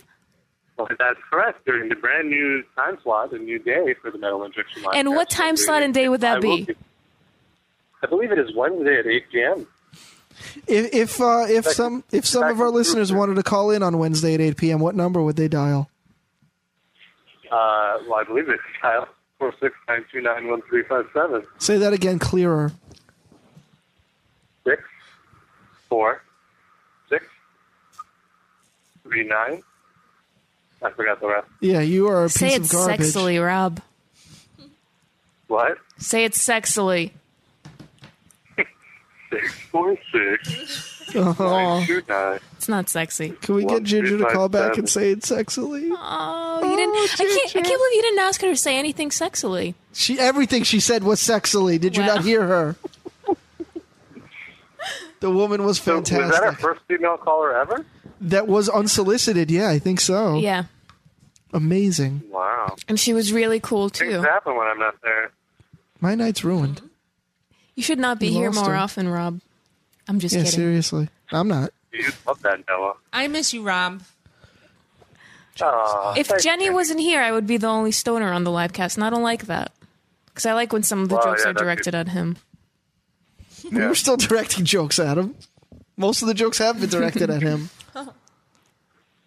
S5: Well, that's correct. During the brand new time slot, a new day for the metal injection live
S2: and what
S5: cast.
S2: time slot and day would that
S5: I will
S2: be?
S5: be- I believe it is Wednesday at 8 p.m.
S3: If if uh, if
S5: Second-
S3: some if some of our listeners wanted to call in on Wednesday at 8 p.m., what number would they dial?
S5: Uh, well, I believe it's dial four six nine two nine one three five seven
S3: Say that again, clearer.
S5: six four six three nine. I forgot the rest.
S3: Yeah, you are a
S2: Say
S3: piece
S2: it
S3: of garbage.
S2: sexily, Rob.
S5: What?
S2: Say it
S3: [laughs]
S2: sexily.
S5: Six four six
S3: Aw.
S5: nine two nine.
S2: It's not sexy.
S3: Can we get Ginger to
S5: five,
S3: call back
S5: seven.
S3: and say it sexily?
S2: Oh, you didn't. I can't. I can't believe you didn't ask her to say anything sexily.
S3: She everything she said was sexily. Did you
S2: Wow.
S3: not
S2: [laughs]
S3: hear her? the woman was fantastic.
S5: Was that our first female caller ever?
S3: That was unsolicited. Yeah, I think so.
S2: Yeah,
S3: Amazing.
S5: Wow.
S2: and she was really cool too.
S5: Things happen when I'm not there.
S3: My night's ruined.
S2: You should not be
S3: You
S2: here
S3: lost
S2: more
S3: her.
S2: often, Rob. I'm just
S3: yeah,
S2: kidding.
S3: seriously. I'm not.
S5: You love that, Noah.
S4: I miss you, Rob.
S5: Aw,
S2: If
S5: thank-
S2: Jenny wasn't here, I would be the only stoner on the live cast, and I don't like that. Because I like when some of the
S3: Well,
S2: jokes
S3: yeah,
S2: are
S3: that's
S2: directed at him.
S3: We were still directing jokes at him. Most of the jokes have been directed
S2: [laughs]
S3: at him.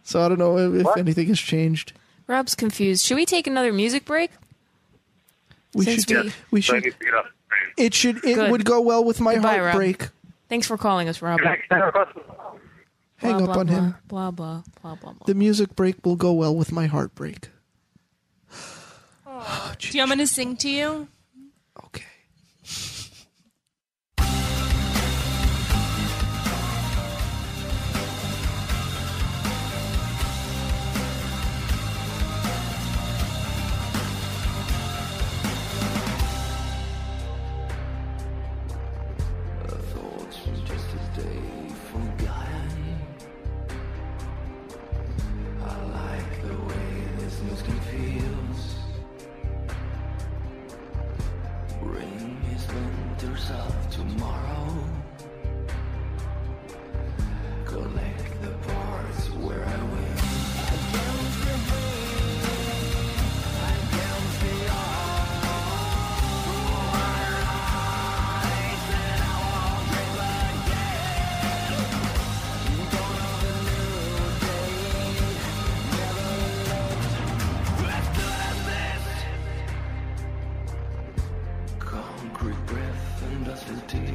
S3: So I don't know if, if
S2: What?
S3: anything has changed.
S2: Rob's confused. Should we take another music break?
S3: We
S2: Since
S3: should.
S2: we-
S3: We
S5: So I
S3: should.
S5: need to get up.
S3: It should. It
S2: Good.
S3: would go well with my
S2: Goodbye, Rob.
S3: heartbreak.
S2: Thanks for calling us, Rob.
S3: Hang
S2: blah,
S3: up
S2: blah, blah,
S3: on him.
S2: Blah blah blah blah. blah.
S3: The music break will go well with my heartbreak.
S4: Do you want me to sing to you?
S10: thoughts just a day forgotten. I like the way this music feels. Bring his winters of tomorrow. Collect the parts where I win. Concrete breath and dust and tears.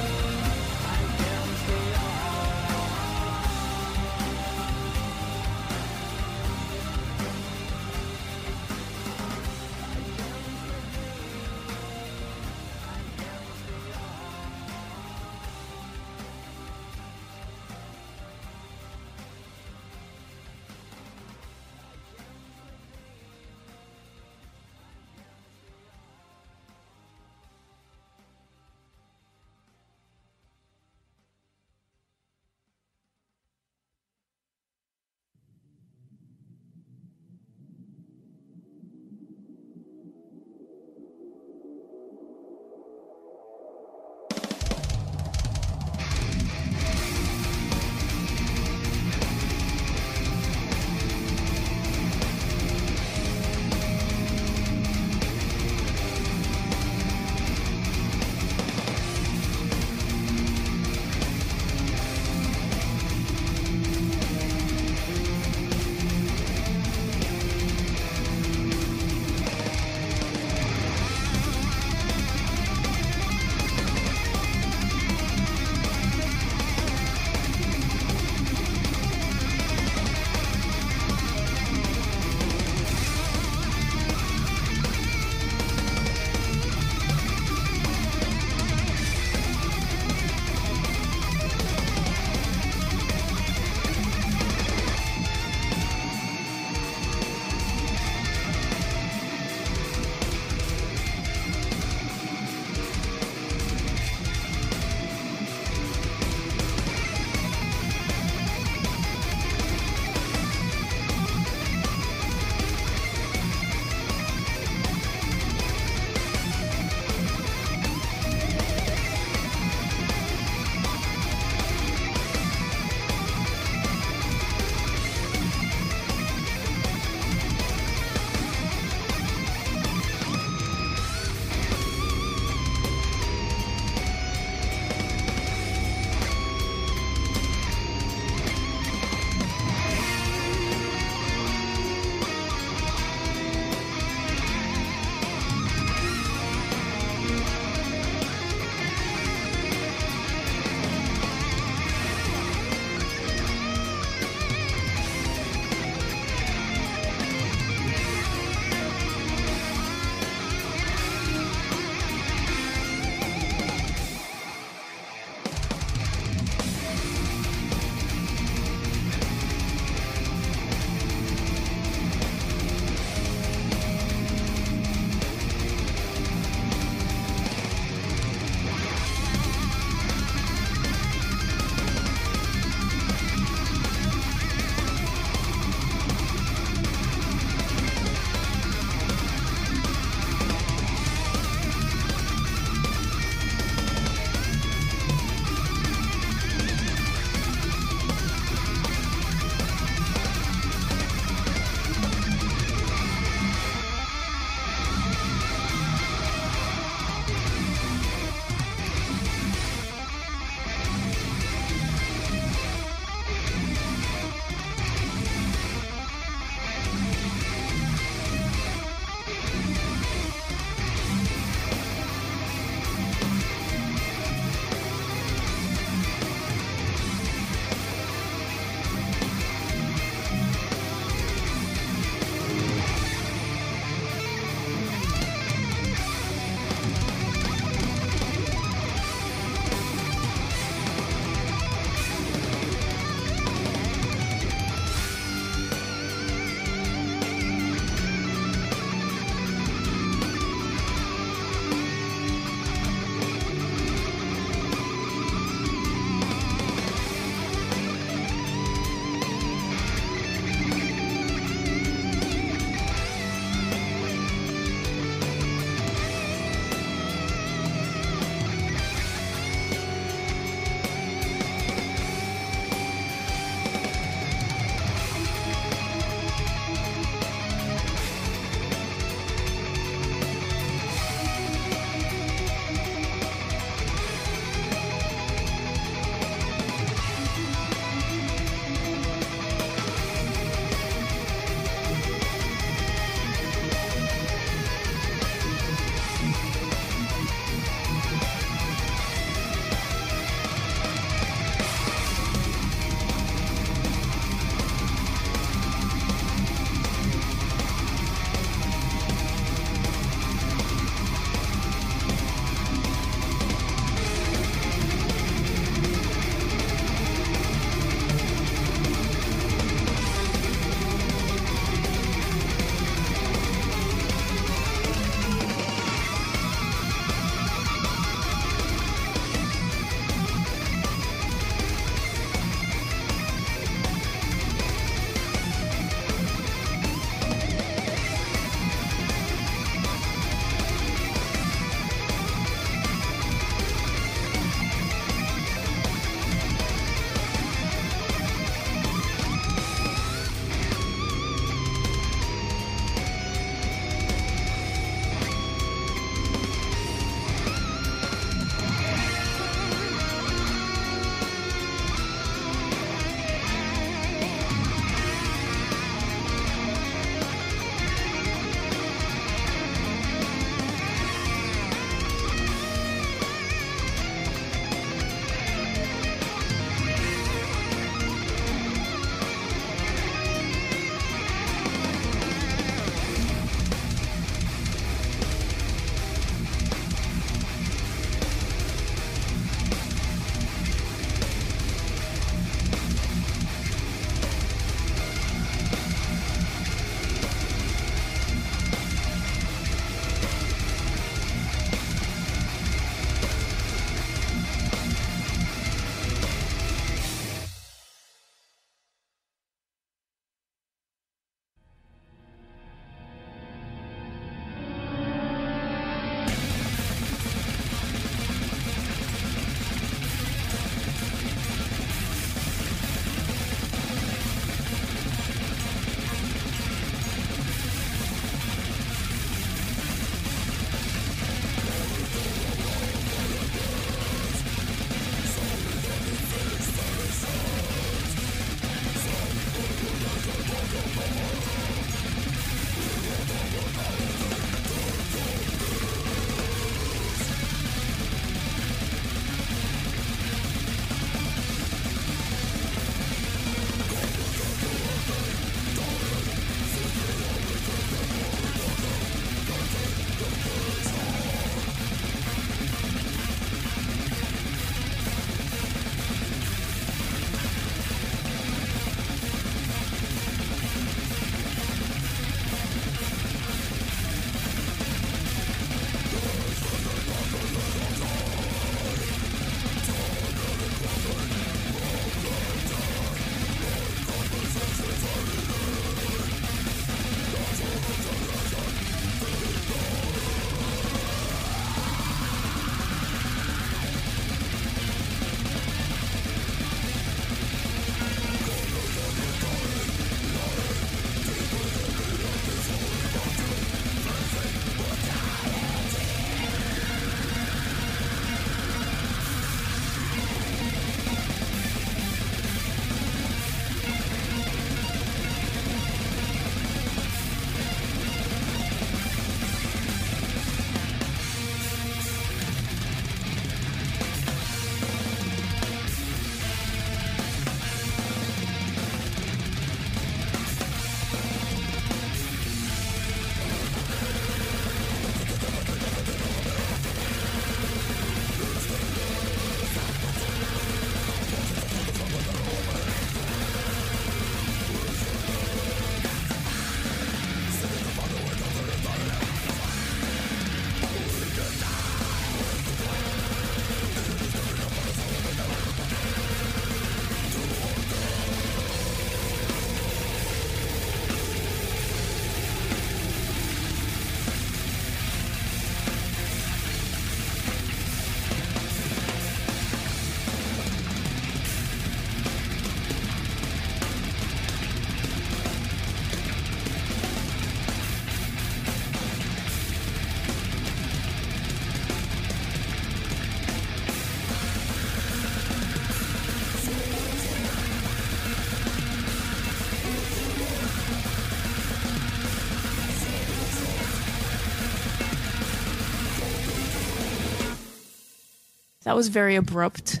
S2: That was very abrupt.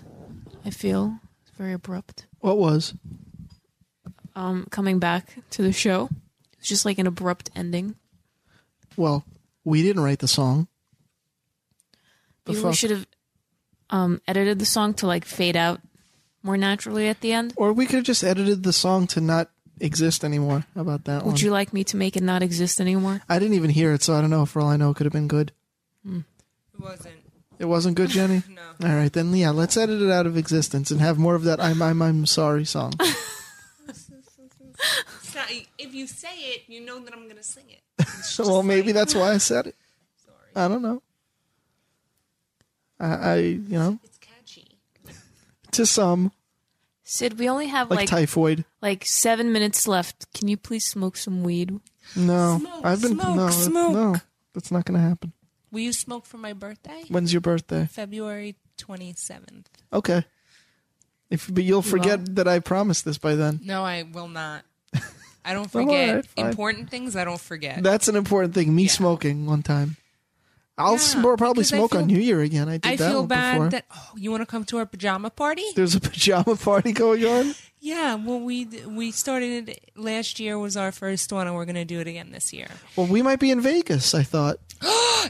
S2: I feel very abrupt.
S3: What was?
S2: Um, coming back to the show, it's just like an abrupt ending.
S3: Well, we didn't write the song. The
S2: Maybe we
S3: fuck?
S2: should have um, edited the song to like fade out more naturally at the end.
S3: Or we could have just edited the song to not exist anymore. How about that one?
S2: Would you like me to make it not exist anymore?
S3: I didn't even hear it, so I don't know. For all I know, it could have been good. Hmm. It wasn't. It wasn't good, Jenny? no. All right, then, yeah, let's edit it out of existence and have more of that I'm, I'm, I'm sorry [laughs] song.
S4: It's not- if you say it, you know that I'm going to sing it.
S3: [laughs] well, maybe that's why I said it. I don't know. I, I you know. It's catchy. to some,
S2: Sid, we only have
S3: like,
S2: like
S3: typhoid.
S2: like seven minutes left. Can you please smoke some weed?
S3: No, I've been
S4: smoke,
S3: no, that's- no.
S4: smoke.
S3: That's not going to happen.
S4: Will you smoke for my birthday?
S3: When's your birthday?
S4: February 27th.
S3: Okay. If but you'll forget that I promised this by then.
S4: No, I will not. I don't
S3: Well, [laughs] all
S4: forget
S3: right, fine.
S4: important things. I don't forget.
S3: That's an important thing. Me smoking one time. I'll sm- probably
S4: because I
S3: smoke on
S4: feel-
S3: New Year again. I did
S4: I
S3: that
S4: feel
S3: one
S4: bad
S3: before.
S4: that oh, you want to come to our pajama party.
S3: There's a [laughs] pajama party going on.
S4: Yeah, well, we we started it last year was our first one, and we're gonna do it again this year.
S3: Well, we might be in Vegas. I thought.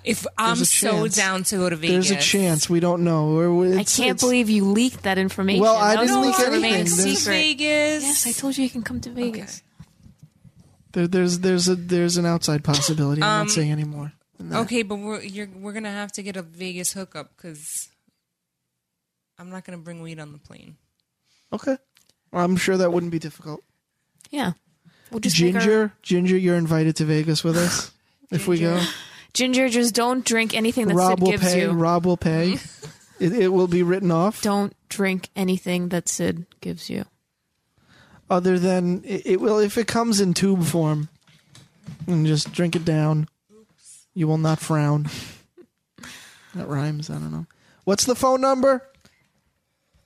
S4: If I'm
S3: There's a
S4: so
S3: chance.
S4: down to go to Vegas,
S3: There's a chance. We don't know. We're- we're-
S2: I
S3: it's-
S2: can't
S3: it's-
S2: believe you leaked that information.
S3: Well, I
S2: That was
S3: didn't leak
S2: supposed to remain
S3: anything. There's-
S2: secret.
S4: Vegas.
S2: Yes, I told you you can come to Vegas.
S3: There, there's there's a there's an outside possibility. I'm
S4: Um,
S3: not saying anymore. No.
S4: Okay, but we're you're, we're gonna have to get a Vegas hookup because I'm not gonna bring weed on the plane.
S3: Okay. Well, I'm sure that wouldn't be difficult.
S2: Yeah. We'll just make our-
S3: Ginger, Ginger, you're invited to Vegas
S4: [laughs]
S3: with us if we go.
S2: Ginger, just don't drink anything that
S3: Rob
S2: Sid
S3: will
S2: gives
S3: pay.
S2: you. Mm-hmm.
S3: Rob will pay. [laughs] it, it will be written off.
S2: Don't drink anything that Sid gives you.
S3: Other than it, it will, if it comes in tube form, and just drink it down. You will
S2: [laughs]
S3: not frown. that rhymes. I don't know. What's the phone number?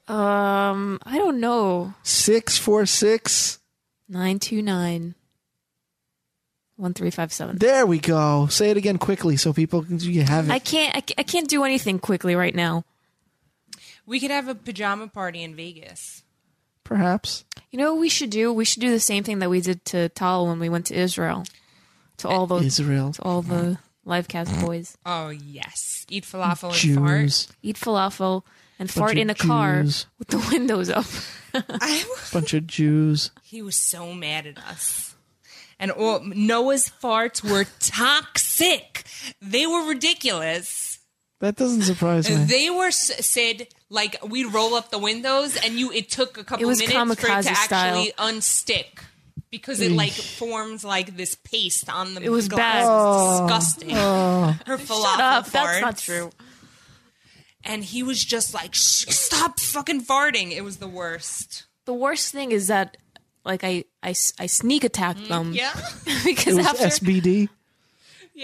S2: Um, I don't know.
S3: Six four six.
S2: 929 1357.
S3: There we go. Say it again quickly so people can you have it.
S2: I can't I, ca- I can't do anything quickly right now.
S4: We could have a pajama party in Vegas.
S3: Perhaps.
S2: You know what we should do? We should do the same thing that we did to Tal when we went to Israel. To all the
S3: Israel.
S2: To
S3: Mm-hmm.
S2: all the livecast boys.
S4: Oh yes, eat falafel and fart.
S3: Jews.
S2: Eat falafel and
S3: Bunch
S2: fart
S3: of
S2: in a car
S3: Jews.
S2: with the windows up.
S3: [laughs] Bunch of Jews.
S4: He was so mad at us. And all, Noah's farts were toxic. They were ridiculous.
S3: That
S2: [laughs]
S3: doesn't surprise me.
S4: They were s- said like we'd roll up the windows and you it took a couple
S2: It was
S4: minutes for it to
S2: kamikaze style.
S4: actually unstick because it like forms like this paste on the
S2: It was
S4: glass.
S2: bad.
S4: It was
S2: Oh,
S4: disgusting.
S2: oh.
S4: [laughs] Her
S2: Shut
S4: falafel
S2: up.
S4: farts.
S2: That's not true.
S4: And he was just like, "Shh, "Stop fucking farting!" It was the worst.
S2: [laughs] the worst thing is that like I I, s- I sneak attack them.
S4: Mm, yeah.
S2: [laughs] because
S3: it was
S2: after Uh-huh.
S3: SBD.
S2: [laughs]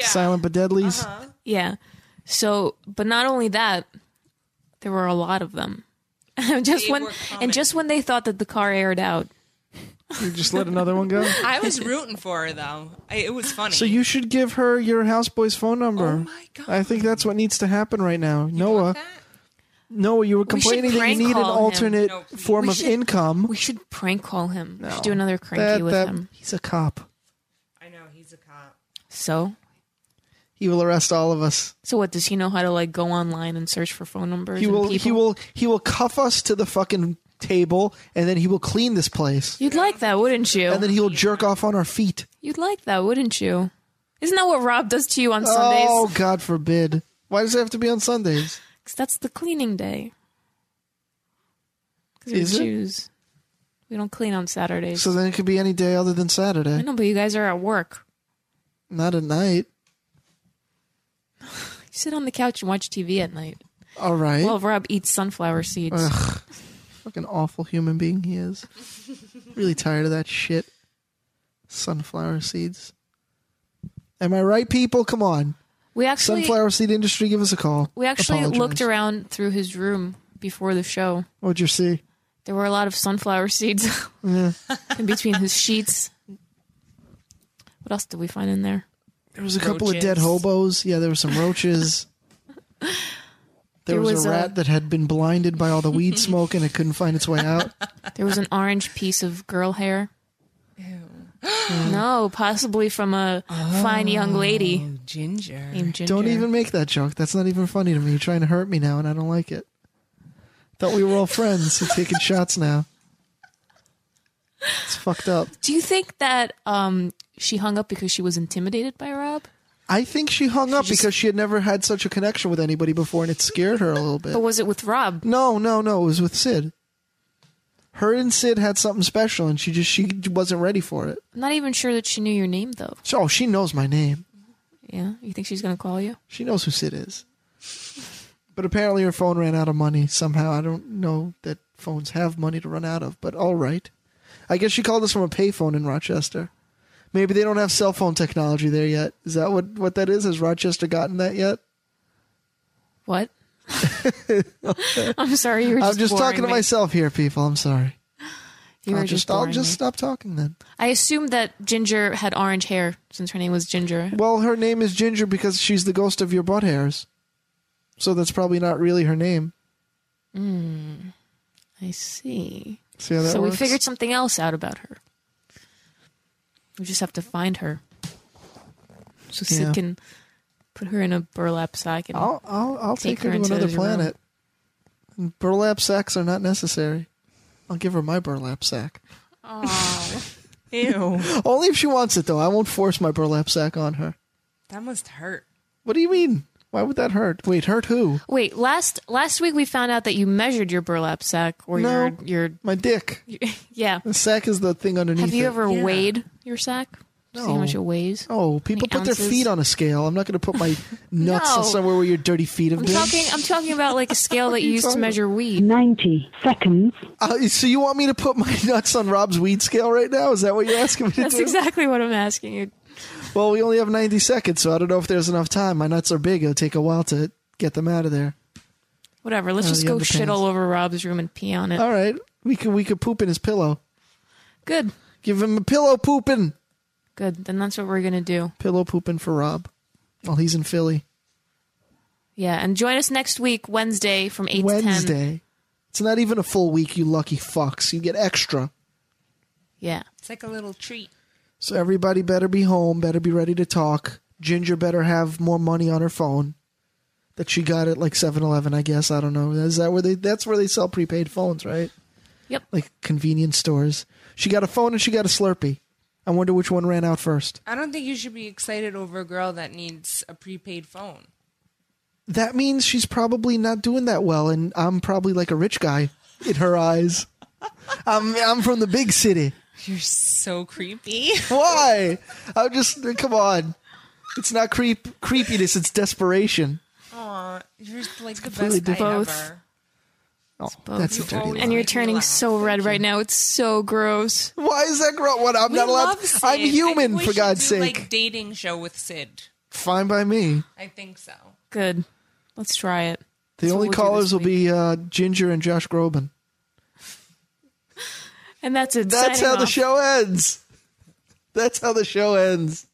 S3: Silent but Deadlies.
S2: Yeah. So, but not only that, there were a lot of them. [laughs] just
S4: They
S2: when
S4: were
S2: and just when they thought that the car aired out.
S3: You just let another
S2: [laughs]
S3: one go.
S4: I was rooting for her though. I, it was funny.
S3: So you should give her your houseboy's phone number. Oh my god! I think that's what needs to happen right now, Noah. Noah, you were
S2: We should
S3: complaining that you
S2: prank
S3: need an
S2: call him.
S3: alternate
S2: No, please.
S3: form
S2: We
S3: of
S2: should-
S3: income.
S2: We should prank call him. We
S3: No.
S2: should do another cranky
S3: That-
S2: with
S3: that-
S2: him.
S3: He's a cop.
S4: I know he's a cop.
S2: So,
S3: He will arrest all of us.
S2: so what does he know how to like go online and search for phone numbers?
S3: He
S2: and
S3: will. He
S2: people?
S3: will. He will cuff us to the fucking table, and then he will clean this place.
S2: You'd like that, wouldn't you?
S3: And then he will jerk off on our feet.
S2: You'd like that, wouldn't you? Isn't that what Rob does to you on Sundays?
S3: Oh God forbid! Why does it have to be on Sundays?
S2: 'Cause that's the cleaning day. Because we
S3: Is it?
S2: Jews. We don't clean on Saturdays.
S3: So then it could be any day other
S2: I
S3: than Saturday.
S2: know, but you guys are at work.
S3: Not at night.
S2: You sit on the couch and watch TV at night.
S3: All right.
S2: Well, Rob eats sunflower seeds.
S3: Ugh. Fucking awful human being he is. Really tired of that shit. Sunflower seeds. Am I right, people? Come on.
S2: We actually-
S3: Sunflower seed industry, give us a call.
S2: We actually
S3: Apologize.
S2: looked around through his room before the show.
S3: What'd you see?
S2: There were a lot of sunflower seeds [laughs]
S3: Yeah.
S2: in between his sheets. What else did we find in there? [laughs]
S3: There was a couple of dead hobos. Yeah, there were some roaches. There
S2: There
S3: was,
S2: was
S3: a
S2: a-
S3: rat that had been blinded by all the weed smoke and it couldn't find its
S2: [laughs]
S3: way out.
S2: There was an orange piece of girl hair.
S3: Mm.
S2: no, possibly from a fine young lady.
S4: Ginger.
S2: Named Ginger.
S3: Don't even make that joke. That's not even funny to me. You're trying to hurt me now, and I don't like it. Thought we were all friends. You're taking shots now. It's fucked up.
S2: Do you think that um, she hung up because she was intimidated by Rob?
S3: I think she hung up because she had never had such a connection with anybody before, and it scared her a little bit.
S2: But was it with Rob?
S3: No, no, no. It was with Sid. Her and Sid had something special, and she just she wasn't ready for it.
S2: I'm not even sure that she knew your name, though.
S3: So oh, she knows my name.
S2: Yeah? You think she's going to call you?
S3: She knows who Sid is. But apparently her phone ran out of money somehow. I don't know that phones have money to run out of, but all right. I guess she called us from a payphone in Rochester. Maybe they don't have cell phone technology there yet. Is that what, what that is? Has Rochester gotten that yet?
S2: What? I'm sorry, you were just
S3: I'm just
S2: boring
S3: talking to
S2: me.
S3: myself here, people. I'm sorry.
S2: You were
S3: I'll
S2: just
S3: just I'll
S2: boring
S3: just
S2: me.
S3: stop talking then.
S2: I assumed that Ginger had orange hair since her name was Ginger.
S3: Well, her name is Ginger because she's the ghost of your butt hairs. So that's probably not really her name.
S2: Mm, I see.
S3: See how that
S2: so we
S3: works?
S2: figured something else out about her. We just have to find her. So
S3: Yeah.
S2: Sid can put her in a burlap sack and
S3: I'll I'll, I'll take, her,
S2: into
S3: to another
S2: his room.
S3: planet. And burlap sacks are not necessary. I'll give her my burlap sack.
S4: Oh. Ew.
S2: Oh.
S3: Only if she wants it, though. I won't force my burlap sack on her.
S4: That must hurt.
S3: What do you mean? Why would that hurt? Wait, hurt who?
S2: Wait, last last week we found out that you measured your burlap sack or
S3: no,
S2: your your
S3: my dick.
S2: yeah.
S3: The sack is the thing underneath.
S2: Have you
S3: it.
S2: ever weighed your sack? To See how much
S3: No.
S2: it weighs?
S3: Oh, people put their
S2: ounces?
S3: feet on a scale. I'm not going to put
S2: [laughs]
S3: my nuts
S2: No.
S3: somewhere where your dirty feet have
S2: I'm
S3: been.
S2: talking I'm talking about like a scale that
S3: you
S2: you used to
S3: talking
S2: measure weed.
S3: Ninety seconds. Uh, so you want me to put my [laughs] nuts on Rob's weed scale right now? Is that what you're asking me [laughs] to
S2: That's
S3: do?
S2: exactly what I'm asking you.
S3: Well, we only have 90 seconds, so I don't know if there's enough time. My nuts are big. It'll take a while to get them out of there.
S2: Whatever. Let's
S3: Oh,
S2: just
S3: the
S2: go shit
S3: underpants.
S2: all over Rob's room and pee on it.
S3: All right. We could we could poop in his pillow.
S2: Good.
S3: Give him a pillow pooping.
S2: Good. Then that's what we're gonna do.
S3: Pillow pooping for Rob while he's in Philly.
S2: Yeah, and join us next week, Wednesday from eight to ten.
S3: Wednesday. It's not even a full week, you lucky fucks. You get extra.
S2: Yeah.
S4: It's like a little treat.
S3: So everybody better be home, better be ready to talk. Ginger better have more money on her phone that she got at like 7-Eleven, I guess. I don't know. Is that where they that's where they sell prepaid phones, right?
S2: Yep.
S3: Like convenience stores. She got a phone and she got a Slurpee. I wonder which one ran out first.
S4: I don't think you should be excited over a girl that needs a prepaid phone.
S3: That means she's probably not doing that well and I'm probably like a rich guy in her eyes. I'm I'm from the big city.
S4: You're so creepy.
S3: [laughs] Why? I'm just come on. It's not creep creepiness, it's desperation.
S4: Aw, you're just, like the
S3: completely
S4: best guy
S3: different.
S4: ever.
S3: Oh, that's a
S2: Both.
S3: dirty
S2: and you're turning so red right now. It's so gross.
S3: Why is that gross? What I'm
S4: We
S3: not allowed.
S4: love Sid.
S3: I'm
S4: I think
S3: human
S4: we
S3: for
S4: should
S3: God's
S4: do,
S3: sake.
S4: Like dating show with Sid.
S3: Fine by me.
S4: I think so.
S2: Good. Let's try it.
S3: The
S2: That's what
S3: only
S2: we'll do
S3: callers
S2: this
S3: will
S2: week.
S3: be uh, Ginger and Josh Groban.
S2: And that's it.
S3: That's
S2: Signing
S3: how the
S2: off.
S3: show ends. That's how the show ends.